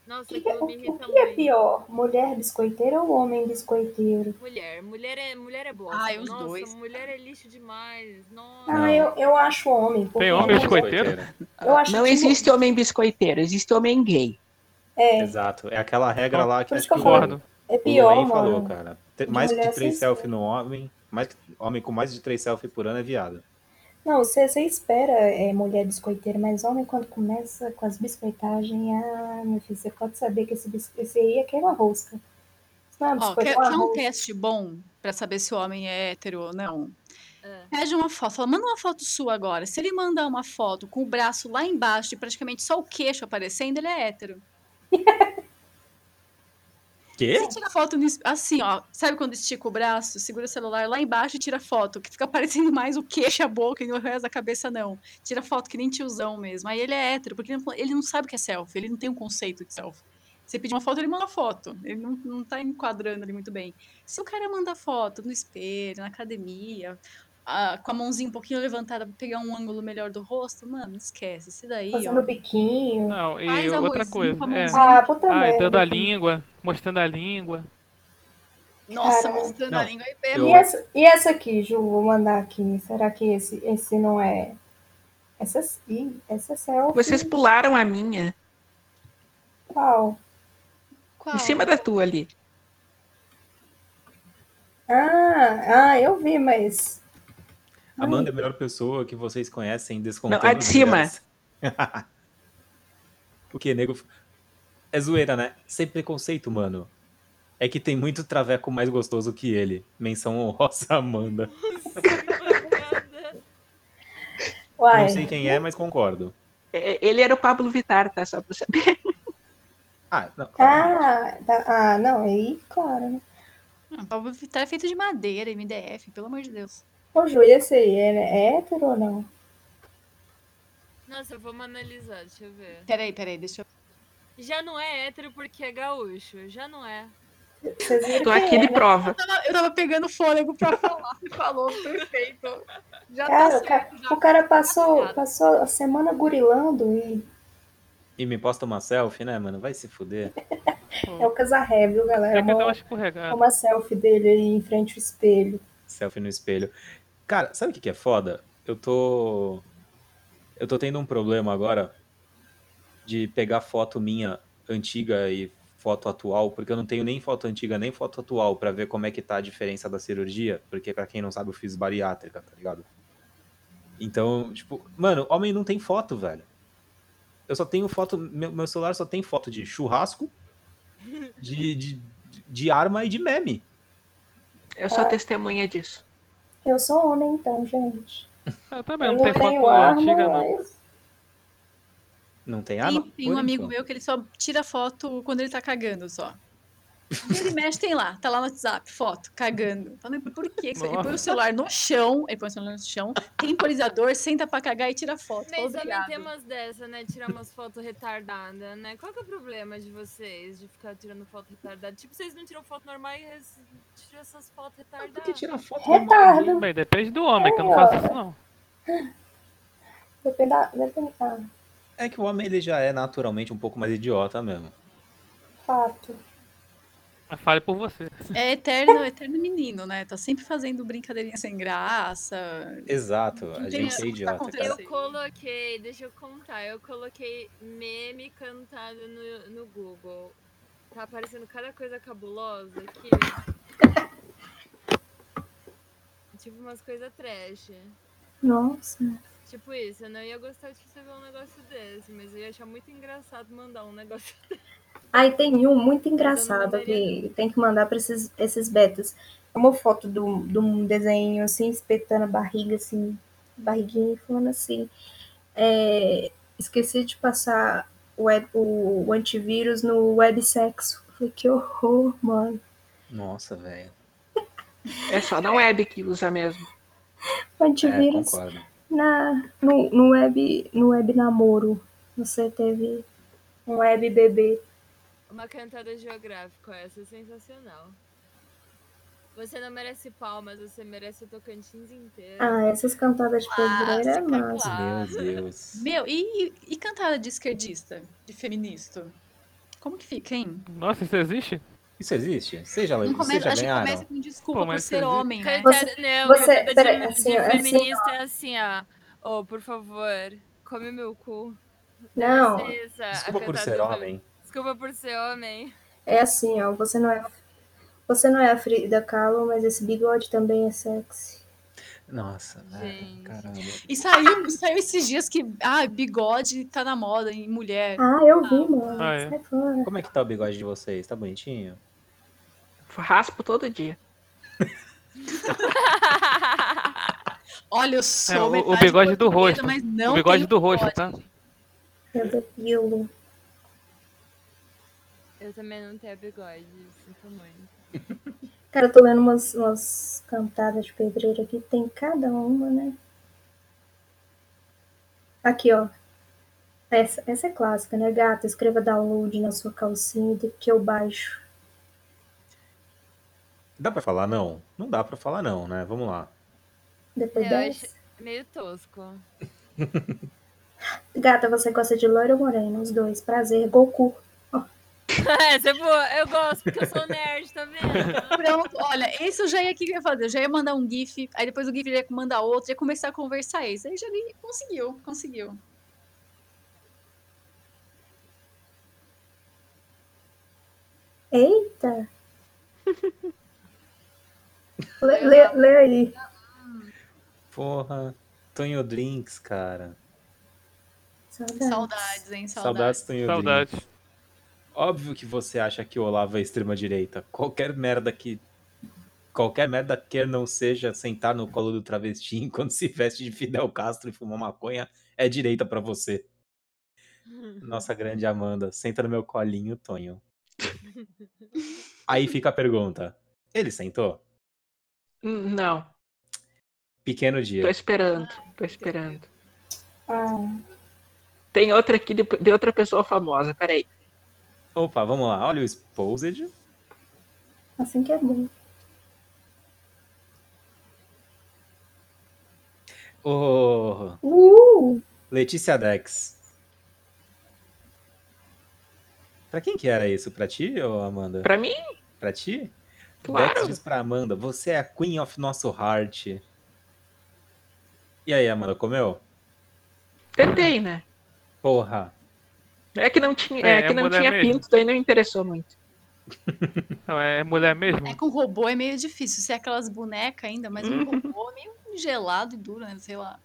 Nossa,
O que,
aquilo
[LAUGHS]
me
o
irrita
que é
muito.
pior, mulher biscoiteira ou homem biscoiteiro?
Mulher, mulher é, mulher é bosta.
Ai, os
nossa,
dois.
mulher é lixo demais. Nossa.
Ah, eu, eu acho homem. porque
Tem homem
eu-
biscoiteiro?
Eu acho
Não
que-
existe homem biscoiteiro, existe homem gay.
É,
Exato. É aquela regra lá que
Por
acho
isso
que
que eu falei.
o
Concordo.
é
Lorraine
pior,
falou,
mano.
cara. Te-
De
Mais que
mulher
três
sem
selfies no homem, mais que- homem com mais de três selfies por ano é viado.
Não, você, você espera é, mulher biscoiteira, mas homem quando começa com as biscoitagens, ah, meu filho, você pode saber que esse biscoito esse aí é queima rosca. Isso Não é
Ó,
biscoito,
quer,
é uma
quer um
rosca.
teste bom pra saber se o homem é hétero ou não?
Ah.
Pede uma foto, fala, manda uma foto sua agora. Se ele mandar uma foto com o braço lá embaixo e praticamente só o queixo aparecendo, ele é hétero.
Quê?
Você tira foto no es- assim, ó. Sabe quando estica o braço, segura o celular lá embaixo e tira foto, que fica [LAUGHS] aparecendo mais o queixo, e a boca e o resto da cabeça não. Tira foto que nem tiozão mesmo. Aí ele é hétero, porque ele não, ele não sabe o que é selfie, ele não tem um conceito de selfie. Você pedir uma foto, ele manda foto. Ele não, não tá enquadrando ali muito bem. Se o cara manda foto no espelho, na academia, ah, com a mãozinha um pouquinho levantada pra pegar um ângulo melhor do rosto, mano, esquece. Isso daí,
Fazendo
ó.
biquinho.
Não, e
Faz
outra
arrozinho
coisa.
com a
É.
mãozinha.
Ah, puta
Ah, e
merda.
então
dando
tá
a língua, mostrando a língua.
Nossa,
Cara,
mostrando a
não,
língua é
eu-
E essa, e essa aqui, Ju, vou mandar aqui. Será que esse, esse não é Essa sim, essa é selfie.
Vocês pularam a minha,
Qual?
Qual?
em cima da tua ali.
Ah, ah, eu vi, mas.
Amanda é a melhor pessoa que vocês conhecem descontando.
Não, é a de
as
cima.
mulheres. o que, nego? É zoeira, né? Sem preconceito, mano. É que tem muito traveco mais gostoso que ele. Menção honrosa, [LAUGHS] a Amanda.
Uai,
Não sei quem é, mas concordo.
É, Ele era o Pablo Vittar, tá? Só pra saber.
Ah, não. claro.
Ah, tá- ah, não, aí, claro, né?
Ah, Pablo Vittar é feito de madeira, MDF, pelo amor de Deus.
Ô, Ju, e esse aí, ele é hétero ou não?
Nossa, vamos analisar, deixa eu ver.
Peraí, peraí, deixa eu.
Já não é hétero porque é gaúcho, já não é.
Vocês viram
Tô
quem
aqui
é,
de
né?
prova.
Eu tava, eu tava pegando fôlego pra falar. Você [LAUGHS] falou, perfeito. Já
Cara,
tá
o
certo.
cara, o cara passou, passou a semana gurilando e
E me posta uma selfie, né, mano? Vai se fuder.
é o casarré, viu, galera?
É que eu tava
Uma,
escorregado.
uma selfie dele aí em frente ao espelho.
Selfie no espelho. Cara, sabe o que, que é foda? Eu tô. Eu tô tendo um problema agora de pegar foto minha antiga e foto atual, porque eu não tenho nem foto antiga nem foto atual pra ver como é que tá a diferença da cirurgia, porque pra quem não sabe, eu fiz bariátrica, tá ligado? Então, tipo, mano, homem não tem foto, velho. Eu só tenho foto, meu, meu celular só tem foto de churrasco, de, de, de arma e de meme.
Eu sou testemunha disso.
Eu sou homem, então, gente.
Eu também
Eu
não,
não
tenho
tenho
foto
arma,
antiga, não.
mas
Ah, Não então. tem arma?
Tem, tem um
Por
amigo
enquanto.
meu que ele só tira foto quando ele tá cagando só. Ele mexe, tem lá, tá lá no WhatsApp, foto, cagando. Fala, mas por quê? Ele põe
Nossa.
o celular no chão, ele põe o celular no chão, temporizador, senta pra cagar e tira foto. Fala,
Nós também
"Obrigado."
temos dessa, né? Tirar umas fotos retardadas, né? Qual que é o problema de vocês de ficar tirando foto retardada? Tipo, vocês não tiram foto normal e res- tiram essas fotos
Ah,
retardadas.
Porque tirar foto é
retardo.
Bem, depende do homem, que eu não faço isso, não.
Depende da. Depende ah, da
É que o homem ele já é naturalmente um pouco mais idiota mesmo.
fato.
Mas fale por você.
É eterno, eterno menino, né? Tá sempre fazendo brincadeirinha sem graça.
Exato,
Não
a
tem
gente
isso
é
que tá
idiota,
acontecendo.
cara.
assim?
Eu coloquei, deixa eu contar, eu coloquei meme cantado no, no Google. Tá aparecendo cada coisa cabulosa aqui. tipo umas coisas trash.
Nossa.
Tipo isso, eu não ia gostar de receber um negócio desse, mas eu ia achar muito engraçado mandar um negócio. [LAUGHS]
Aí tem um muito engraçado que tem que mandar pra esses, esses betas. É uma foto de um de um desenho assim, espetando a barriga, assim, barriguinha e falando assim. é, esqueci de passar o, web- o, o antivírus no websexo. Falei, que horror, mano.
Nossa, velho.
É só na web que usa mesmo.
O
É,
antivírus
concordo.
na, no, no, web, no web namoro. Você teve um web bebê.
Uma cantada geográfica, essa é sensacional. Você não merece palmas, você merece o Tocantins inteiro.
Ah, essas cantadas de pedreira é
Clássica,
massa.
clássica.
Meu Deus.
Meu, e, e cantada de esquerdista, de feminista? Como que fica, hein?
Nossa, isso existe?
Isso existe? Vocês já,
Não
vocês
começa,
já
acho que começa
ganharam?
com desculpa
Pô,
por
mas
ser
você-
homem, né?
Cantada, não,
você-
cantada
peraí,
de,
assim,
de
assim, ó.
feminista é assim, ó. Oh, por favor, come meu cu.
Não,
Precisa, a
Desculpa por
cantada
ser
do-
homem.
Desculpa por ser homem.
é assim, ó. Você não é, você não é a Frida Kahlo, mas esse bigode também é sexy.
Nossa, velho.
Gente.
Caramba.
E saiu, saiu esses dias que, ah, bigode tá na moda em mulher.
Ah, eu vi, mano.
Ah, é.
Sai fora.
Como é que tá o bigode de vocês? Tá bonitinho?
Raspo todo dia.
Olha, eu sou
É, o- o
metade
bigode do
portuguesa,
rosto.
Mas não
o bigode
tenho
do rosto, tá?
Eu depilo.
Eu também não tenho bigode, sinto muito.
Cara, eu tô lendo umas, umas cantadas de pedreira aqui. Tem cada uma, né? Aqui, ó. Essa, essa é clássica, né? Gata, escreva download na sua calcinha que eu baixo.
Dá pra falar não? Não dá pra falar não, né? Vamos lá.
Depois
É, Eu
dessa.
Meio tosco. [LAUGHS]
Gata, você gosta de loiro ou moreno? Os dois. Prazer, Goku.
Essa é boa, eu gosto, porque eu sou nerd, tá vendo?
Pronto, olha, isso eu já ia, o que que eu ia fazer? Eu já ia mandar um GIF, aí depois o GIF já ia mandar outro, ia começar a conversar isso. Aí já ia- conseguiu, conseguiu.
[LAUGHS] Eita! lê, lê- lê aí.
Porra, Tonho Drinks, cara.
um
Saudade.
Saudades, hein? Saudades.
Saudades, Tonho Drinks.
Saudade.
Óbvio que você acha que o Olavo é extrema-direita. Qualquer merda que. Qualquer merda que não seja sentar no colo do travesti [LAUGHS] enquanto se veste de Fidel Castro e fumar maconha é direita pra você. Nossa grande Amanda, senta no meu colinho, Tonho. Aí fica a pergunta: ele sentou?
Hum, Não,
Pequeno
tô
dia.
esperando, tô esperando.
Ah,
Tem outra aqui de, de outra pessoa famosa, peraí.
Opa, vamos lá. Olha o Exposed.
assim que é bom.
Ô,
Uh!
Letícia Dex. Pra quem que era isso? Pra ti ou Amanda?
Pra mim,
Pra ti? Dex
claro.
diz pra Amanda, você é a queen of nosso heart. E aí, Amanda, comeu?
Tentei, né?
Porra.
É que não tinha,
É,
é, que
é
não
mulher
tinha
mesmo.
pinto, daí não interessou muito.
Não, é mulher mesmo?
É com robô é meio difícil, se é aquelas bonecas ainda, mas
Uhum.
um robô é meio gelado e duro, né? Sei lá.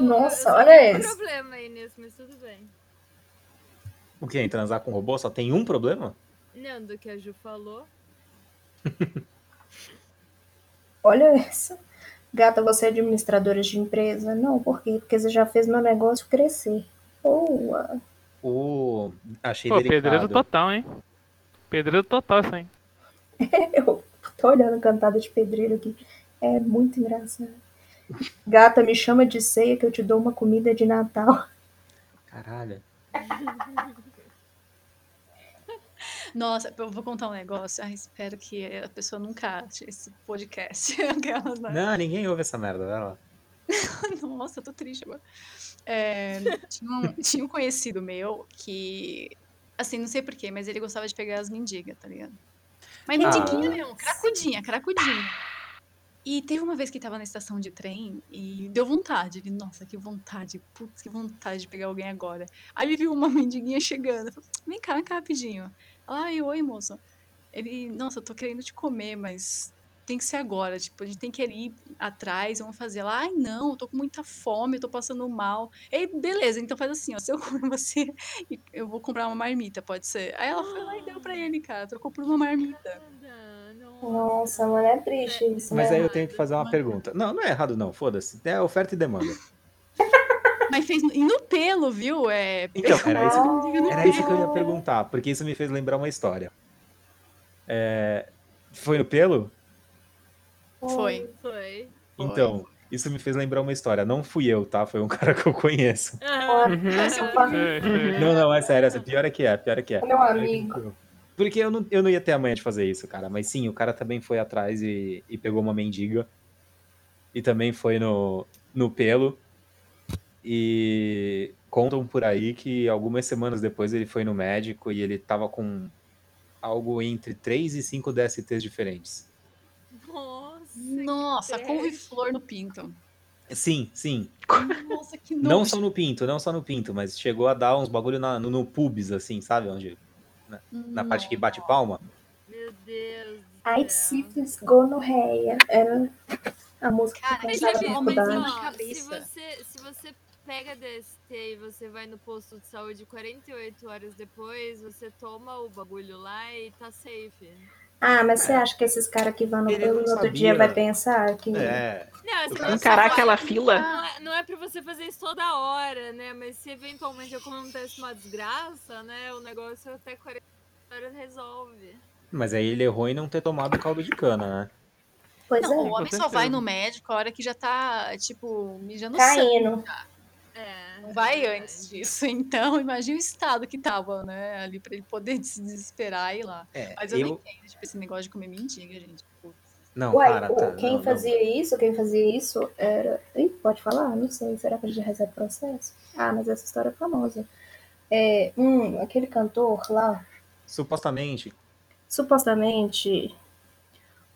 Nossa,
Eu- eu
olha
tenho um
esse.
problema aí nisso, mas tudo bem.
O que? Transar com robô só tem um problema?
Não, do que a Ju falou.
Olha essa. Gata, você é administradora de empresa? Não, por quê? Porque você já fez meu negócio crescer. Boa!
Ô, achei
Pô, pedreiro
delicado.
total, hein? Pedreiro total, sim.
Eu tô olhando cantada de pedreiro aqui. É muito engraçado. Gata, me chama de ceia que eu te dou uma comida de Natal.
Caralho.
Nossa, eu vou contar um negócio. Ah, espero que a pessoa nunca ache esse podcast. [LAUGHS] Aquelas, né?
Não, ninguém ouve essa merda, vai lá.
[LAUGHS] Nossa, eu tô triste agora. É, tinha, um, tinha um conhecido meu que, assim, não sei porquê, mas ele gostava de pegar as mendigas, tá ligado? Mas
Ah.
mendiguinha mesmo, cracudinha, cracudinha. E teve uma vez que tava na estação de trem e deu vontade. Vi, Nossa, que vontade, putz, que vontade de pegar alguém agora. Aí ele viu uma mendiguinha chegando. eu falei, vem cá, vem cá rapidinho. Ela, ai, oi, moço. Ele, nossa, eu tô querendo te comer, mas tem que ser agora. Tipo, a gente tem que ir atrás, vamos fazer lá. Ai, não, eu tô com muita fome, eu tô passando mal. Ei, beleza, então faz assim, ó. [LAUGHS] Se eu comer você, eu vou comprar uma marmita, pode ser. Aí ela foi lá e deu pra ele, cara. Trocou por uma marmita.
Nada, não.
Nossa, mano, é triste isso,
Mas
né?
aí eu tenho que fazer uma pergunta. Não, não é errado não, foda-se. É
[LAUGHS]
oferta e demanda.
Mas fez no, e no pelo, viu? É,
Então,
pegou
era isso
uma mendiga no
Era isso que eu
pelo.
ia perguntar, porque isso me fez lembrar uma história. É, Foi no pelo?
Foi.
Foi.
Foi.
Então, isso me fez lembrar uma história. Não fui eu, tá? Foi um [LAUGHS] cara que eu conheço.
Ah,
Uhum.
É, é.
Não, não, é sério, essa pior é que é, pior é que é.
um Meu amigo.
Porque eu não, eu não ia ter amanhã de fazer isso, cara. Mas sim, o cara também foi atrás e, e pegou uma mendiga. E também foi no, no pelo. E contam por aí que algumas semanas depois ele foi no médico e ele tava com algo entre 3 e 5 DSTs diferentes.
Nossa.
Nossa,
que
couve-flor no pinto.
Sim, sim.
Nossa, que
Não
nojo.
só no pinto, não só no pinto, mas chegou a dar uns bagulho na, no, no pubis, assim, sabe? Onde, na parte que bate palma.
Meu Deus. do
Ai,
céu.
sífilis, gonorreia. Era a música
Cara,
que eu
mas
cantava
já
na
vi,
Mas,
faculdade.
mas,
ó, se
Cabeça.
você, se você pega DST e você vai no posto de saúde 48 horas depois, você toma o bagulho lá e tá safe.
Ah, mas você acha que esses caras que vão no
Ele
pelo
não
no outro
sabia.
dia vai pensar que.
É.
Não, assim, essa pessoa
Encarar
fala-
aquela fila.
Não é, não é pra você fazer isso toda hora, né? Mas se eventualmente acontece uma desgraça, né? O negócio até 40 horas resolve.
Mas aí ele errou em não ter tomado caldo de cana, né?
Pois
Não, o
é,
homem
Com
só vai
certeza.
no médico a hora que já tá, tipo, mijando sangue.
caindo.
É.
Não vai
é
antes disso. [LAUGHS] Então, imagina o estado que tava, né? Ali pra ele poder [LAUGHS] se desesperar e ir lá.
É,
Mas eu, não entendo, tipo, esse negócio de comer mendiga, gente. Putz.
Não,
Uai,
para,
o-
tá,
quem
não, não.
fazia isso, quem fazia isso era. Ih, pode falar? Não sei. Será que a gente recebe processo? Ah, mas essa história é famosa. É, hum, aquele cantor lá,
Supostamente.
supostamente.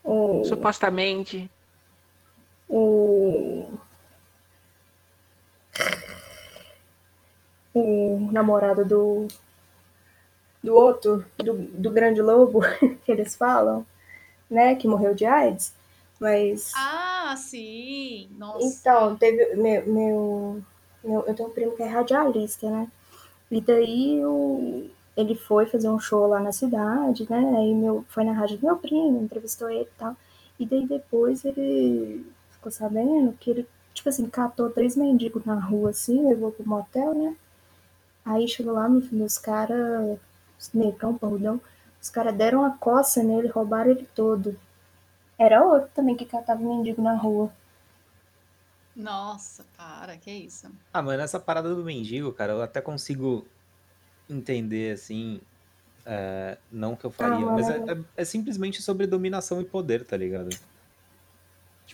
O.
Supostamente.
O. O namorado do. Do outro, do, do grande lobo, [LAUGHS] que eles falam, né? Que morreu de AIDS. Mas.
Ah, sim! Nossa.
Então, teve meu, meu, meu- eu tenho um primo que é radialista, né? E daí o, ele foi fazer um show lá na cidade, né? Aí meu, foi na rádio do meu primo, entrevistou ele e tal. E daí depois ele ficou sabendo que ele, tipo assim, catou três mendigos na rua, assim, levou pro motel, né? Aí chegou lá, meu filho, os caras, os negão, pardão, os caras deram uma coça nele, roubaram ele todo. Era outro também que catava mendigo na rua.
Nossa, para, que isso?
Ah, mano, essa parada do mendigo, cara, eu até consigo entender, assim. é, não que eu faria,
Ah, mano,
mas é, é- é simplesmente sobre dominação e poder, tá ligado?
Mas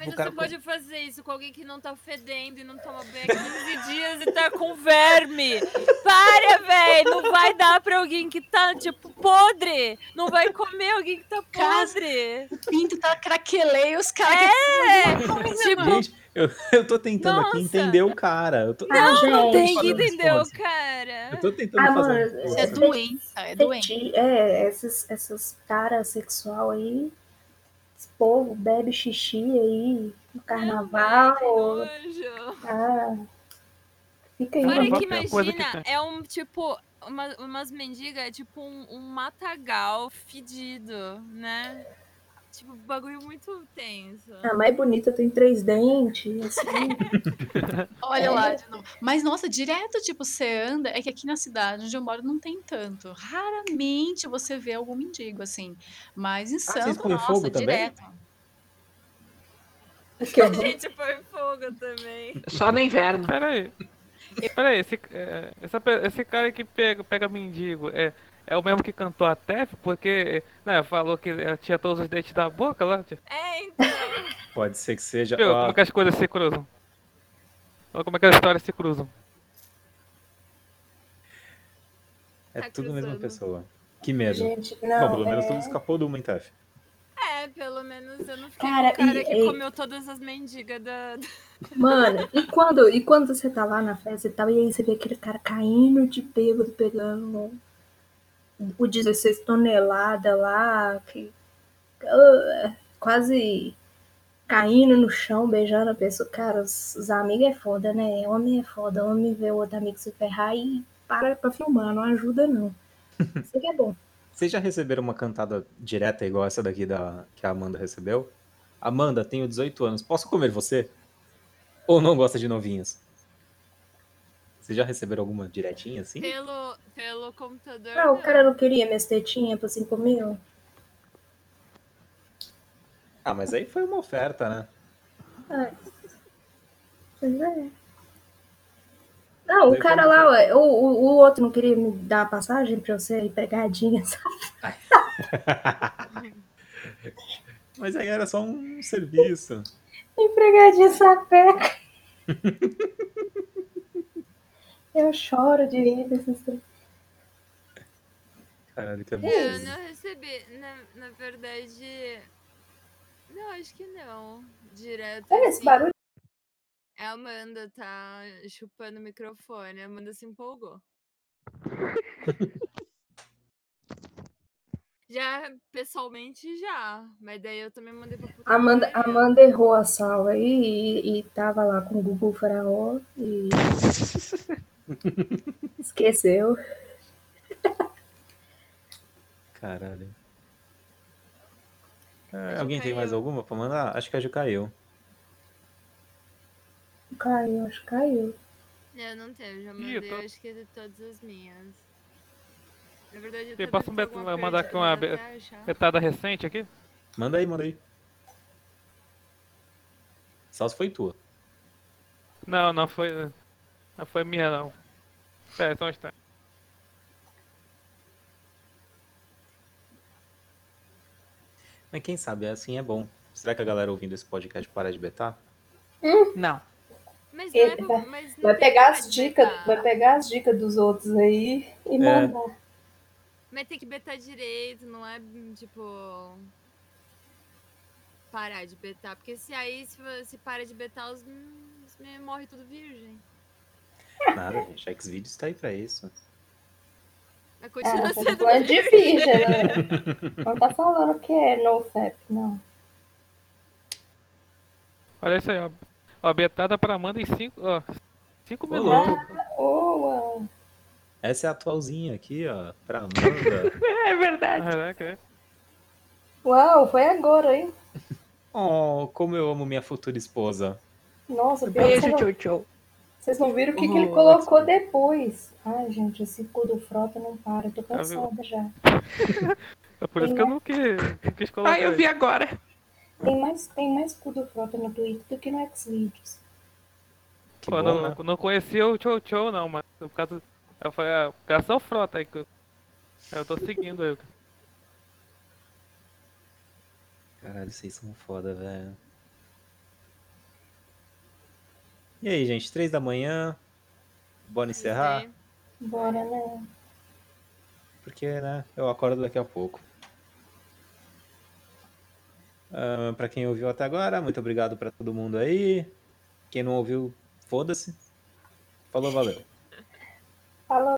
Tipo, o
você
cara.
pode fazer isso com alguém que não tá fedendo e não toma bem há 15 dias e tá com verme. Para, velho! Não vai dar pra alguém que tá, tipo, podre! Não vai comer alguém que tá
Casa-
podre!
O pinto tá craqueleio, os caras
É!
que... Coisa, mano.
Gente, eu, eu tô tentando aqui
Nossa.
entender o cara. Eu tô,
Ah,
Não
gente.
tem que
Fazendo
entender o
resposta. eu
cara!
tô tentando
Ah,
fazer.
mano,
um
Isso é
negócio.
doido.
doença, é doente.
Feti- É, essas, essas taras sexual aí. Esse povo bebe xixi aí no
é
carnaval.
Nojo.
Ah, fica aí. né?
Fora
Agora,
que
qualquer coisa que
imagina, é um tipo. Uma, umas mendigas é tipo um, um matagal fedido, né? Tipo, bagulho muito tenso.
A mais bonita tem três dentes, assim.
Olha
É.
lá de novo. Mas, nossa, direto, tipo, você anda. É que aqui na cidade onde eu moro não tem tanto. Raramente você vê algum mendigo, assim. Mas em
Ah, vocês
Santo,
põem
nossa,
fogo também?
direto.
que
A
eu-
gente põe fogo tipo, também.
Só no inverno.
é. Peraí. Peraí, esse, é, essa pe- esse cara que pega, pega mendigo é, é o mesmo que cantou a Tef? Porque né, falou que ela tinha todos os dentes da boca lá. tia.
É, então.
Pode ser que seja.
Viu
ó,
como é que as coisas se cruzam? Olha como é que as histórias se cruzam.
é
tá
tudo a mesma
cruzando.
pessoa. Que medo.
Gente,
Bom,
não.
pelo menos
é-
tudo escapou do Mentef.
É, pelo menos eu não fiquei
Cara,
cara, com o cara
e-
que
e-
comeu todas as mendigas da. da-
Mano, e quando, e quando você tá lá na festa e tal, e aí você vê aquele cara caindo de bêbado, pegando um, o 16 tonelada lá, que, ah, quase caindo no chão, beijando a pessoa. Cara, os, os amigos é foda, né? Homem é foda, homem vê o outro amigo se ferrar e para pra filmar, não ajuda não. Isso que é bom.
Vocês já receberam uma cantada direta igual essa daqui da, que a Amanda recebeu? Amanda, tenho 18 anos, posso comer você? Ou não gosta de novinhos? Vocês já receberam alguma diretinha assim?
Pelo, pelo computador.
Ah, o
não.
cara não queria minhas tetinhas pra 5 mil?
Ah, mas aí foi uma oferta, né?
Pois é. Não, o
Daí
cara
como
lá, ué, o, o, o outro não queria me dar a passagem pra eu ser empregadinha, sabe?
Mas aí era só um serviço.
Empregadinha sapeca. eu choro de rir desses três.
Caralho, que
Eu
absurdo.
não recebi. Na, na verdade. Não, acho que não. Direto.
Olha esse
assim.
barulho.
A É, Amanda tá chupando o microfone. A Amanda
[LAUGHS]
se empolgou. já, pessoalmente, já. Mas daí eu também mandei pra puta
Amanda,
que pariu.
Amanda errou a sala aí e, e tava lá com o Gugu Faraó e. Esqueceu.
Caralho.
A
Ah,
Ju
alguém tem mais
caiu.
alguma pra mandar? Acho que a Ju caiu.
Caiu, acho que caiu.
Eu não tenho, já
Ih, eu
mandei,
tô-
acho que de todas as minhas. Na verdade, eu
Tem-
tô
passa um
dentro de
beco-
alguma
vai mandar aqui
perdida,
uma
vou
be-
até achar.
Petada recente aqui?
Manda aí, manda aí. Só se foi tua.
Não, não foi. Não foi minha, não. Pera, só um instante.
Mas quem sabe, assim é bom. Será que a galera ouvindo esse podcast para de betar?
Não.
Mas não
Ele
é,
vai-
mas não
Vai
tem
pegar
como
as dicas,
adiantar.
vai pegar as dicas dos outros aí e
É.
mandar.
Mas tem que betar direito, não é tipo. Parar de betar. Porque se aí se, vo- se para de betar, os, os me- morre tudo virgem.
Nada, gente. Xvideos tá aí pra isso.
Mas
É,
continua
não tá
sendo
falando de
virgem.
virgem, né? Não tá falando que é nofap, não.
Olha isso aí, ó. Ó, betada pra Amanda em 5 ó, cinco
Ô,
minutos.
louco.
Boa!
Essa é a atualzinha aqui, ó. Pra Amanda.
É verdade.
Caraca, é.
Uau, foi agora, hein?
[LAUGHS] oh, como eu amo minha futura esposa.
Nossa, pior que
Beijo,
você não-
tchau, tchau.
vocês não viram o que, que ele
Nossa.
colocou depois. Ai, gente, esse cu do Frota não para, eu tô
Tá vendo?
cansada já.
É por isso que eu não quis, não quis colocar.
Ai, Ah, eu vi agora.
Tem mais, tem mais cu do Frota no Twitter do que no Xvideos.
Que
Pô,
bom,
não,
né?
não- não conhecia o Chow Chow, não, mas por causa. Eu falei, ah, por causa do Frota aí. que Eu, eu tô seguindo aí.
Caralho, vocês são foda, velho. E aí, gente? Três da manhã. Bora encerrar?
Isso aí.
Bora, né?
Porque, né, eu acordo daqui a pouco. Ah, Pra quem ouviu até agora, muito obrigado pra todo mundo aí. Quem não ouviu, foda-se. Falou, valeu.
Falou.